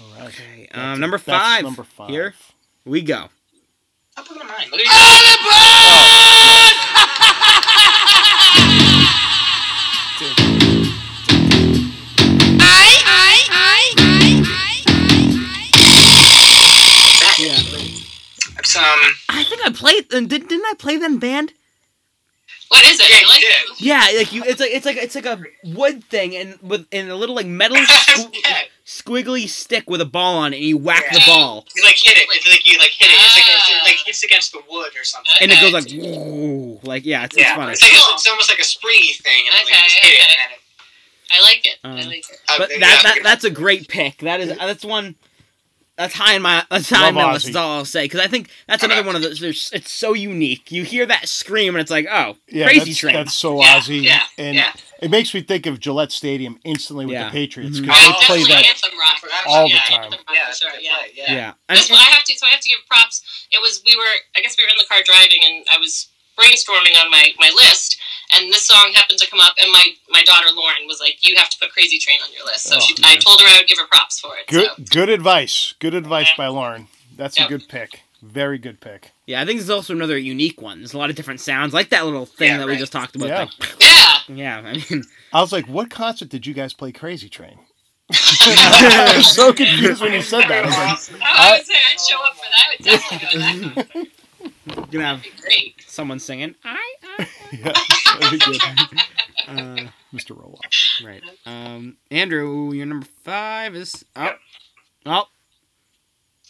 Speaker 2: All right.
Speaker 1: Okay,
Speaker 2: That's-
Speaker 1: um, number
Speaker 2: that's
Speaker 1: five.
Speaker 2: Number five.
Speaker 1: Here we go.
Speaker 3: Up in the mind. Look
Speaker 4: Ah!
Speaker 3: at
Speaker 1: Yeah,
Speaker 3: you. That's um.
Speaker 1: I think I played. Did, didn't I play them band?
Speaker 4: What is it?
Speaker 3: Yeah,
Speaker 4: I
Speaker 3: you
Speaker 4: like
Speaker 3: did.
Speaker 4: it.
Speaker 1: Yeah, like you. It's like it's like it's like a wood thing, and with and a little like metal squ-
Speaker 3: Yeah.
Speaker 1: squiggly stick with a ball on, it, and you whack the
Speaker 4: Yeah.
Speaker 1: ball.
Speaker 3: You like hit it. It's like you like hit it. It's like, it's,
Speaker 4: Ah.
Speaker 3: it like hits against the wood or something.
Speaker 1: and it
Speaker 4: Okay.
Speaker 1: goes like whoa, like yeah, it's,
Speaker 3: yeah,
Speaker 1: it's
Speaker 3: it's,
Speaker 1: funny.
Speaker 3: like, it's, it's almost like a springy thing, and then
Speaker 4: Okay,
Speaker 3: you just hit
Speaker 4: okay.
Speaker 3: it. And then it
Speaker 4: I like it. I
Speaker 1: Um,
Speaker 4: like it.
Speaker 3: uh,
Speaker 1: But
Speaker 3: yeah,
Speaker 1: that, that
Speaker 3: good.
Speaker 1: that's a great pick. That is that's one. That's high in my that's high in
Speaker 2: Love
Speaker 1: my list.
Speaker 2: Ozzy.
Speaker 1: Is all I'll say because I think that's another one of those. There's, it's so unique. You hear that scream and it's like oh
Speaker 2: Yeah,
Speaker 1: crazy
Speaker 2: that's,
Speaker 1: train.
Speaker 2: that's so
Speaker 4: Yeah,
Speaker 2: Aussie,
Speaker 4: yeah,
Speaker 2: and
Speaker 4: yeah.
Speaker 2: it makes me think of Gillette Stadium instantly with
Speaker 1: Yeah.
Speaker 2: the Patriots
Speaker 1: Mhm.
Speaker 2: because
Speaker 3: Oh,
Speaker 2: they play
Speaker 4: Definitely
Speaker 2: that.
Speaker 4: anthem rock.
Speaker 2: all the
Speaker 4: yeah,
Speaker 2: time.
Speaker 4: Anthem rock
Speaker 3: Yeah,
Speaker 4: for
Speaker 3: that's a
Speaker 4: sure.
Speaker 3: good
Speaker 4: Yeah.
Speaker 3: play, yeah.
Speaker 1: yeah. And-
Speaker 4: That's what I have to. So I have to give props. It was we were. I guess we were in the car driving, and I was brainstorming on my my list, and this song happened to come up, and my my daughter Lauren was like, "You have to put Crazy Train on your list." So
Speaker 2: Oh,
Speaker 4: she, I told her I would give her props for it.
Speaker 2: Good,
Speaker 4: So.
Speaker 2: good advice. Good advice by Lauren. That's a
Speaker 4: Yeah.
Speaker 2: good pick. Very good pick.
Speaker 1: yeah, I think this is also another unique one. There's a lot of different sounds like that little thing
Speaker 3: Yeah,
Speaker 1: that we
Speaker 3: right.
Speaker 1: just talked about.
Speaker 2: Yeah.
Speaker 1: like,
Speaker 4: Yeah.
Speaker 1: yeah. I mean,
Speaker 2: I was like, "What concert did you guys play Crazy Train?" I was so confused when you said that. I was like,
Speaker 4: Oh, I would say I'd show up for that. I would definitely go to that.
Speaker 1: you're gonna have
Speaker 4: That'd be great.
Speaker 1: someone singing. I, I
Speaker 2: "Yeah, that'd be good."
Speaker 1: uh,
Speaker 2: Mr. Roloff.
Speaker 1: right. Um, Andrew, your number five is oh,
Speaker 3: Yep.
Speaker 1: oh,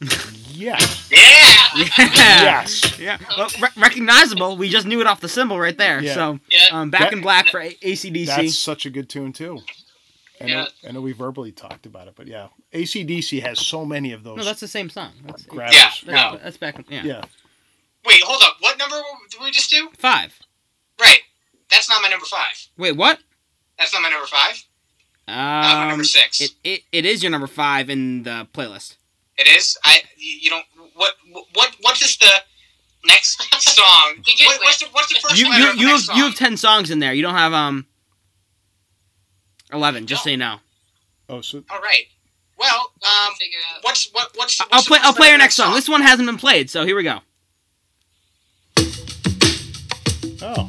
Speaker 2: Yeah.
Speaker 3: Yeah.
Speaker 1: yeah.
Speaker 2: Yes.
Speaker 1: Yeah, well, re- recognizable. We just knew it off the symbol right there.
Speaker 2: Yeah.
Speaker 1: So,
Speaker 4: Yeah.
Speaker 1: um, back
Speaker 2: That-
Speaker 1: in black for a- ACDC.
Speaker 2: That's such a good tune too. I know, I know we verbally talked about it, but yeah, ACDC has so many of those.
Speaker 1: no, that's the same song. That's,
Speaker 2: grabbers.
Speaker 3: Yeah.
Speaker 1: that's,
Speaker 3: No.
Speaker 1: that's back in yeah.
Speaker 2: Yeah.
Speaker 3: Wait, hold up. What number did we just do?
Speaker 1: Five.
Speaker 3: Right. That's not my number five.
Speaker 1: Wait, what?
Speaker 3: That's not my number five. That's my
Speaker 1: Um,
Speaker 3: number six.
Speaker 1: it, it it is your number five in the playlist.
Speaker 3: it is. I. You you don't. What? What? What is the next song?
Speaker 4: Begin
Speaker 3: What- what's the What's the first
Speaker 1: You
Speaker 3: letter
Speaker 1: you
Speaker 3: of the
Speaker 1: you have
Speaker 3: next
Speaker 1: you
Speaker 3: song?
Speaker 1: have ten songs in there. You don't have um. Eleven. Just so you know.
Speaker 2: Oh, so
Speaker 3: All right. Well, um,
Speaker 4: figure out.
Speaker 3: what's what what's,
Speaker 1: I-
Speaker 3: what's
Speaker 1: I'll
Speaker 3: the
Speaker 1: play.
Speaker 3: first
Speaker 1: I'll play
Speaker 3: letter
Speaker 1: your
Speaker 3: of the
Speaker 1: next song. This one hasn't been played, so here we go.
Speaker 2: oh,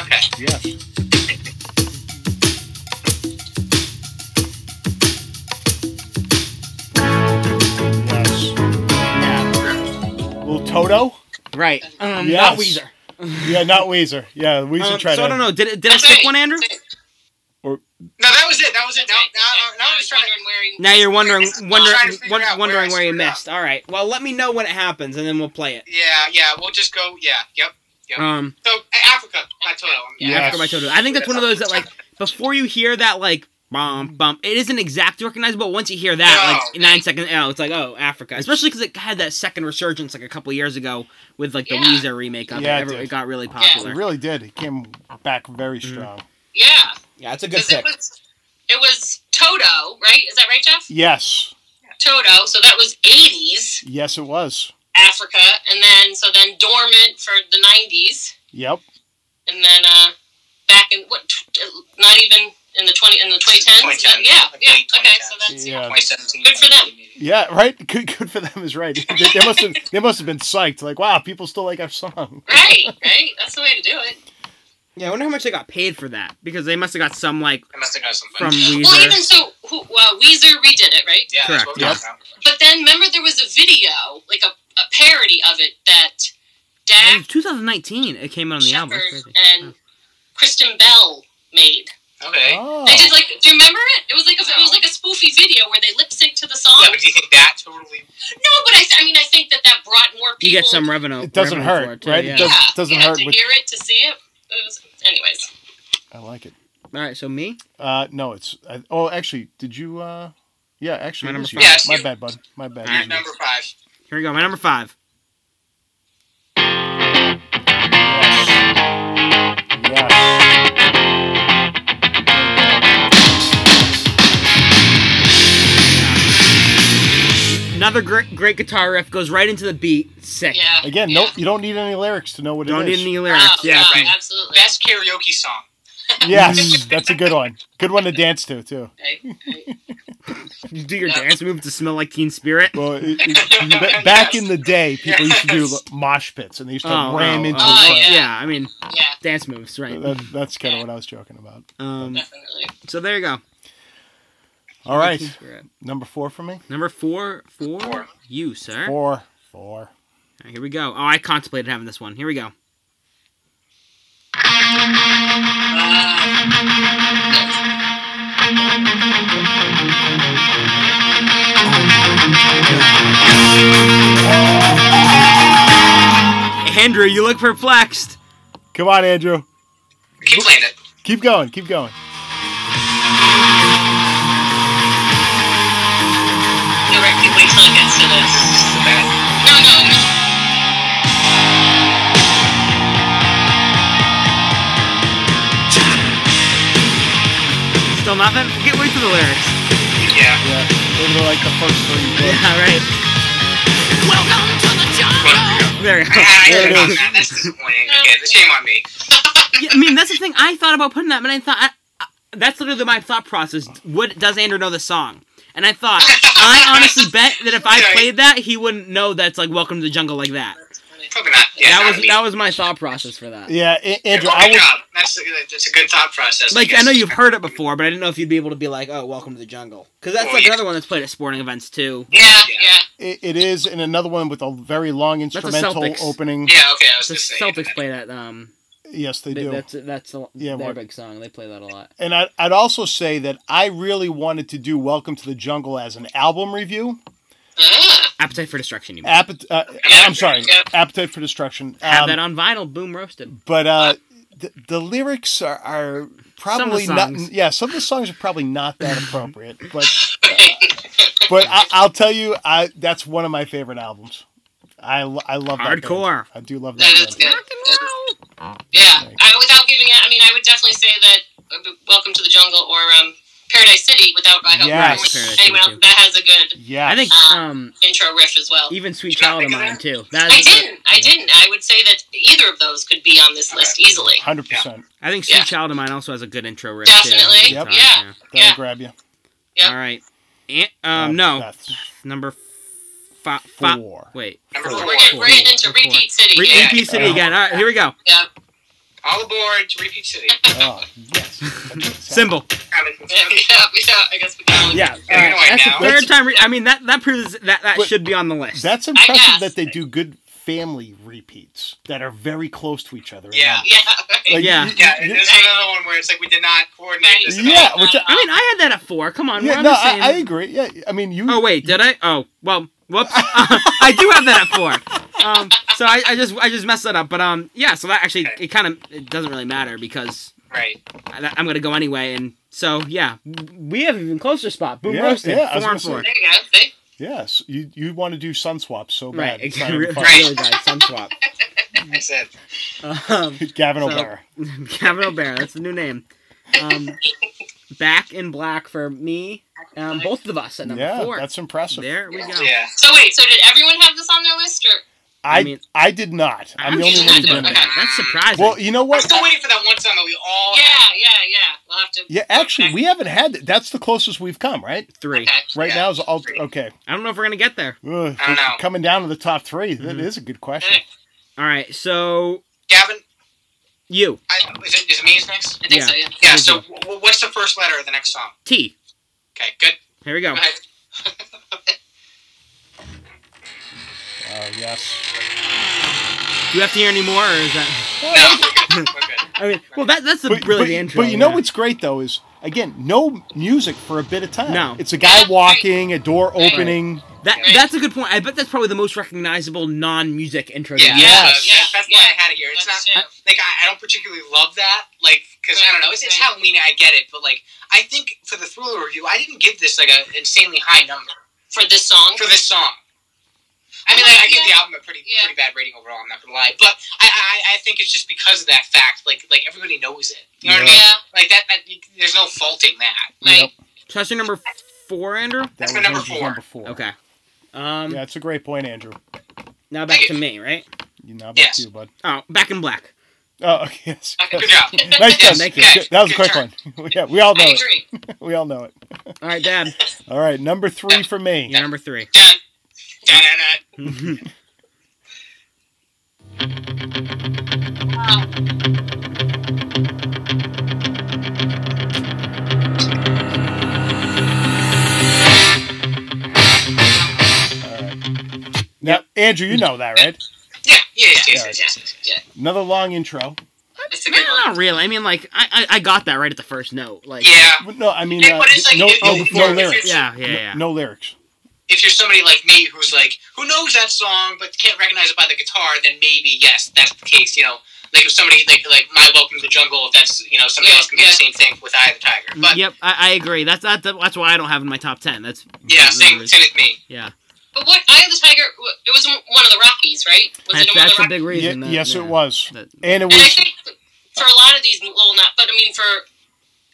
Speaker 3: Okay.
Speaker 2: yes. Yes. Little Toto?
Speaker 1: Right. Um, Not
Speaker 2: Yes.
Speaker 1: Weezer.
Speaker 2: Yeah, not Weezer. Yeah, Weezer
Speaker 1: Um, so
Speaker 2: tried to.
Speaker 1: I don't know. Did it, did I
Speaker 4: That's
Speaker 1: skip
Speaker 4: right.
Speaker 1: one, Andrew?
Speaker 4: That's right.
Speaker 3: No, that was it. That was it.
Speaker 4: That's
Speaker 3: Now,
Speaker 4: right.
Speaker 3: now, now
Speaker 4: I
Speaker 3: I'm
Speaker 4: was
Speaker 3: just trying to.
Speaker 4: wondering where he-
Speaker 1: Now you're wondering,
Speaker 3: This is- I'm
Speaker 1: wondering,
Speaker 3: trying to figure
Speaker 1: won-
Speaker 3: out where
Speaker 1: wondering
Speaker 3: I
Speaker 1: where you
Speaker 3: screwed up.
Speaker 1: missed. All right. Well, let me know when it happens, and then we'll play it.
Speaker 3: Yeah, yeah. We'll just go. Yeah. Yep. Yep.
Speaker 1: Um,
Speaker 3: So A- Africa by Toto. I'm-
Speaker 1: yeah,
Speaker 2: Yes.
Speaker 1: Africa by Toto. I think that's one of those that like before you hear that like bump bump, it isn't exactly recognized, but once you hear that like
Speaker 3: No.
Speaker 1: nine seconds out, it's like oh Africa, especially because it had that second resurgence like a couple years ago with like the
Speaker 4: Yeah.
Speaker 1: Weezer remake of
Speaker 2: Yeah, it
Speaker 1: it. Every- It,
Speaker 2: did.
Speaker 1: got really
Speaker 2: It
Speaker 1: popular.
Speaker 2: really did. He came back very
Speaker 1: Mm.
Speaker 2: strong.
Speaker 4: Yeah.
Speaker 1: Yeah, it's a
Speaker 4: Because it was, it was Toto, right? Is that right, Jeff?
Speaker 2: Yes.
Speaker 4: Toto. So that was 80s
Speaker 2: Yes, it was.
Speaker 4: Africa. And then, so then Dormant for the 90s.
Speaker 2: Yep.
Speaker 4: And then uh, back in, what, tw- uh, not even in the 20, in the 2010s?
Speaker 3: 2010.
Speaker 4: Yeah.
Speaker 3: Like
Speaker 4: Yeah.
Speaker 3: late
Speaker 4: Okay. So
Speaker 3: 2010s.
Speaker 4: that's,
Speaker 2: Yeah.
Speaker 3: 2017.
Speaker 4: Good for them.
Speaker 2: Yeah, right. Good, good for them is right. They, they must have. They must have been psyched. Like, wow, people still like our song.
Speaker 4: right. Right. That's the way to do it.
Speaker 1: Yeah, I wonder how much they got paid for that because they must have got some like
Speaker 3: I must have got some
Speaker 1: from
Speaker 3: fun.
Speaker 1: Weezer.
Speaker 4: Well, even so, who, uh, Weezer redid it, right?
Speaker 3: yeah, that's
Speaker 1: Correct,
Speaker 3: what we're
Speaker 2: yep.
Speaker 3: talking about.
Speaker 4: But then remember there was a video, like a, a parody of it that
Speaker 1: It
Speaker 4: Dak
Speaker 1: was 2019, it came out on the album. Oh. That's
Speaker 4: Shepard
Speaker 1: crazy.
Speaker 4: and Kristen Bell made.
Speaker 3: Okay.
Speaker 2: Oh,
Speaker 4: They did like, do you remember it? It was like a, it was
Speaker 3: No.
Speaker 4: like a spoofy video where they lip sync to the song.
Speaker 3: Yeah, but do you think that totally?
Speaker 4: no, but I, I mean I think that that brought more people.
Speaker 1: You get some revenue.
Speaker 2: It doesn't
Speaker 1: revenue
Speaker 2: hurt,
Speaker 1: for
Speaker 2: right? It
Speaker 1: Yeah.
Speaker 4: yeah,
Speaker 2: does- doesn't
Speaker 4: yeah,
Speaker 2: hurt
Speaker 4: to
Speaker 2: with-
Speaker 4: hear it to see it. it was, anyways,
Speaker 2: I like it.
Speaker 1: All right, so me.
Speaker 2: Uh, no, it's. I, oh, actually, did you? Uh, yeah, actually,
Speaker 1: My
Speaker 2: it
Speaker 1: number
Speaker 2: is
Speaker 1: five.
Speaker 2: you.
Speaker 3: Yeah, it's
Speaker 2: my
Speaker 3: you.
Speaker 2: bad, bud. My
Speaker 1: All
Speaker 2: bad.
Speaker 1: right.
Speaker 2: It is you.
Speaker 3: Number five.
Speaker 1: Here we go. My number five.
Speaker 2: Yes. Yes.
Speaker 1: Another great, great guitar riff goes right into the beat. Sick.
Speaker 4: yeah.
Speaker 2: Again,
Speaker 4: yeah.
Speaker 2: no, you don't need any lyrics to know what
Speaker 1: Don't
Speaker 2: it
Speaker 1: need
Speaker 2: is.
Speaker 1: any lyrics.
Speaker 4: Oh,
Speaker 1: yeah.
Speaker 4: no,
Speaker 1: right.
Speaker 4: absolutely.
Speaker 3: Best karaoke song.
Speaker 2: Yes, that's a good one. Good one to dance to too.
Speaker 4: Right, right.
Speaker 1: You do your
Speaker 4: Yeah.
Speaker 1: dance move to smell like Teen Spirit.
Speaker 2: Well, it, it- ba- back in the day, people used to do mosh pits and they used to
Speaker 1: Oh,
Speaker 2: ram
Speaker 1: oh,
Speaker 2: into. each
Speaker 4: oh,
Speaker 2: other.
Speaker 1: Yeah.
Speaker 4: Yeah.
Speaker 1: I mean
Speaker 4: Yeah,
Speaker 1: dance moves, right?
Speaker 2: That, that's kind of what I was joking about.
Speaker 1: Um,
Speaker 4: definitely.
Speaker 1: so there you go.
Speaker 2: All right,
Speaker 1: Teen Spirit.
Speaker 2: number four for me.
Speaker 1: Number four for
Speaker 3: Four.
Speaker 1: you, sir. All
Speaker 2: Four, four.
Speaker 1: right, here we go. Oh, I contemplated having this one. Here we go. Andrew, you look perplexed.
Speaker 2: Come on, Andrew.
Speaker 3: Keep playing it.
Speaker 2: Keep going. Keep going.
Speaker 4: No, right, wait till it gets to this. No, no, no.
Speaker 1: Still nothing? Get wait for the lyrics.
Speaker 3: Yeah.
Speaker 2: Yeah, those are like the first three. Books.
Speaker 1: Yeah, right. There you go.
Speaker 3: Ah,
Speaker 2: There it
Speaker 3: yeah,
Speaker 2: is.
Speaker 3: That's disappointing. Again, shame on me.
Speaker 1: yeah, I mean, that's the thing. I thought about putting that, but I thought I, I, that's literally my thought process. What does Andrew know the song? And I thought, I honestly bet that if I
Speaker 3: Right.
Speaker 1: played that, he wouldn't know that's like "Welcome to the Jungle" like that.
Speaker 3: Probably not. Yeah,
Speaker 1: that
Speaker 3: not
Speaker 1: was
Speaker 3: me.
Speaker 1: that was my thought process for that.
Speaker 2: Yeah, A-
Speaker 3: Good
Speaker 2: Andrew, I would.
Speaker 3: job. That's a, that's a good thought process.
Speaker 1: Like I
Speaker 3: guess.
Speaker 1: know you've heard it before, but I didn't know if you'd be able to be like, "Oh, Welcome to the Jungle," because that's
Speaker 3: Oh,
Speaker 1: like
Speaker 3: yeah.
Speaker 1: another one that's played at sporting events too.
Speaker 4: Yeah, yeah.
Speaker 2: It, it is, and another one with a very long
Speaker 1: a
Speaker 2: instrumental
Speaker 1: Celtics.
Speaker 2: opening.
Speaker 3: Yeah. Okay. I was
Speaker 1: The
Speaker 3: just saying.
Speaker 1: Celtics play that. Um,
Speaker 2: Yes, they
Speaker 1: they-
Speaker 2: do.
Speaker 1: that's that's a,
Speaker 2: Yeah,
Speaker 1: their
Speaker 2: what-
Speaker 1: big song. They play that a lot.
Speaker 2: And I, I'd also say that I really wanted to do "Welcome to the Jungle" as an album review.
Speaker 4: Ah,
Speaker 1: Appetite for Destruction. You mean.
Speaker 2: Appet- uh, I'm sorry,
Speaker 4: Yeah.
Speaker 2: "Appetite for Destruction."
Speaker 1: have
Speaker 2: Um,
Speaker 1: that on vinyl. Boom roasted.
Speaker 2: but uh, the, the lyrics are, are probably not.
Speaker 1: songs.
Speaker 2: Yeah, some of the songs are probably not that appropriate. But
Speaker 4: right.
Speaker 2: but I, I'll tell you, I that's one of my favorite albums. I, lo- I love that band.
Speaker 1: Hardcore.
Speaker 2: I do love
Speaker 4: That
Speaker 2: that.
Speaker 4: is
Speaker 2: band.
Speaker 4: good. Yeah, I, without giving it, I mean, I would definitely say that uh, Welcome to the Jungle or um, Paradise City without I hope
Speaker 2: Yes.
Speaker 1: Right, Paradise
Speaker 4: anyone
Speaker 1: City,
Speaker 4: else, that has a good
Speaker 2: Yes.
Speaker 1: I think
Speaker 4: Uh,
Speaker 1: um
Speaker 4: intro riff as well.
Speaker 1: even Sweet
Speaker 3: Did you not
Speaker 1: Child of
Speaker 3: think of
Speaker 1: Mine
Speaker 3: that?
Speaker 1: too. That
Speaker 4: I
Speaker 1: is
Speaker 4: didn't. I didn't. I would say that either of those could be on this list easily.
Speaker 2: hundred percent.
Speaker 1: I think Sweet
Speaker 4: Yeah.
Speaker 1: Child of Mine also has a good intro riff.
Speaker 4: Definitely.
Speaker 1: Too.
Speaker 2: Yep.
Speaker 4: Yeah.
Speaker 2: That'll
Speaker 4: Yeah.
Speaker 2: grab you.
Speaker 4: Yep.
Speaker 1: All right. And, um, no.
Speaker 2: That's
Speaker 1: Number five. Fi-
Speaker 2: Four.
Speaker 1: Wait.
Speaker 3: Number
Speaker 4: We're
Speaker 3: four.
Speaker 4: getting, we're getting into
Speaker 1: Four.
Speaker 4: Repeat City.
Speaker 1: Re-
Speaker 4: yeah.
Speaker 1: EP City again. All right, here we go.
Speaker 4: yeah.
Speaker 3: All aboard to Repeat City. Ah,
Speaker 2: oh, yes.
Speaker 1: Symbol.
Speaker 3: Coming.
Speaker 4: Yeah, yeah, yeah, I guess we can.
Speaker 1: Yeah.
Speaker 3: Yeah,
Speaker 1: all
Speaker 3: you know
Speaker 1: right.
Speaker 3: it
Speaker 1: That's the
Speaker 3: now.
Speaker 1: third time. Re- I mean, that that proves that that
Speaker 2: But-
Speaker 1: should be on the list.
Speaker 2: That's
Speaker 4: guess.
Speaker 2: impressive that they do good family repeats that are very close to each other. in
Speaker 3: Yeah.
Speaker 2: that.
Speaker 4: Yeah.
Speaker 2: Like,
Speaker 1: Yeah.
Speaker 2: you-
Speaker 3: Yeah.
Speaker 2: you-
Speaker 3: There's another one where it's like we did not coordinate this. at all.
Speaker 2: Yeah, which I-
Speaker 1: I mean, I had that at four. Come on.
Speaker 2: yeah,
Speaker 1: we're on
Speaker 2: no,
Speaker 1: the
Speaker 2: I,
Speaker 1: same-
Speaker 2: I agree. Yeah, I mean you.
Speaker 1: Uh, Oh wait, did I? Oh well. Whoops. I do have that at four. Um, so I, I just I just messed that up, but um yeah. So that actually it kind of it doesn't really matter because
Speaker 3: Right.
Speaker 1: I, I'm gonna go anyway, and so yeah, we have an even closer spot. Boom
Speaker 2: Yeah,
Speaker 1: roasted
Speaker 2: yeah, I was
Speaker 1: four and
Speaker 2: gonna
Speaker 1: four.
Speaker 4: There you go. See?
Speaker 2: Yes, you you want to do sun swaps so bad.
Speaker 1: Right,
Speaker 2: It's
Speaker 1: it's
Speaker 2: not even
Speaker 1: really
Speaker 2: fun.
Speaker 1: really bad sun swap.
Speaker 3: I said.
Speaker 1: Um,
Speaker 2: Gavin
Speaker 1: So-
Speaker 2: O'Barr.
Speaker 1: Gavin O'Barra, that's the new name. Um, back in black for me, um, both of us at number
Speaker 2: Yeah,
Speaker 1: four.
Speaker 2: that's impressive.
Speaker 1: there we go.
Speaker 3: Yeah.
Speaker 4: So wait, so did everyone have this on their list or
Speaker 2: I
Speaker 1: I mean-
Speaker 2: I did not. I'm, the
Speaker 1: I'm
Speaker 2: only
Speaker 1: shocked
Speaker 2: one who
Speaker 1: about
Speaker 2: didn't.
Speaker 1: that. That's surprising.
Speaker 2: Well, you know
Speaker 3: I'm
Speaker 2: what?
Speaker 3: still waiting for that one song that we all.
Speaker 4: Yeah, yeah, yeah. We'll have to
Speaker 2: Yeah, actually, we haven't had that. That's the closest we've come, right?
Speaker 1: Three.
Speaker 4: Okay.
Speaker 2: Right
Speaker 3: Yeah,
Speaker 2: now is all
Speaker 3: three.
Speaker 2: okay.
Speaker 1: I don't know if we're gonna get there.
Speaker 2: Ugh,
Speaker 3: I don't know.
Speaker 2: Coming down to the top 3 that
Speaker 1: Mm-hmm.
Speaker 2: is a good question.
Speaker 3: Mm.
Speaker 1: All right, so
Speaker 3: Gavin,
Speaker 1: you
Speaker 3: I, is, it, is it me who's next?
Speaker 4: I think
Speaker 1: Yeah.
Speaker 4: so, yeah.
Speaker 3: Yeah. So w- w- what's the first letter of the next song?
Speaker 1: T.
Speaker 3: Okay. Good.
Speaker 1: Here we go.
Speaker 3: Go ahead.
Speaker 2: Oh yes.
Speaker 1: Do you have to hear any more, or is that?
Speaker 3: No. We're good. We're good.
Speaker 1: I mean, well, that that's the
Speaker 2: But,
Speaker 1: really
Speaker 2: but,
Speaker 1: the intro.
Speaker 2: but you know
Speaker 1: yeah.
Speaker 2: what's great though is again no music for a bit of time.
Speaker 1: No.
Speaker 2: it's a guy
Speaker 4: Yeah,
Speaker 2: walking, a door opening.
Speaker 1: That that's a good point. I bet that's probably the most recognizable non-music intro.
Speaker 3: Yeah,
Speaker 1: to
Speaker 2: Yes.
Speaker 3: yeah, that's why I had it here. It's
Speaker 4: That's
Speaker 3: not
Speaker 4: true.
Speaker 3: like I, I don't particularly love that, like because I don't know. It's, it's Halloween. I get it, but like I think for the thriller review, I didn't give this like an insanely high number
Speaker 4: For this song.
Speaker 3: for this song. I mean, like, I give the album a pretty
Speaker 4: Yeah.
Speaker 3: pretty bad rating overall. I'm not gonna lie, but I, I I think it's just because of that fact. Like like everybody knows it. You know what I mean?
Speaker 4: yeah.
Speaker 3: Like that. that there's no faulting that.
Speaker 4: Right.
Speaker 1: So that's your number four, Andrew.
Speaker 2: That
Speaker 3: That's
Speaker 2: was
Speaker 3: my number
Speaker 2: Andrew's
Speaker 3: four.
Speaker 2: Number four.
Speaker 1: Okay. Um.
Speaker 2: Yeah, it's a great point, Andrew.
Speaker 1: Now back to me, right?
Speaker 2: You know about
Speaker 3: Yes.
Speaker 2: you, bud.
Speaker 1: Oh, back in black.
Speaker 2: Oh, okay. Yes.
Speaker 3: Good job.
Speaker 2: Nice
Speaker 1: Yes,
Speaker 2: guess.
Speaker 1: thank you.
Speaker 2: Good- That was a
Speaker 3: Good
Speaker 2: quick one. yeah, we all know
Speaker 4: I
Speaker 2: it.
Speaker 4: agree.
Speaker 2: We all know it.
Speaker 1: All right, Dad.
Speaker 2: All right, number three for me.
Speaker 1: You're number three.
Speaker 3: Dun, dun, dun, dun.
Speaker 2: Now, Andrew, you know that, right?
Speaker 3: Yeah, yes, yes,
Speaker 2: Yeah.
Speaker 3: yes, yes, yes, yes.
Speaker 2: Another long intro.
Speaker 3: That's a
Speaker 1: No,
Speaker 3: good one.
Speaker 1: not really. I mean, like I, I, I got that right at the first note. Like
Speaker 3: Yeah.
Speaker 2: But No, I mean,
Speaker 3: And
Speaker 2: uh,
Speaker 3: what is, like,
Speaker 2: no,
Speaker 3: if-
Speaker 2: no,
Speaker 3: if-
Speaker 2: no
Speaker 3: if
Speaker 2: lyrics.
Speaker 3: it's-
Speaker 1: yeah, yeah, yeah.
Speaker 2: No lyrics.
Speaker 3: if you're somebody like me who's like who knows that song but can't recognize it by the guitar, then maybe yes, that's the case. You know, like if somebody like like my Welcome to the Jungle, if that's you know somebody
Speaker 4: Yeah,
Speaker 3: else can do
Speaker 4: yeah.
Speaker 3: the same thing with Eye of the Tiger. But yeah,
Speaker 1: yep, I, I agree. That's that, that's why I don't have it in my top ten. That's
Speaker 3: same same with me.
Speaker 1: Yeah,
Speaker 4: But what Eye of the Tiger w- it was m- one of the Rockies, right? Was
Speaker 1: that's,
Speaker 4: it one of
Speaker 1: that's
Speaker 4: the
Speaker 1: a
Speaker 4: Rockies?
Speaker 1: big
Speaker 2: Ye-
Speaker 1: reason. that-
Speaker 2: yes,
Speaker 1: yeah.
Speaker 2: it was.
Speaker 1: That-
Speaker 2: And it
Speaker 4: And I
Speaker 2: was.
Speaker 4: think for a lot of these little not but I mean for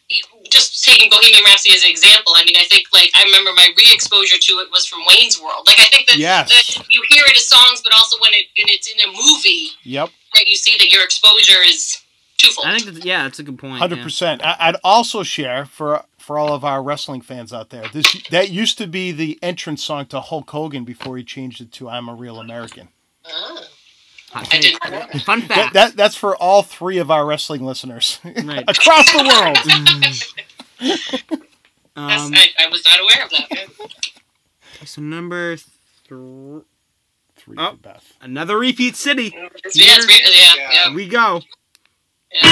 Speaker 4: e, just taking Bohemian Rhapsody as an example, I mean I think like I remember my re exposure to it was from Wayne's World. Like I think that,
Speaker 2: Yes.
Speaker 4: that you hear it as songs but also when it and it's in a movie
Speaker 2: Yep,
Speaker 4: that you see that your exposure is twofold.
Speaker 1: I think that's, yeah, that's a good point.
Speaker 2: hundred
Speaker 1: yeah.
Speaker 2: percent. I'd also share for for all of our wrestling fans out there. This that used to be the entrance song to Hulk Hogan before he changed it to "I'm a Real American."
Speaker 4: Oh.
Speaker 1: Hot
Speaker 4: I
Speaker 1: take.
Speaker 4: didn't know that.
Speaker 1: Fun
Speaker 2: That,
Speaker 1: fact.
Speaker 2: that that's for all three of our wrestling listeners
Speaker 1: Right.
Speaker 2: across the world.
Speaker 4: That's-
Speaker 1: um,
Speaker 4: I, I was not aware of that.
Speaker 1: so number three,
Speaker 2: Three
Speaker 1: Oh.
Speaker 2: for Beth.
Speaker 1: another repeat city.
Speaker 4: Yeah, it's weird. Yeah, yeah.
Speaker 1: We go.
Speaker 4: yeah.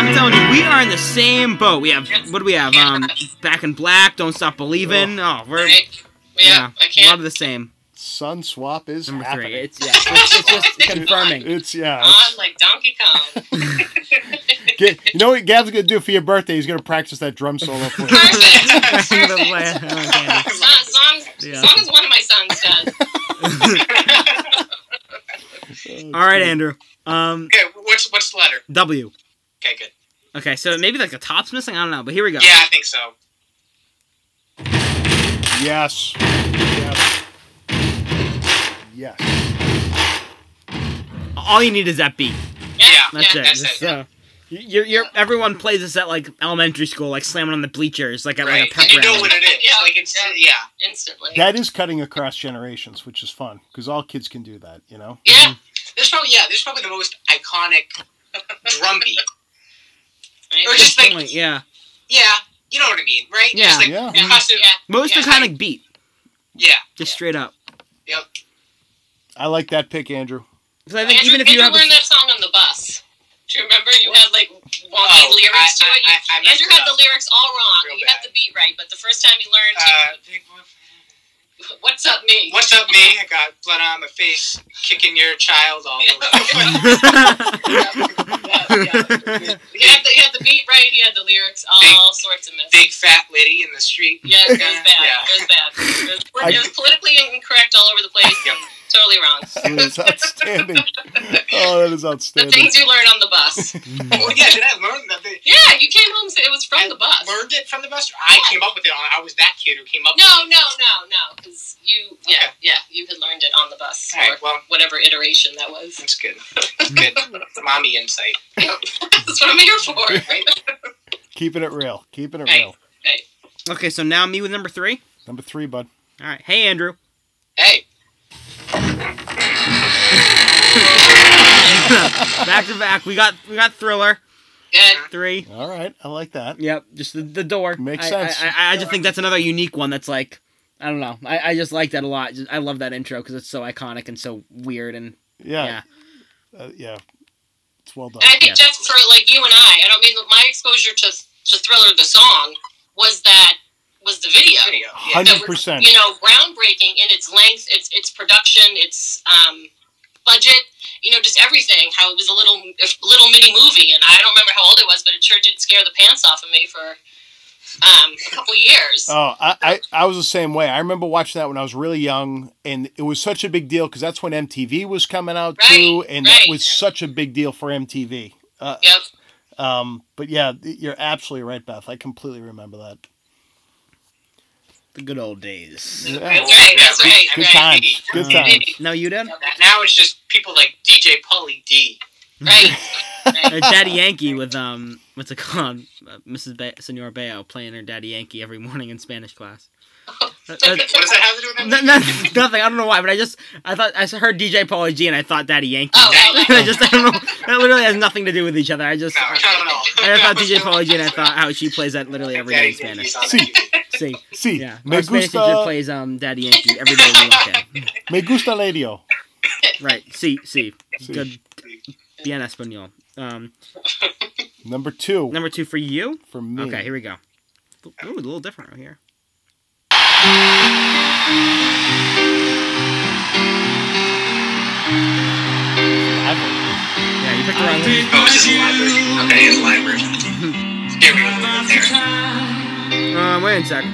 Speaker 1: I'm telling you, we are in the same boat. We have what do we have? Um, back in black. Don't stop believing. Oh, we're
Speaker 4: Right? Yeah,
Speaker 1: a
Speaker 4: I
Speaker 1: lot
Speaker 4: can't.
Speaker 1: of the same.
Speaker 2: Sun swap is
Speaker 1: Number
Speaker 2: happening.
Speaker 1: three. It's yeah. It's, it's just confirming.
Speaker 2: It's yeah.
Speaker 4: On
Speaker 2: it's-
Speaker 4: like Donkey Kong.
Speaker 2: Get- you know what Gav's gonna do for your birthday? He's gonna practice that drum solo for you.
Speaker 1: That's the way I want to end it.
Speaker 4: As long, as, long,
Speaker 1: Yeah.
Speaker 4: as long as one of my sons does.
Speaker 1: All right, Andrew. Um,
Speaker 3: Okay, what's what's the letter?
Speaker 1: W.
Speaker 3: Okay, good.
Speaker 1: Okay, so maybe like the top's missing. I don't know, but here we go.
Speaker 3: Yeah, I think so.
Speaker 2: Yes. Yes. Yes.
Speaker 1: All you need is that beat.
Speaker 3: Yeah,
Speaker 1: That's
Speaker 4: Yeah,
Speaker 1: it.
Speaker 3: that's
Speaker 1: Just,
Speaker 3: it.
Speaker 1: uh, you're, you're, everyone plays this at like elementary school, like slamming on the bleachers, like at like
Speaker 3: right.
Speaker 1: a
Speaker 3: And
Speaker 1: pep
Speaker 3: you know
Speaker 1: rally.
Speaker 3: what it is.
Speaker 4: Yeah.
Speaker 3: Like it's yeah.
Speaker 4: Instantly.
Speaker 2: That is cutting across generations, which is fun because all kids can do that, you know?
Speaker 4: yeah.
Speaker 3: There's probably yeah. There's probably the most iconic drum beat.
Speaker 4: Right?
Speaker 3: Or
Speaker 1: Good
Speaker 3: just like
Speaker 1: point, yeah,
Speaker 3: yeah, you know what I mean, right?
Speaker 1: Yeah.
Speaker 3: Just like
Speaker 2: Yeah.
Speaker 3: percussive-
Speaker 4: Yeah.
Speaker 1: most
Speaker 3: Yeah,
Speaker 1: iconic beat,
Speaker 3: yeah.
Speaker 1: just straight up.
Speaker 3: Yep.
Speaker 2: I like that pick, Andrew.
Speaker 1: Because I think
Speaker 4: Andrew,
Speaker 1: even if you
Speaker 4: Andrew
Speaker 1: have,
Speaker 4: learned
Speaker 1: the,
Speaker 4: that song on the bus. Do you remember? You had like wonky
Speaker 3: Oh,
Speaker 4: lyrics
Speaker 3: I-
Speaker 4: to it. You,
Speaker 3: I- I- I messed
Speaker 4: Andrew
Speaker 3: it
Speaker 4: had
Speaker 3: up.
Speaker 4: the lyrics all wrong.
Speaker 3: Real
Speaker 4: you
Speaker 3: bad.
Speaker 4: had the beat right, but the first time you learned,
Speaker 3: Uh,
Speaker 4: What's up, me?
Speaker 3: What's up, me? I got blood on my face, kicking your child all over.
Speaker 4: yeah, yeah. He, had the, he had the beat right. He had the lyrics, all sorts of mess.
Speaker 3: Big fat lady in the street.
Speaker 4: Yeah, it was bad.
Speaker 3: Yeah.
Speaker 4: It was bad. It was, polit- it was politically incorrect all over the place.
Speaker 3: Yep.
Speaker 4: and Totally wrong.
Speaker 2: That is outstanding. Oh, that is
Speaker 4: The
Speaker 2: outstanding.
Speaker 4: things you learn on the bus.
Speaker 3: Oh yeah, did I learn that? They,
Speaker 4: Yeah, you came home. So it was from
Speaker 3: I
Speaker 4: the bus.
Speaker 3: Learned it from the bus. Or I came up with it. On, I was that kid who came up.
Speaker 4: No,
Speaker 3: with
Speaker 4: no, no, no. Because you, yeah,
Speaker 3: Okay.
Speaker 4: yeah, you had learned it on the bus
Speaker 3: All right,
Speaker 4: or
Speaker 3: well-
Speaker 4: whatever iteration that was.
Speaker 3: That's good. That's good. Mommy insight.
Speaker 4: That's what I'm here for. Right?
Speaker 2: Keeping it real. Keeping it
Speaker 4: Right.
Speaker 2: real.
Speaker 1: Okay, so now me with number three.
Speaker 2: Number three, bud.
Speaker 1: All right. Hey, Andrew.
Speaker 3: Hey,
Speaker 1: Back to back. We got we got Thriller.
Speaker 4: Good.
Speaker 3: Uh-huh.
Speaker 1: Three.
Speaker 2: All right, I like that.
Speaker 1: Yep. Just the, the door.
Speaker 2: Makes
Speaker 1: I-
Speaker 2: sense.
Speaker 1: I, I, I just think that's another unique one. That's like. I don't know. I, I just like that a lot. Just- I love that intro because it's so iconic and so weird and yeah.
Speaker 2: Yeah, yeah, uh, yeah. it's well done.
Speaker 4: And I think
Speaker 1: Yeah.
Speaker 4: just for like you and I, I don't mean my exposure to to Thriller the song was that was the video.
Speaker 3: video. Yeah.
Speaker 2: Hundred
Speaker 4: that was,
Speaker 2: percent.
Speaker 4: You know, groundbreaking in its length, its its production, its um, budget. You know, just everything. How it was a little a little mini movie, and I don't remember how old I was, but it sure did scare the pants off of me for um, a couple years.
Speaker 2: Oh, I, I, I was the same way. I remember watching that when I was really young, and it was such a big deal because that's when MTV was coming out too,
Speaker 4: Right,
Speaker 2: and that
Speaker 4: right.
Speaker 2: was such a big deal for MTV. Uh,
Speaker 4: Yep.
Speaker 2: um, but yeah, you're absolutely right, Beth. I completely remember that.
Speaker 1: The good old days.
Speaker 2: Yeah.
Speaker 4: That's right. That's right.
Speaker 2: Good
Speaker 4: right.
Speaker 2: times. Good times.
Speaker 1: No, you did.
Speaker 3: Now it's just people like DJ Pauly D.
Speaker 4: Right.
Speaker 1: Uh, Daddy Yankee with um, what's it called? Uh, Mrs. Ba- Senora Bayo playing her Daddy Yankee every morning in Spanish class. That- that-
Speaker 3: What does that have to do with
Speaker 1: no-
Speaker 3: that?
Speaker 1: no- nothing. I don't know why, but I just I thought I heard DJ Pauly G and I thought Daddy Yankee.
Speaker 4: Oh, oh,
Speaker 1: I just I don't know. That literally has nothing to do with each other. I just
Speaker 3: No, not at all.
Speaker 1: I thought DJ Pauly G and I thought how she plays that literally every day in Spanish.
Speaker 2: See,
Speaker 1: See,
Speaker 2: see,
Speaker 1: yeah,
Speaker 2: me
Speaker 1: my Spanish teacher
Speaker 2: gusta,
Speaker 1: plays um Daddy Yankee every day of the weekend.
Speaker 2: me gusta radio.
Speaker 1: Right. See, see,
Speaker 2: See.
Speaker 1: good. Bien español. Um,
Speaker 2: Number two
Speaker 1: number two for you.
Speaker 2: for me.
Speaker 1: Okay, here we go. Ooh, a little different right here. Yeah, you picked the wrong one.
Speaker 3: Oh, this is the live version. Okay, it's the live version. There we go. There.
Speaker 1: Uh, wait a sec.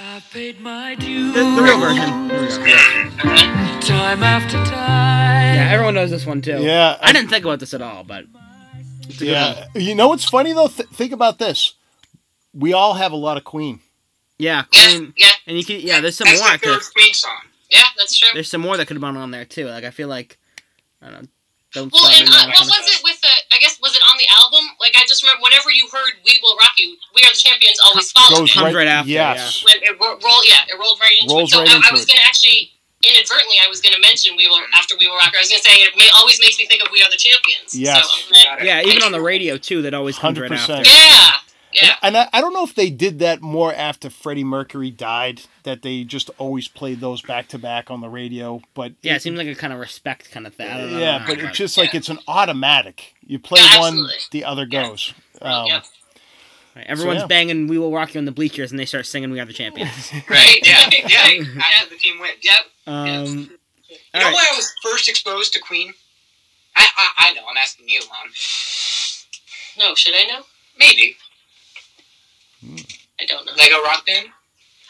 Speaker 5: I paid my
Speaker 1: The, the real version. Here we go.
Speaker 5: time after time.
Speaker 1: Yeah, everyone knows this one too.
Speaker 2: Yeah,
Speaker 1: I didn't think about this at all, but it's a good one.
Speaker 2: Yeah, you know what's funny though? Th- think about this. We all have a lot of Queen.
Speaker 1: Yeah,
Speaker 4: Yeah.
Speaker 1: Queen.
Speaker 4: Yeah.
Speaker 1: And you can yeah, there's some
Speaker 3: That's
Speaker 1: more. I
Speaker 3: the
Speaker 1: could,
Speaker 3: third Queen song.
Speaker 4: Yeah. That's true.
Speaker 1: there's some more that could have been on there too. Like I feel like I don't know. Don't
Speaker 4: Well,
Speaker 1: stop
Speaker 4: and
Speaker 1: Me Now
Speaker 4: uh,
Speaker 1: kinda-
Speaker 4: what was it with the? I guess was it on the album? Like I just remember whenever you heard "We Will Rock You," "We Are the Champions" always followed.
Speaker 2: Goes
Speaker 4: it.
Speaker 1: Comes
Speaker 2: right,
Speaker 1: right after,
Speaker 2: Yes.
Speaker 4: When it ro- roll, yeah, it rolled right into
Speaker 2: Rolls
Speaker 4: it. So
Speaker 2: right
Speaker 4: I,
Speaker 2: into
Speaker 4: I was
Speaker 2: it.
Speaker 4: going to actually inadvertently, I was going to mention "We Will" after "We Will Rock You." I was going to say it may, always makes me think of "We Are the Champions."
Speaker 2: Yes.
Speaker 4: So I'm glad-
Speaker 1: Yeah, even on the radio too. That always comes right
Speaker 2: 100%.
Speaker 1: after.
Speaker 4: yeah. Yeah.
Speaker 2: And I, I don't know if they did that more after Freddie Mercury died, that they just always played those back to back on the radio. But
Speaker 1: Yeah, it seems like a kind of respect kind of thing. I don't know,
Speaker 2: yeah, but it's just like it's an automatic. You play
Speaker 4: Yeah,
Speaker 2: one,
Speaker 4: absolutely.
Speaker 2: the other goes. Um,
Speaker 4: Yep.
Speaker 1: Right, everyone's
Speaker 2: yeah.
Speaker 1: banging "We Will Rock You" on the bleachers, and they start singing "We Are the Champions."
Speaker 3: Right, yeah, yeah. After the team wins.
Speaker 4: Yep.
Speaker 1: Um,
Speaker 3: You
Speaker 1: all
Speaker 3: know
Speaker 1: right.
Speaker 3: why I was first exposed to Queen? I, I, I know, I'm asking you, Lon.
Speaker 4: No, should I know?
Speaker 3: Maybe.
Speaker 4: I don't know.
Speaker 3: Lego Rock Band?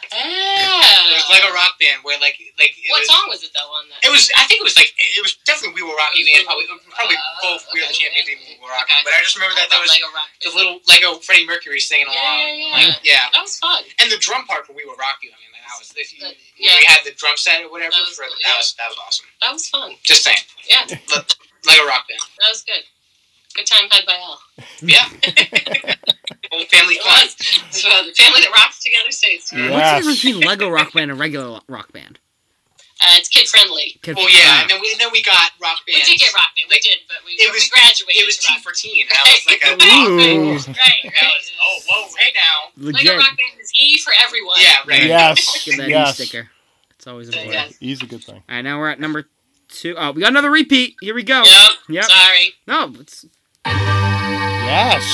Speaker 3: Uh, It was
Speaker 4: ah.
Speaker 3: Lego Rock Band where, like, like it
Speaker 4: What
Speaker 3: was,
Speaker 4: song was it though on that?
Speaker 3: It was, I think it was like, it was definitely We Will Rock You and probably, probably
Speaker 4: Uh,
Speaker 3: both We Are the
Speaker 4: okay.
Speaker 3: Champions and We Will Rock You. But I just remember that that was
Speaker 4: Lego Rock.
Speaker 3: the little Lego Freddie Mercury singing
Speaker 4: Yeah,
Speaker 3: along.
Speaker 4: yeah, yeah.
Speaker 3: Like, yeah.
Speaker 4: That was fun.
Speaker 3: And the drum part for We Will Rock You, I mean, that was, if you,
Speaker 4: That-
Speaker 3: when we
Speaker 4: yeah.
Speaker 3: had the drum set or whatever,
Speaker 4: That was
Speaker 3: for,
Speaker 4: cool,
Speaker 3: that,
Speaker 4: yeah.
Speaker 3: was, that was awesome.
Speaker 4: That was fun.
Speaker 3: Just saying.
Speaker 4: Yeah.
Speaker 3: Le- Lego Rock Band.
Speaker 4: That was good. Good time had by all.
Speaker 3: Yeah. Old family
Speaker 4: It
Speaker 3: fun.
Speaker 4: was. So the family that rocks together stays.
Speaker 2: Yeah.
Speaker 1: What's the
Speaker 2: Yes.
Speaker 1: difference between Lego Rock Band and regular lo- Rock Band?
Speaker 4: Uh, it's kid friendly.
Speaker 1: Kid-
Speaker 3: Well, Oh, yeah,
Speaker 1: ah,
Speaker 3: and then we, and then we got Rock Band.
Speaker 4: We did get rock band. We did, but we,
Speaker 3: It was-
Speaker 4: we graduated.
Speaker 3: It was
Speaker 4: to
Speaker 3: T
Speaker 4: rock
Speaker 3: for teen, and I was like,
Speaker 4: Ooh.
Speaker 3: I,
Speaker 1: Ooh.
Speaker 4: band. Right, right.
Speaker 3: I was, oh, whoa, hey now.
Speaker 1: legit.
Speaker 4: Lego rock band is E for everyone.
Speaker 3: Yeah, right.
Speaker 2: Yes.
Speaker 1: Get that
Speaker 2: yes.
Speaker 1: E sticker. It's always
Speaker 4: So,
Speaker 1: important.
Speaker 4: yes.
Speaker 2: He's a good thing.
Speaker 1: All right, now we're at number two. Oh, we got another repeat. Here we
Speaker 2: Oh.
Speaker 1: go.
Speaker 4: Yep.
Speaker 1: Yep.
Speaker 4: Sorry.
Speaker 1: No, it's
Speaker 2: Yes.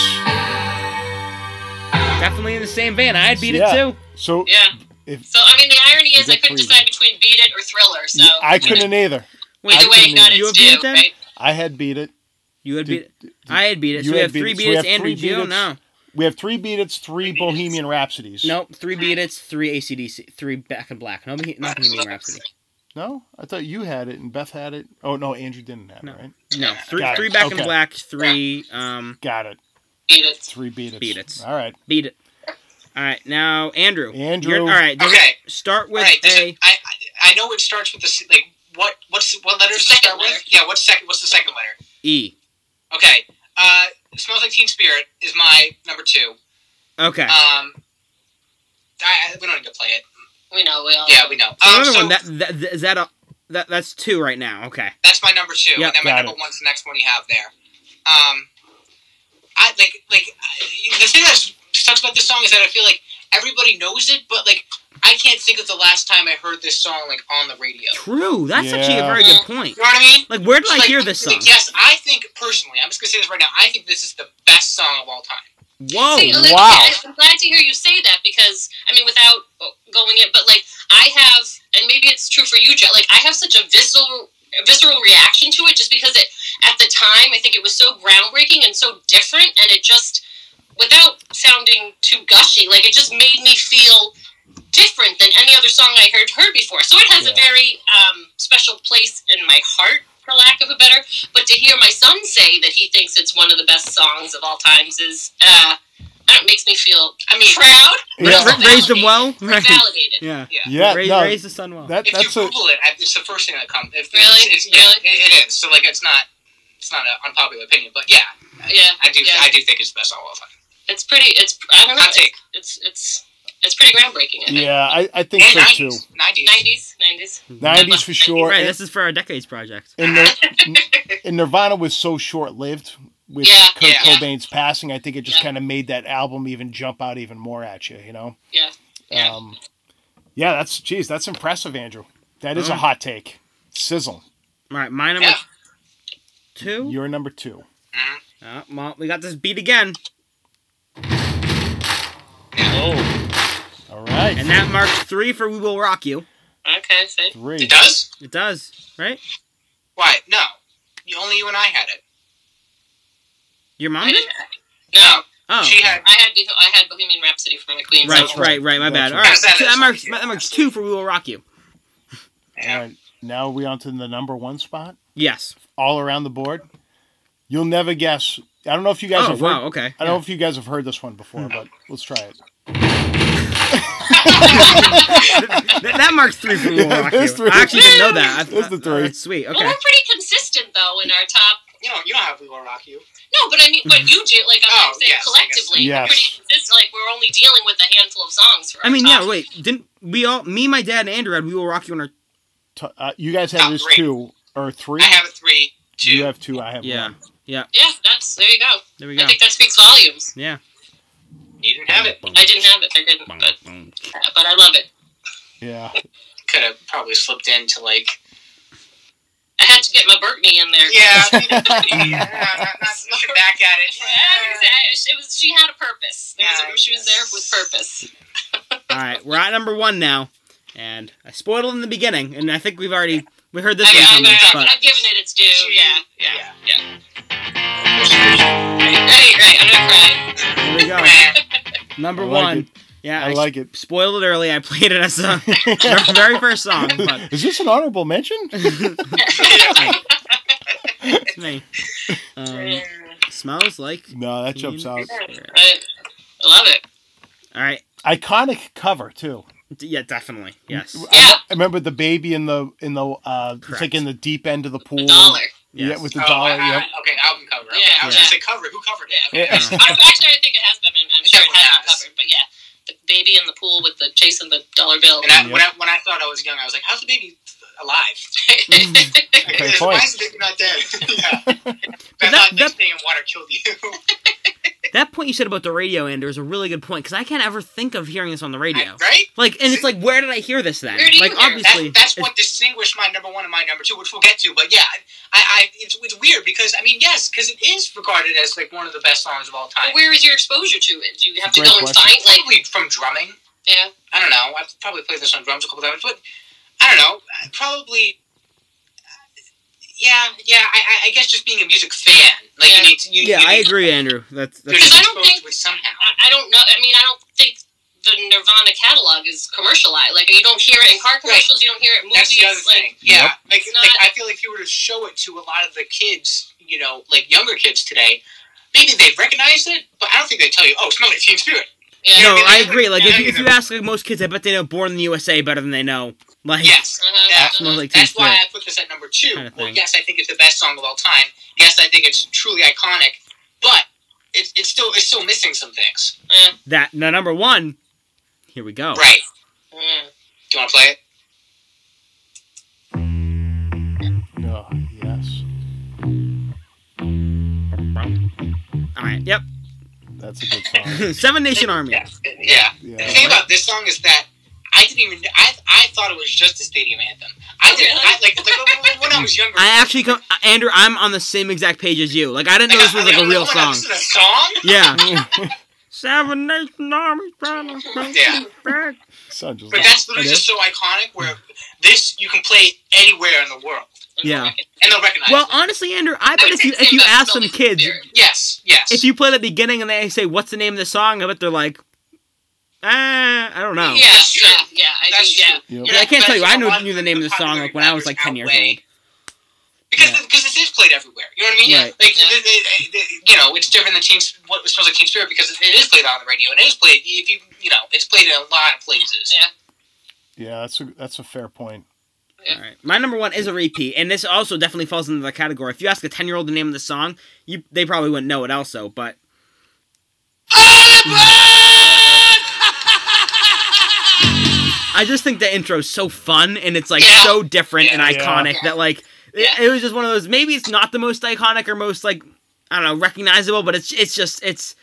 Speaker 1: Definitely in the same vein. I'd beat
Speaker 2: Yeah.
Speaker 1: it too.
Speaker 2: So
Speaker 4: Yeah.
Speaker 2: If-
Speaker 4: so I mean, the irony is I
Speaker 2: Good
Speaker 4: couldn't
Speaker 2: for you.
Speaker 4: decide between Beat It or Thriller. So
Speaker 2: yeah, I
Speaker 4: you know,
Speaker 2: couldn't either.
Speaker 1: Wait,
Speaker 4: Either
Speaker 2: I
Speaker 4: way,
Speaker 2: couldn't
Speaker 4: got
Speaker 2: either.
Speaker 1: You
Speaker 4: its
Speaker 1: would beat
Speaker 4: due,
Speaker 1: it then?
Speaker 4: right?
Speaker 2: I had beat it.
Speaker 1: you had
Speaker 2: Did-
Speaker 1: beat it. I had beat it. So
Speaker 2: you
Speaker 1: we
Speaker 2: had
Speaker 1: have
Speaker 2: beat
Speaker 1: three
Speaker 2: it. So
Speaker 1: beat
Speaker 2: we
Speaker 1: its
Speaker 2: have
Speaker 1: and
Speaker 2: three beat
Speaker 1: Reggio
Speaker 2: its.
Speaker 1: now.
Speaker 2: We have three beat it's, three Bohemian Rhapsodies.
Speaker 1: Nope, three beat it's, three ACDC, three Back in Black. No, Bohe- not Bohemian Rhapsody.
Speaker 2: No? I thought you had it and Beth had it. Oh, no, Andrew didn't have
Speaker 1: No.
Speaker 2: it, right?
Speaker 1: No, three,
Speaker 2: Got it.
Speaker 1: three Back in
Speaker 2: Okay.
Speaker 1: Black, three um,
Speaker 2: Got it.
Speaker 4: Beat It.
Speaker 2: Three beat it's.
Speaker 1: Beat It's.
Speaker 2: All right.
Speaker 1: beat it. All right, now Andrew.
Speaker 2: Andrew.
Speaker 1: You're- all right, does it
Speaker 3: Okay.
Speaker 1: start with
Speaker 3: Alright, there's
Speaker 1: a.
Speaker 3: a- I I- I know it starts with the s- like what what's what letters does it
Speaker 4: Second
Speaker 3: start
Speaker 4: letter.
Speaker 3: with? Yeah, what's second? What's the second letter?
Speaker 1: E.
Speaker 3: Okay, uh, smells like Teen Spirit is my number two.
Speaker 1: Okay.
Speaker 3: Um, I, I, we don't need to play it.
Speaker 4: We know. We all.
Speaker 3: Yeah, we know.
Speaker 1: So
Speaker 3: Um,
Speaker 1: another
Speaker 3: so
Speaker 1: one. That, that th- is that a that that's two right now. Okay.
Speaker 3: that's my number two,
Speaker 1: Yeah,
Speaker 3: and then my
Speaker 2: got
Speaker 3: number
Speaker 2: it.
Speaker 3: one's the next one you have there. Um, I like like I- the thing that sucks about this song is that I feel like everybody knows it, but like I can't think of the last time I heard this song like on the radio.
Speaker 1: True. That's actually a
Speaker 2: Yeah.
Speaker 1: very good point.
Speaker 3: You know what I mean?
Speaker 1: Like, where did I
Speaker 3: Like,
Speaker 1: hear this
Speaker 3: like,
Speaker 1: song?
Speaker 3: Yes, I think personally, I'm just gonna say this right now. I think this is the best song of all time.
Speaker 1: Whoa.
Speaker 4: See, Olivia,
Speaker 2: wow.
Speaker 4: I- I'm glad to hear you say that because I mean, without going in, but like I have, and maybe it's true for you, Jet. Like I have such a visceral, visceral reaction to it, just because it at the time I think it was so groundbreaking and so different, and it just, without sounding too gushy, like it just made me feel different than any other song I heard her before. So it has a
Speaker 2: Yeah.
Speaker 4: very um, special place in my heart, for lack of a better. But to hear my son say that he thinks it's one of the best songs of all times is, uh, I don't, makes me feel. I mean, proud.
Speaker 1: Ra-
Speaker 2: Yeah.
Speaker 1: ra- raised them well.
Speaker 4: Right.
Speaker 1: Right.
Speaker 4: Validated.
Speaker 1: Yeah.
Speaker 2: Yeah,
Speaker 1: Raise,
Speaker 2: no,
Speaker 1: raise the sun well.
Speaker 2: that,
Speaker 3: If
Speaker 2: that's
Speaker 3: you
Speaker 2: a,
Speaker 3: Google it, I- it's the first thing that comes. If,
Speaker 4: Really?
Speaker 3: It's, it's, yeah,
Speaker 4: Really?
Speaker 3: it, it is. So like, it's not, it's not an unpopular opinion, but yeah,
Speaker 4: Yeah,
Speaker 3: I do,
Speaker 4: Yeah.
Speaker 3: I do think it's the best song of all time.
Speaker 4: It's pretty. It's. I don't know.
Speaker 3: Hot
Speaker 4: It's
Speaker 3: take.
Speaker 4: it's it's, it's pretty groundbreaking. I think.
Speaker 2: yeah, I, I think
Speaker 3: And
Speaker 2: so too.
Speaker 3: nineties, nineties.
Speaker 4: Nineties, nineties.
Speaker 2: 90s for sure.
Speaker 1: Right.
Speaker 2: and-
Speaker 1: This is for our decades project.
Speaker 2: and, Nir- and Nirvana was so short lived with
Speaker 4: Yeah,
Speaker 2: Kurt
Speaker 4: yeah.
Speaker 2: Cobain's passing. I think it just
Speaker 4: Yeah.
Speaker 2: kind of made that album even jump out even more at you. You know.
Speaker 4: Yeah. Yeah.
Speaker 2: Um, yeah, that's geez, that's impressive, Andrew. That is a
Speaker 1: Mm.
Speaker 2: hot take. Sizzle.
Speaker 1: All right. My number
Speaker 3: Yeah.
Speaker 1: two.
Speaker 2: You're number two.
Speaker 1: Uh, well, we got this beat again,
Speaker 2: All right.
Speaker 1: and that marks three for "We Will Rock You."
Speaker 4: Okay. So
Speaker 2: three.
Speaker 3: It does.
Speaker 1: It does. Right.
Speaker 3: Why? No, you, only you and I had it.
Speaker 1: Your mom
Speaker 4: I
Speaker 1: did.
Speaker 4: didn't. No,
Speaker 1: Oh.
Speaker 3: She had.
Speaker 4: I had Bo- I had Bohemian Rhapsody from the Queen.
Speaker 1: Right,
Speaker 4: so-
Speaker 2: right.
Speaker 1: right, right. My bad.
Speaker 2: That's
Speaker 1: All right,
Speaker 3: right.
Speaker 1: so that marks that marks two for "We Will Rock You."
Speaker 2: All right. Now we on to the number one spot.
Speaker 1: Yes.
Speaker 2: All around the board. You'll never guess. I don't know if you guys
Speaker 1: Oh
Speaker 2: have
Speaker 1: wow.
Speaker 2: heard.
Speaker 1: Okay.
Speaker 2: I don't know if you guys have heard this one
Speaker 3: Hmm.
Speaker 2: before, but let's try it.
Speaker 1: Th- that marks three for "We Will
Speaker 2: Yeah,
Speaker 1: Rock You."
Speaker 2: that's three.
Speaker 1: I actually didn't know that. I,
Speaker 2: That's the three.
Speaker 1: That's sweet.
Speaker 4: Well,
Speaker 1: Okay.
Speaker 4: we're pretty consistent though in our top.
Speaker 3: You know, you don't have "We Will Rock You."
Speaker 4: No, but I mean, but you do. Like I'm
Speaker 3: Oh, yes, I
Speaker 4: saying,
Speaker 3: guess so.
Speaker 4: collectively,
Speaker 2: Yes.
Speaker 4: we're pretty consistent. Like we're only dealing with a handful of songs. For
Speaker 1: I
Speaker 4: our
Speaker 1: mean,
Speaker 4: top.
Speaker 1: yeah. Wait, didn't we all? Me, my dad, and Andrew had "We Will Rock You" on our.
Speaker 2: T- uh, you guys have
Speaker 3: Top
Speaker 2: this
Speaker 3: three.
Speaker 2: two or three.
Speaker 3: I have it three, two.
Speaker 2: You have two. I have
Speaker 1: Yeah.
Speaker 2: one.
Speaker 4: Yeah, that's there. You go.
Speaker 1: There we go.
Speaker 4: I think that speaks volumes.
Speaker 1: Yeah.
Speaker 3: you didn't have it.
Speaker 4: I didn't have it. I didn't, but but I love it.
Speaker 2: Yeah.
Speaker 3: Could have probably slipped into like.
Speaker 4: I had to get my Burtney in there.
Speaker 3: Yeah. yeah not, not looking back at it.
Speaker 4: It was, she had a purpose. There was, she was there with purpose.
Speaker 1: All right, we're at number one now, and I spoiled it in the beginning, and I think we've already we heard this
Speaker 4: I, I,
Speaker 1: one coming,
Speaker 4: I,
Speaker 1: but
Speaker 4: I've given it its due. Yeah, yeah,
Speaker 3: Yeah.
Speaker 4: yeah. Right, right. I'm gonna cry.
Speaker 1: here we go. Number
Speaker 2: I like
Speaker 1: one.
Speaker 2: it.
Speaker 1: Yeah,
Speaker 2: I like it.
Speaker 1: spoiled it early. I played it as a our very first song, but
Speaker 2: Is this an honorable mention?
Speaker 1: it's me. Um, smells like.
Speaker 2: no, that jumps out.
Speaker 4: I, I love it.
Speaker 1: All right.
Speaker 2: Iconic cover too.
Speaker 1: D- Yeah, definitely. Yes.
Speaker 4: Yeah.
Speaker 2: I remember the baby in the in the uh
Speaker 1: Correct.
Speaker 2: taking the deep end of the pool.
Speaker 4: A dollar.
Speaker 2: Yeah,
Speaker 1: Yes.
Speaker 2: with the
Speaker 3: Oh,
Speaker 2: dollar.
Speaker 3: I- I-
Speaker 2: yeah.
Speaker 3: Okay, album cover. Okay,
Speaker 4: Yeah.
Speaker 3: I was
Speaker 1: Yeah.
Speaker 3: gonna say cover. Who covered it? Okay.
Speaker 2: Yeah.
Speaker 4: I, actually, I think it has. I mean, I'm sure it
Speaker 3: definitely
Speaker 4: has been
Speaker 3: has.
Speaker 4: covered. But yeah, the baby in the pool with the chasing the dollar bill.
Speaker 3: And I, when I when I thought I was young, I was like, "How's the baby alive? Like,
Speaker 2: Fair
Speaker 3: Why
Speaker 2: point.
Speaker 3: is the baby not dead?" yeah. I
Speaker 1: that-
Speaker 3: thought next
Speaker 1: that-
Speaker 3: day in water killed you.
Speaker 1: That point you said about the radio, Andrew, is a really good point because I can't ever think of hearing this on the radio.
Speaker 3: right?
Speaker 1: Like, and it's like, where did I hear this then?
Speaker 4: Where do you
Speaker 1: Like,
Speaker 4: hear it?
Speaker 1: obviously,
Speaker 3: That, that's
Speaker 1: it's-
Speaker 3: what distinguished my number one and my number two, which we'll get to. But yeah, I, I it's, it's weird because I mean, yes, because it is regarded as like one of the best songs of all time.
Speaker 4: Where is your exposure to it? Do you have to
Speaker 2: Great
Speaker 4: go and
Speaker 2: question.
Speaker 4: find like
Speaker 3: Probably from drumming.
Speaker 4: yeah?
Speaker 3: I don't know. I've probably played this on drums a couple times, but I don't know. Probably. Yeah, yeah. I, I- I guess just being a music fan, like
Speaker 4: Yeah.
Speaker 3: you need to. You,
Speaker 1: yeah,
Speaker 3: you
Speaker 1: I
Speaker 3: need-
Speaker 1: agree, Andrew. That's
Speaker 3: You're
Speaker 1: that's
Speaker 3: just
Speaker 4: I don't
Speaker 3: exposed
Speaker 4: think-
Speaker 3: to it somehow.
Speaker 4: I, I don't know. I mean, I don't think the Nirvana catalog is commercialized. Like you don't hear it in car commercials. You don't hear it in movies.
Speaker 3: That's the other
Speaker 4: like,
Speaker 3: thing. Yeah, like,
Speaker 4: It's
Speaker 3: like
Speaker 4: not-
Speaker 3: I feel like if you were to show it to a lot of the kids, you know, like younger kids today, maybe they'd recognize it, but I don't think they'd tell you, "Oh, smell it, Teen Spirit."
Speaker 1: no,
Speaker 4: Yeah.
Speaker 3: mean,
Speaker 1: I
Speaker 3: that's-
Speaker 1: agree. Like,
Speaker 3: yeah,
Speaker 1: if,
Speaker 3: I
Speaker 1: you- if you
Speaker 3: agree.
Speaker 1: ask like most kids, I bet they know "Born in the USA" better than they know like
Speaker 3: Yes,
Speaker 4: Uh-huh,
Speaker 3: Yeah.
Speaker 4: uh-huh.
Speaker 1: Smells like Teen
Speaker 3: that's why
Speaker 1: Spirit.
Speaker 3: I put this at number two.
Speaker 1: Kinda
Speaker 3: well,
Speaker 1: thing.
Speaker 3: yes, I think it's the best song of all time. Yes, I think it's truly iconic, but it's it's still it's still missing some things.
Speaker 4: Yeah.
Speaker 1: that. Now, number one, here we go.
Speaker 3: Right? Do
Speaker 4: Mm.
Speaker 3: you want to play it?
Speaker 2: Oh, yes.
Speaker 1: All right. Yep.
Speaker 2: That's a good song.
Speaker 1: Seven Nation Army.
Speaker 3: Yeah. The
Speaker 2: Yeah.
Speaker 3: thing about this song is that I didn't even I I thought it was just a stadium anthem. I didn't I, like, like when I was younger.
Speaker 1: I actually, com- Andrew, I'm on the same exact page as you. Like, I didn't know this was like a
Speaker 3: I'm
Speaker 1: real
Speaker 3: oh my
Speaker 1: song.
Speaker 3: God, This is a song.
Speaker 1: Yeah. Seven Nation Army.
Speaker 3: Yeah.
Speaker 2: Sound just
Speaker 3: But
Speaker 2: like-
Speaker 3: that's literally
Speaker 1: It is.
Speaker 3: just so iconic where this you can play anywhere in the world
Speaker 1: Yeah.
Speaker 3: and they'll recognize
Speaker 1: Well,
Speaker 3: it.
Speaker 1: honestly, Andrew, I bet
Speaker 4: would
Speaker 1: if you
Speaker 4: say
Speaker 1: if you
Speaker 4: about
Speaker 1: ask
Speaker 4: Smells
Speaker 1: some
Speaker 4: Like
Speaker 1: kids,
Speaker 4: Spirit.
Speaker 3: Yes, yes.
Speaker 1: if you play the beginning and they say, "What's the name of the song?" I bet they're like, "Ah, I don't know."
Speaker 4: Yeah,
Speaker 3: That's true.
Speaker 4: yeah, yeah. I
Speaker 3: That's
Speaker 4: do, yeah.
Speaker 3: true.
Speaker 2: Yep.
Speaker 1: But I can't tell you. I
Speaker 3: That's
Speaker 1: knew,
Speaker 3: a lot
Speaker 1: knew the name of the song like when I was like ten years
Speaker 3: outweigh-
Speaker 1: old.
Speaker 3: Because
Speaker 1: Yeah.
Speaker 3: because this is played everywhere. You know what I mean?
Speaker 1: Right.
Speaker 3: Like
Speaker 4: Yeah.
Speaker 3: the- the- the- you know, it's different than Teen Sp- what smells like Teen Spirit because it is played on the radio and it is played if you you know it's played in a lot of places.
Speaker 4: Yeah.
Speaker 2: Yeah, that's a that's a fair point.
Speaker 1: All right. My number one is a repeat, and this also definitely falls into the category. If you ask a ten year old the name of the song, you they probably wouldn't know it also, but I just think the intro is so fun and it's like
Speaker 4: Yeah.
Speaker 1: so different and
Speaker 2: Yeah.
Speaker 1: iconic
Speaker 4: Yeah.
Speaker 1: that like
Speaker 4: Yeah.
Speaker 1: it, it was just one of those maybe it's not the most iconic or most like I don't know, recognizable, but it's it's just it's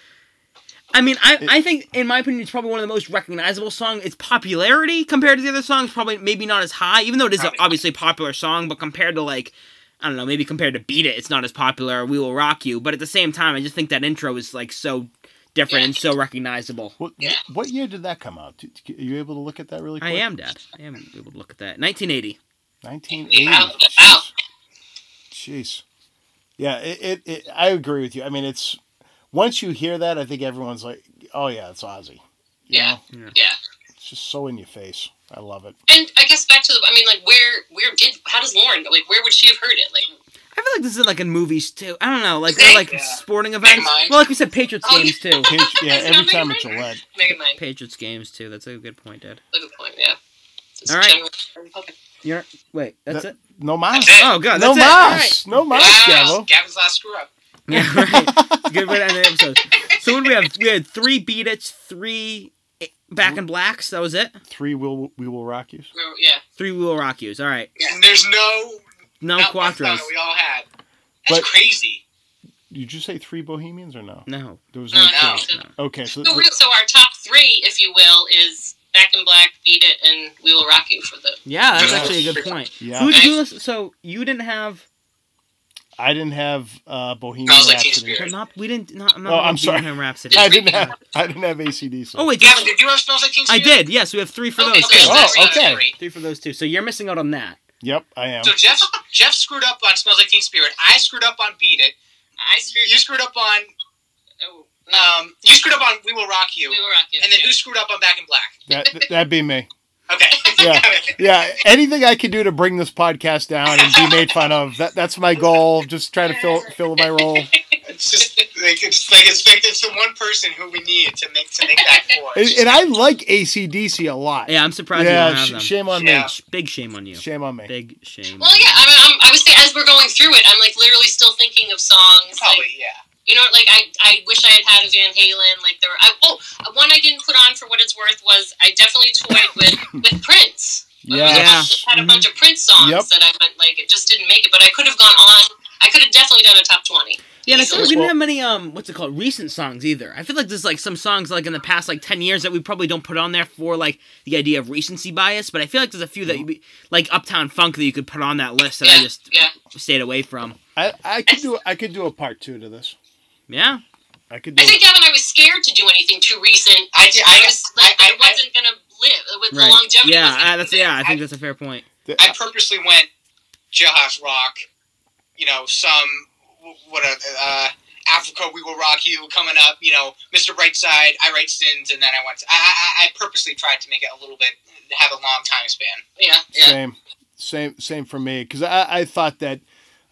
Speaker 1: I mean, I, I think in my opinion it's probably one of the most recognizable songs. Its popularity compared to the other songs probably maybe not as high, even though it is a,
Speaker 3: Probably.
Speaker 1: obviously a popular song, but compared to like I don't know, maybe compared to Beat It, it's not as popular or We Will Rock You, but at the same time I just think that intro is like so different and so recognizable.
Speaker 2: What
Speaker 3: Yeah.
Speaker 2: what year did that come out? Did, are you able to look at that really
Speaker 1: I
Speaker 2: quick?
Speaker 1: am, Dad. I am able to look at that. 1980.
Speaker 2: 1980.
Speaker 4: Ow,
Speaker 2: Jeez.
Speaker 4: ow.
Speaker 2: Jeez. Yeah, it, it, it I agree with you. I mean, it's once you hear that, I think everyone's like, "Oh yeah, it's Ozzy." You
Speaker 4: Yeah.
Speaker 2: know?
Speaker 4: Yeah.
Speaker 2: It's just so in your face. I love it.
Speaker 4: And I guess back to the. I mean, like, where, where did? How does Lauren? Like, where would she have heard it? Like,
Speaker 1: I feel like this is like in movies too. I don't know, like
Speaker 4: Yeah.
Speaker 1: or like sporting events.
Speaker 3: Megamind.
Speaker 1: Well, like we said, Patriots
Speaker 4: Oh,
Speaker 1: games too.
Speaker 2: Page, yeah,
Speaker 4: It's
Speaker 2: every
Speaker 4: not
Speaker 2: time
Speaker 4: very
Speaker 2: it's a lead.
Speaker 4: Megamind. Mind.
Speaker 1: Patriots games too. That's a good point, Dad.
Speaker 4: Good point. Yeah. Just
Speaker 1: All right.
Speaker 4: general- okay.
Speaker 1: You're wait, that's
Speaker 2: That-
Speaker 1: it.
Speaker 2: No mas.
Speaker 3: That's it. Ah.
Speaker 1: Oh god,
Speaker 2: No
Speaker 1: that's it. All right.
Speaker 2: mas. No mas, Gabo.
Speaker 3: Gavin's last screw up.
Speaker 1: Yeah, right. It's a good way to end the episode. So what did we have? We had three beat it's, three back and blacks. That was it.
Speaker 2: Three will we will rock you.
Speaker 4: Remember- Yeah.
Speaker 1: Three we will rock yous. All right,
Speaker 3: And there's no
Speaker 1: no
Speaker 3: not one song
Speaker 1: quattros.
Speaker 3: that uh, we all had. That's
Speaker 2: But-
Speaker 3: crazy.
Speaker 2: Did you say three Bohemians or no?
Speaker 1: No,
Speaker 2: There was
Speaker 4: No,
Speaker 2: no.
Speaker 4: no.
Speaker 2: three. Okay, so
Speaker 4: So, real, so our top three, if you will, is Back in Black, Beat It, and We Will Rock You for the.
Speaker 1: yeah, that's
Speaker 2: Yeah.
Speaker 1: actually a good point.
Speaker 2: yeah,
Speaker 1: Who did you listen? So you didn't have,
Speaker 2: I didn't have uh, Bohemian
Speaker 3: Smells like Teen
Speaker 2: Rhapsody.
Speaker 3: Spirit.
Speaker 1: but not we didn't. Not, I'm not
Speaker 2: Oh,
Speaker 1: gonna
Speaker 2: I'm
Speaker 1: beat
Speaker 2: sorry.
Speaker 1: Bohemian Rhapsody.
Speaker 2: I didn't have I didn't have ACDC.
Speaker 1: Oh wait, did
Speaker 3: Gavin, did you have smells like Teen
Speaker 1: I
Speaker 3: Spirit?
Speaker 1: did. Yes, we have three for
Speaker 4: Okay,
Speaker 1: those.
Speaker 4: okay,
Speaker 1: too.
Speaker 4: so that's
Speaker 2: Oh,
Speaker 4: right.
Speaker 2: okay.
Speaker 1: Three for those two. So you're missing out on that.
Speaker 2: Yep, I am.
Speaker 3: So Jeff Jeff screwed up on Smells Like Teen Spirit. I screwed up on Beat It.
Speaker 4: I screwed
Speaker 3: You screwed up on
Speaker 4: Oh,
Speaker 3: um you screwed up on We Will Rock You.
Speaker 4: We Will Rock You.
Speaker 3: And then who screwed up on Back in Black?
Speaker 2: That that'd be me.
Speaker 3: Okay.
Speaker 2: Yeah. Yeah, anything I can do to bring this podcast down and be made fun of, that that's my goal. Just trying to fill fill my role.
Speaker 3: It's just like it's like it's like it's the one person who we need to make to make that for.
Speaker 2: And, and I like ACDC a lot.
Speaker 1: Yeah, I'm surprised you
Speaker 2: Yeah,
Speaker 1: don't have
Speaker 2: sh-
Speaker 1: them.
Speaker 2: shame on
Speaker 3: Yeah.
Speaker 1: Sh- Big shame on you.
Speaker 2: me. Shame on me.
Speaker 1: Big shame.
Speaker 4: Well, yeah. I, mean, I'm, I was as we're going through it, I'm like literally still thinking of songs.
Speaker 3: Probably
Speaker 4: Like,
Speaker 3: yeah.
Speaker 4: you know, like I, I wish I had had a Van Halen. Like there, were, I, oh, one I didn't put on for what it's worth was I definitely toyed with with Prince.
Speaker 2: Yeah.
Speaker 1: Yeah.
Speaker 4: had a bunch of Prince songs
Speaker 2: Yep.
Speaker 4: that I went like it just didn't make it, but I could have gone on. I could have definitely done a top twenty.
Speaker 1: Yeah, and I feel like we didn't
Speaker 2: Well-
Speaker 1: have many um, what's it called, recent songs either. I feel like there's like some songs like in the past like ten years that we probably don't put on there for like the idea of recency bias. But I feel like there's a few that you be, like Uptown Funk that you could put on that list that I
Speaker 4: Mm-hmm. Yeah,
Speaker 1: just
Speaker 4: yeah.
Speaker 1: stayed away from.
Speaker 2: I, I could do I could do a part two to this.
Speaker 1: Yeah,
Speaker 2: I could do.
Speaker 4: I think Devin, I was scared to do anything too recent.
Speaker 3: I did- I-
Speaker 4: was like,
Speaker 3: I-
Speaker 4: I, wasn't gonna live with the longevity.
Speaker 1: Yeah,
Speaker 4: wasn't
Speaker 1: I, that's
Speaker 4: there.
Speaker 1: yeah. I think that's a fair point.
Speaker 2: that-
Speaker 3: I purposely went jailhouse rock. You know, some wh- what a uh, Africa we will rock you coming up. You know, Mr. Brightside, I write sins, and then I went. To, I, I I purposely tried to make it a little bit have a long time span.
Speaker 4: Yeah, yeah.
Speaker 2: Same, same, same for me. Because I, I thought that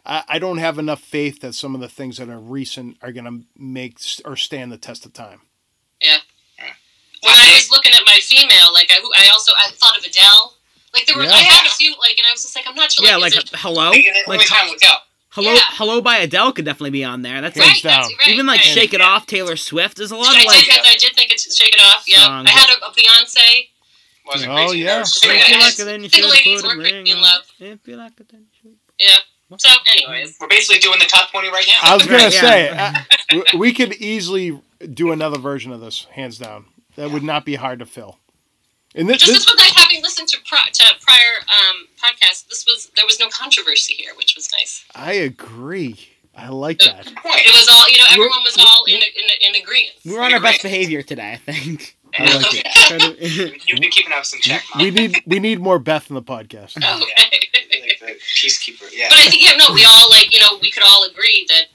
Speaker 2: I, I don't have enough faith that some of the things that are recent are gonna make s- or stand the test of time.
Speaker 4: When I was looking at my female, like I, I also I thought of Adele. Like there were, I
Speaker 2: Yeah.
Speaker 4: had a few, like, and I was just like, I'm not sure.
Speaker 1: Yeah,
Speaker 4: is
Speaker 1: like
Speaker 4: it-
Speaker 1: hello,
Speaker 3: Like, and
Speaker 1: Oh, like
Speaker 3: only time will tell.
Speaker 1: hello,
Speaker 4: Yeah.
Speaker 1: hello by Adele could definitely be on there. That's
Speaker 2: Hands
Speaker 1: like,
Speaker 4: right, that's
Speaker 2: down.
Speaker 4: right,
Speaker 1: even like
Speaker 4: right.
Speaker 1: Shake It Off, Taylor Swift. There's a lot
Speaker 4: I
Speaker 1: of like
Speaker 4: did, I did think it's Shake It Off. Yeah,
Speaker 1: Songs.
Speaker 4: I had a, a Beyonce.
Speaker 3: Wasn't
Speaker 2: Oh,
Speaker 3: crazy.
Speaker 2: yeah.
Speaker 3: Those-
Speaker 4: Thank
Speaker 1: If you
Speaker 4: Yeah.
Speaker 1: like it, then you
Speaker 4: Single
Speaker 1: should
Speaker 4: ladies
Speaker 1: put a
Speaker 4: were
Speaker 1: ring
Speaker 4: crazy in
Speaker 1: on.
Speaker 4: love.
Speaker 1: If you like it, then you should.
Speaker 4: Yeah. So, anyways,
Speaker 3: We're basically doing the top twenty right now.
Speaker 2: I was gonna
Speaker 1: Right, yeah.
Speaker 2: say I- w- we could easily do another version of this, hands down. That would not be hard to fill. And this,
Speaker 4: just this
Speaker 2: this
Speaker 4: was like having listened to, pro- to prior um, podcasts. This was there was no controversy here, which was nice.
Speaker 2: I agree. I like that.
Speaker 3: Good point.
Speaker 4: It was all you know.
Speaker 1: We're-
Speaker 4: Everyone was all in in, in agreement.
Speaker 1: We were on our best behavior today, I think.
Speaker 2: I like it.
Speaker 3: You've been keeping us in check, Mom.
Speaker 2: We need we need more Beth in the podcast.
Speaker 3: Oh, yeah. You're
Speaker 4: Okay.
Speaker 3: like the peacekeeper. Yeah.
Speaker 4: But I think yeah, no, we all like you know we could all agree that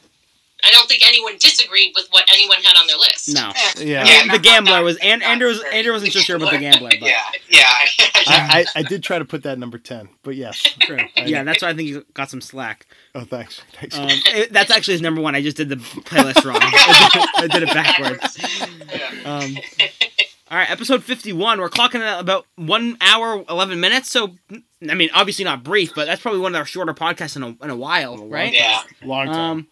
Speaker 4: I don't think anyone disagreed with what anyone had on their list.
Speaker 1: No.
Speaker 2: Yeah.
Speaker 3: Yeah.
Speaker 1: the gambler was and
Speaker 3: not
Speaker 1: Andrew was
Speaker 3: very-
Speaker 1: Andrew wasn't so sure about the gambler, but
Speaker 3: yeah. Yeah. yeah.
Speaker 2: I, I, I did try to put that at number ten, but yes.
Speaker 1: True. yeah, that's why I think you got some slack.
Speaker 2: Oh, thanks. Thanks.
Speaker 1: Um, it- that's actually his number one. I just did the playlist wrong. I did, I did it backwards. Um, all right, episode fifty-one. We're clocking at about one hour eleven minutes. So, I mean, obviously not brief, but that's probably one of our shorter podcasts in a, in a while, right?
Speaker 3: yeah.
Speaker 2: Long time.
Speaker 1: Um,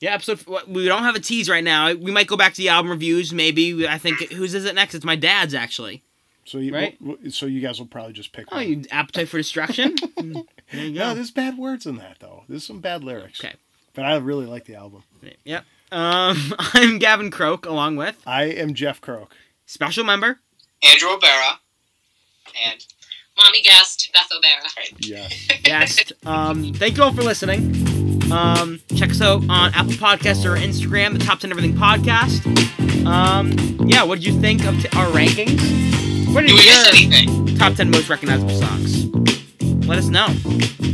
Speaker 1: yeah, episode. f- We don't have a tease right now. We might go back to the album reviews. Maybe We- I think whose is it next? It's my dad's actually.
Speaker 2: so you
Speaker 1: right?
Speaker 2: w- so you guys will probably just pick
Speaker 1: Oh,
Speaker 2: one.
Speaker 1: you appetite for destruction? Mm, there you
Speaker 2: No,
Speaker 1: go.
Speaker 2: there's bad words in that though. There's some bad lyrics.
Speaker 1: Okay.
Speaker 2: But I really like the album.
Speaker 1: Yep. Um, I'm Gavin Croak, along with
Speaker 2: I am Jeff Croak.
Speaker 1: special member.
Speaker 3: Andrew O'Bara. And
Speaker 4: Mommy guessed Beth O'Bara.
Speaker 2: Yeah.
Speaker 1: guest. Um, thank you all for listening. Um, check us out on Apple Podcasts or Instagram, the Top 10 Everything Podcast. Um, yeah, what did you think of t- our rankings? What
Speaker 3: do
Speaker 1: are
Speaker 3: we miss
Speaker 1: your
Speaker 3: anything?
Speaker 1: top 10 most recognizable songs? Let us know.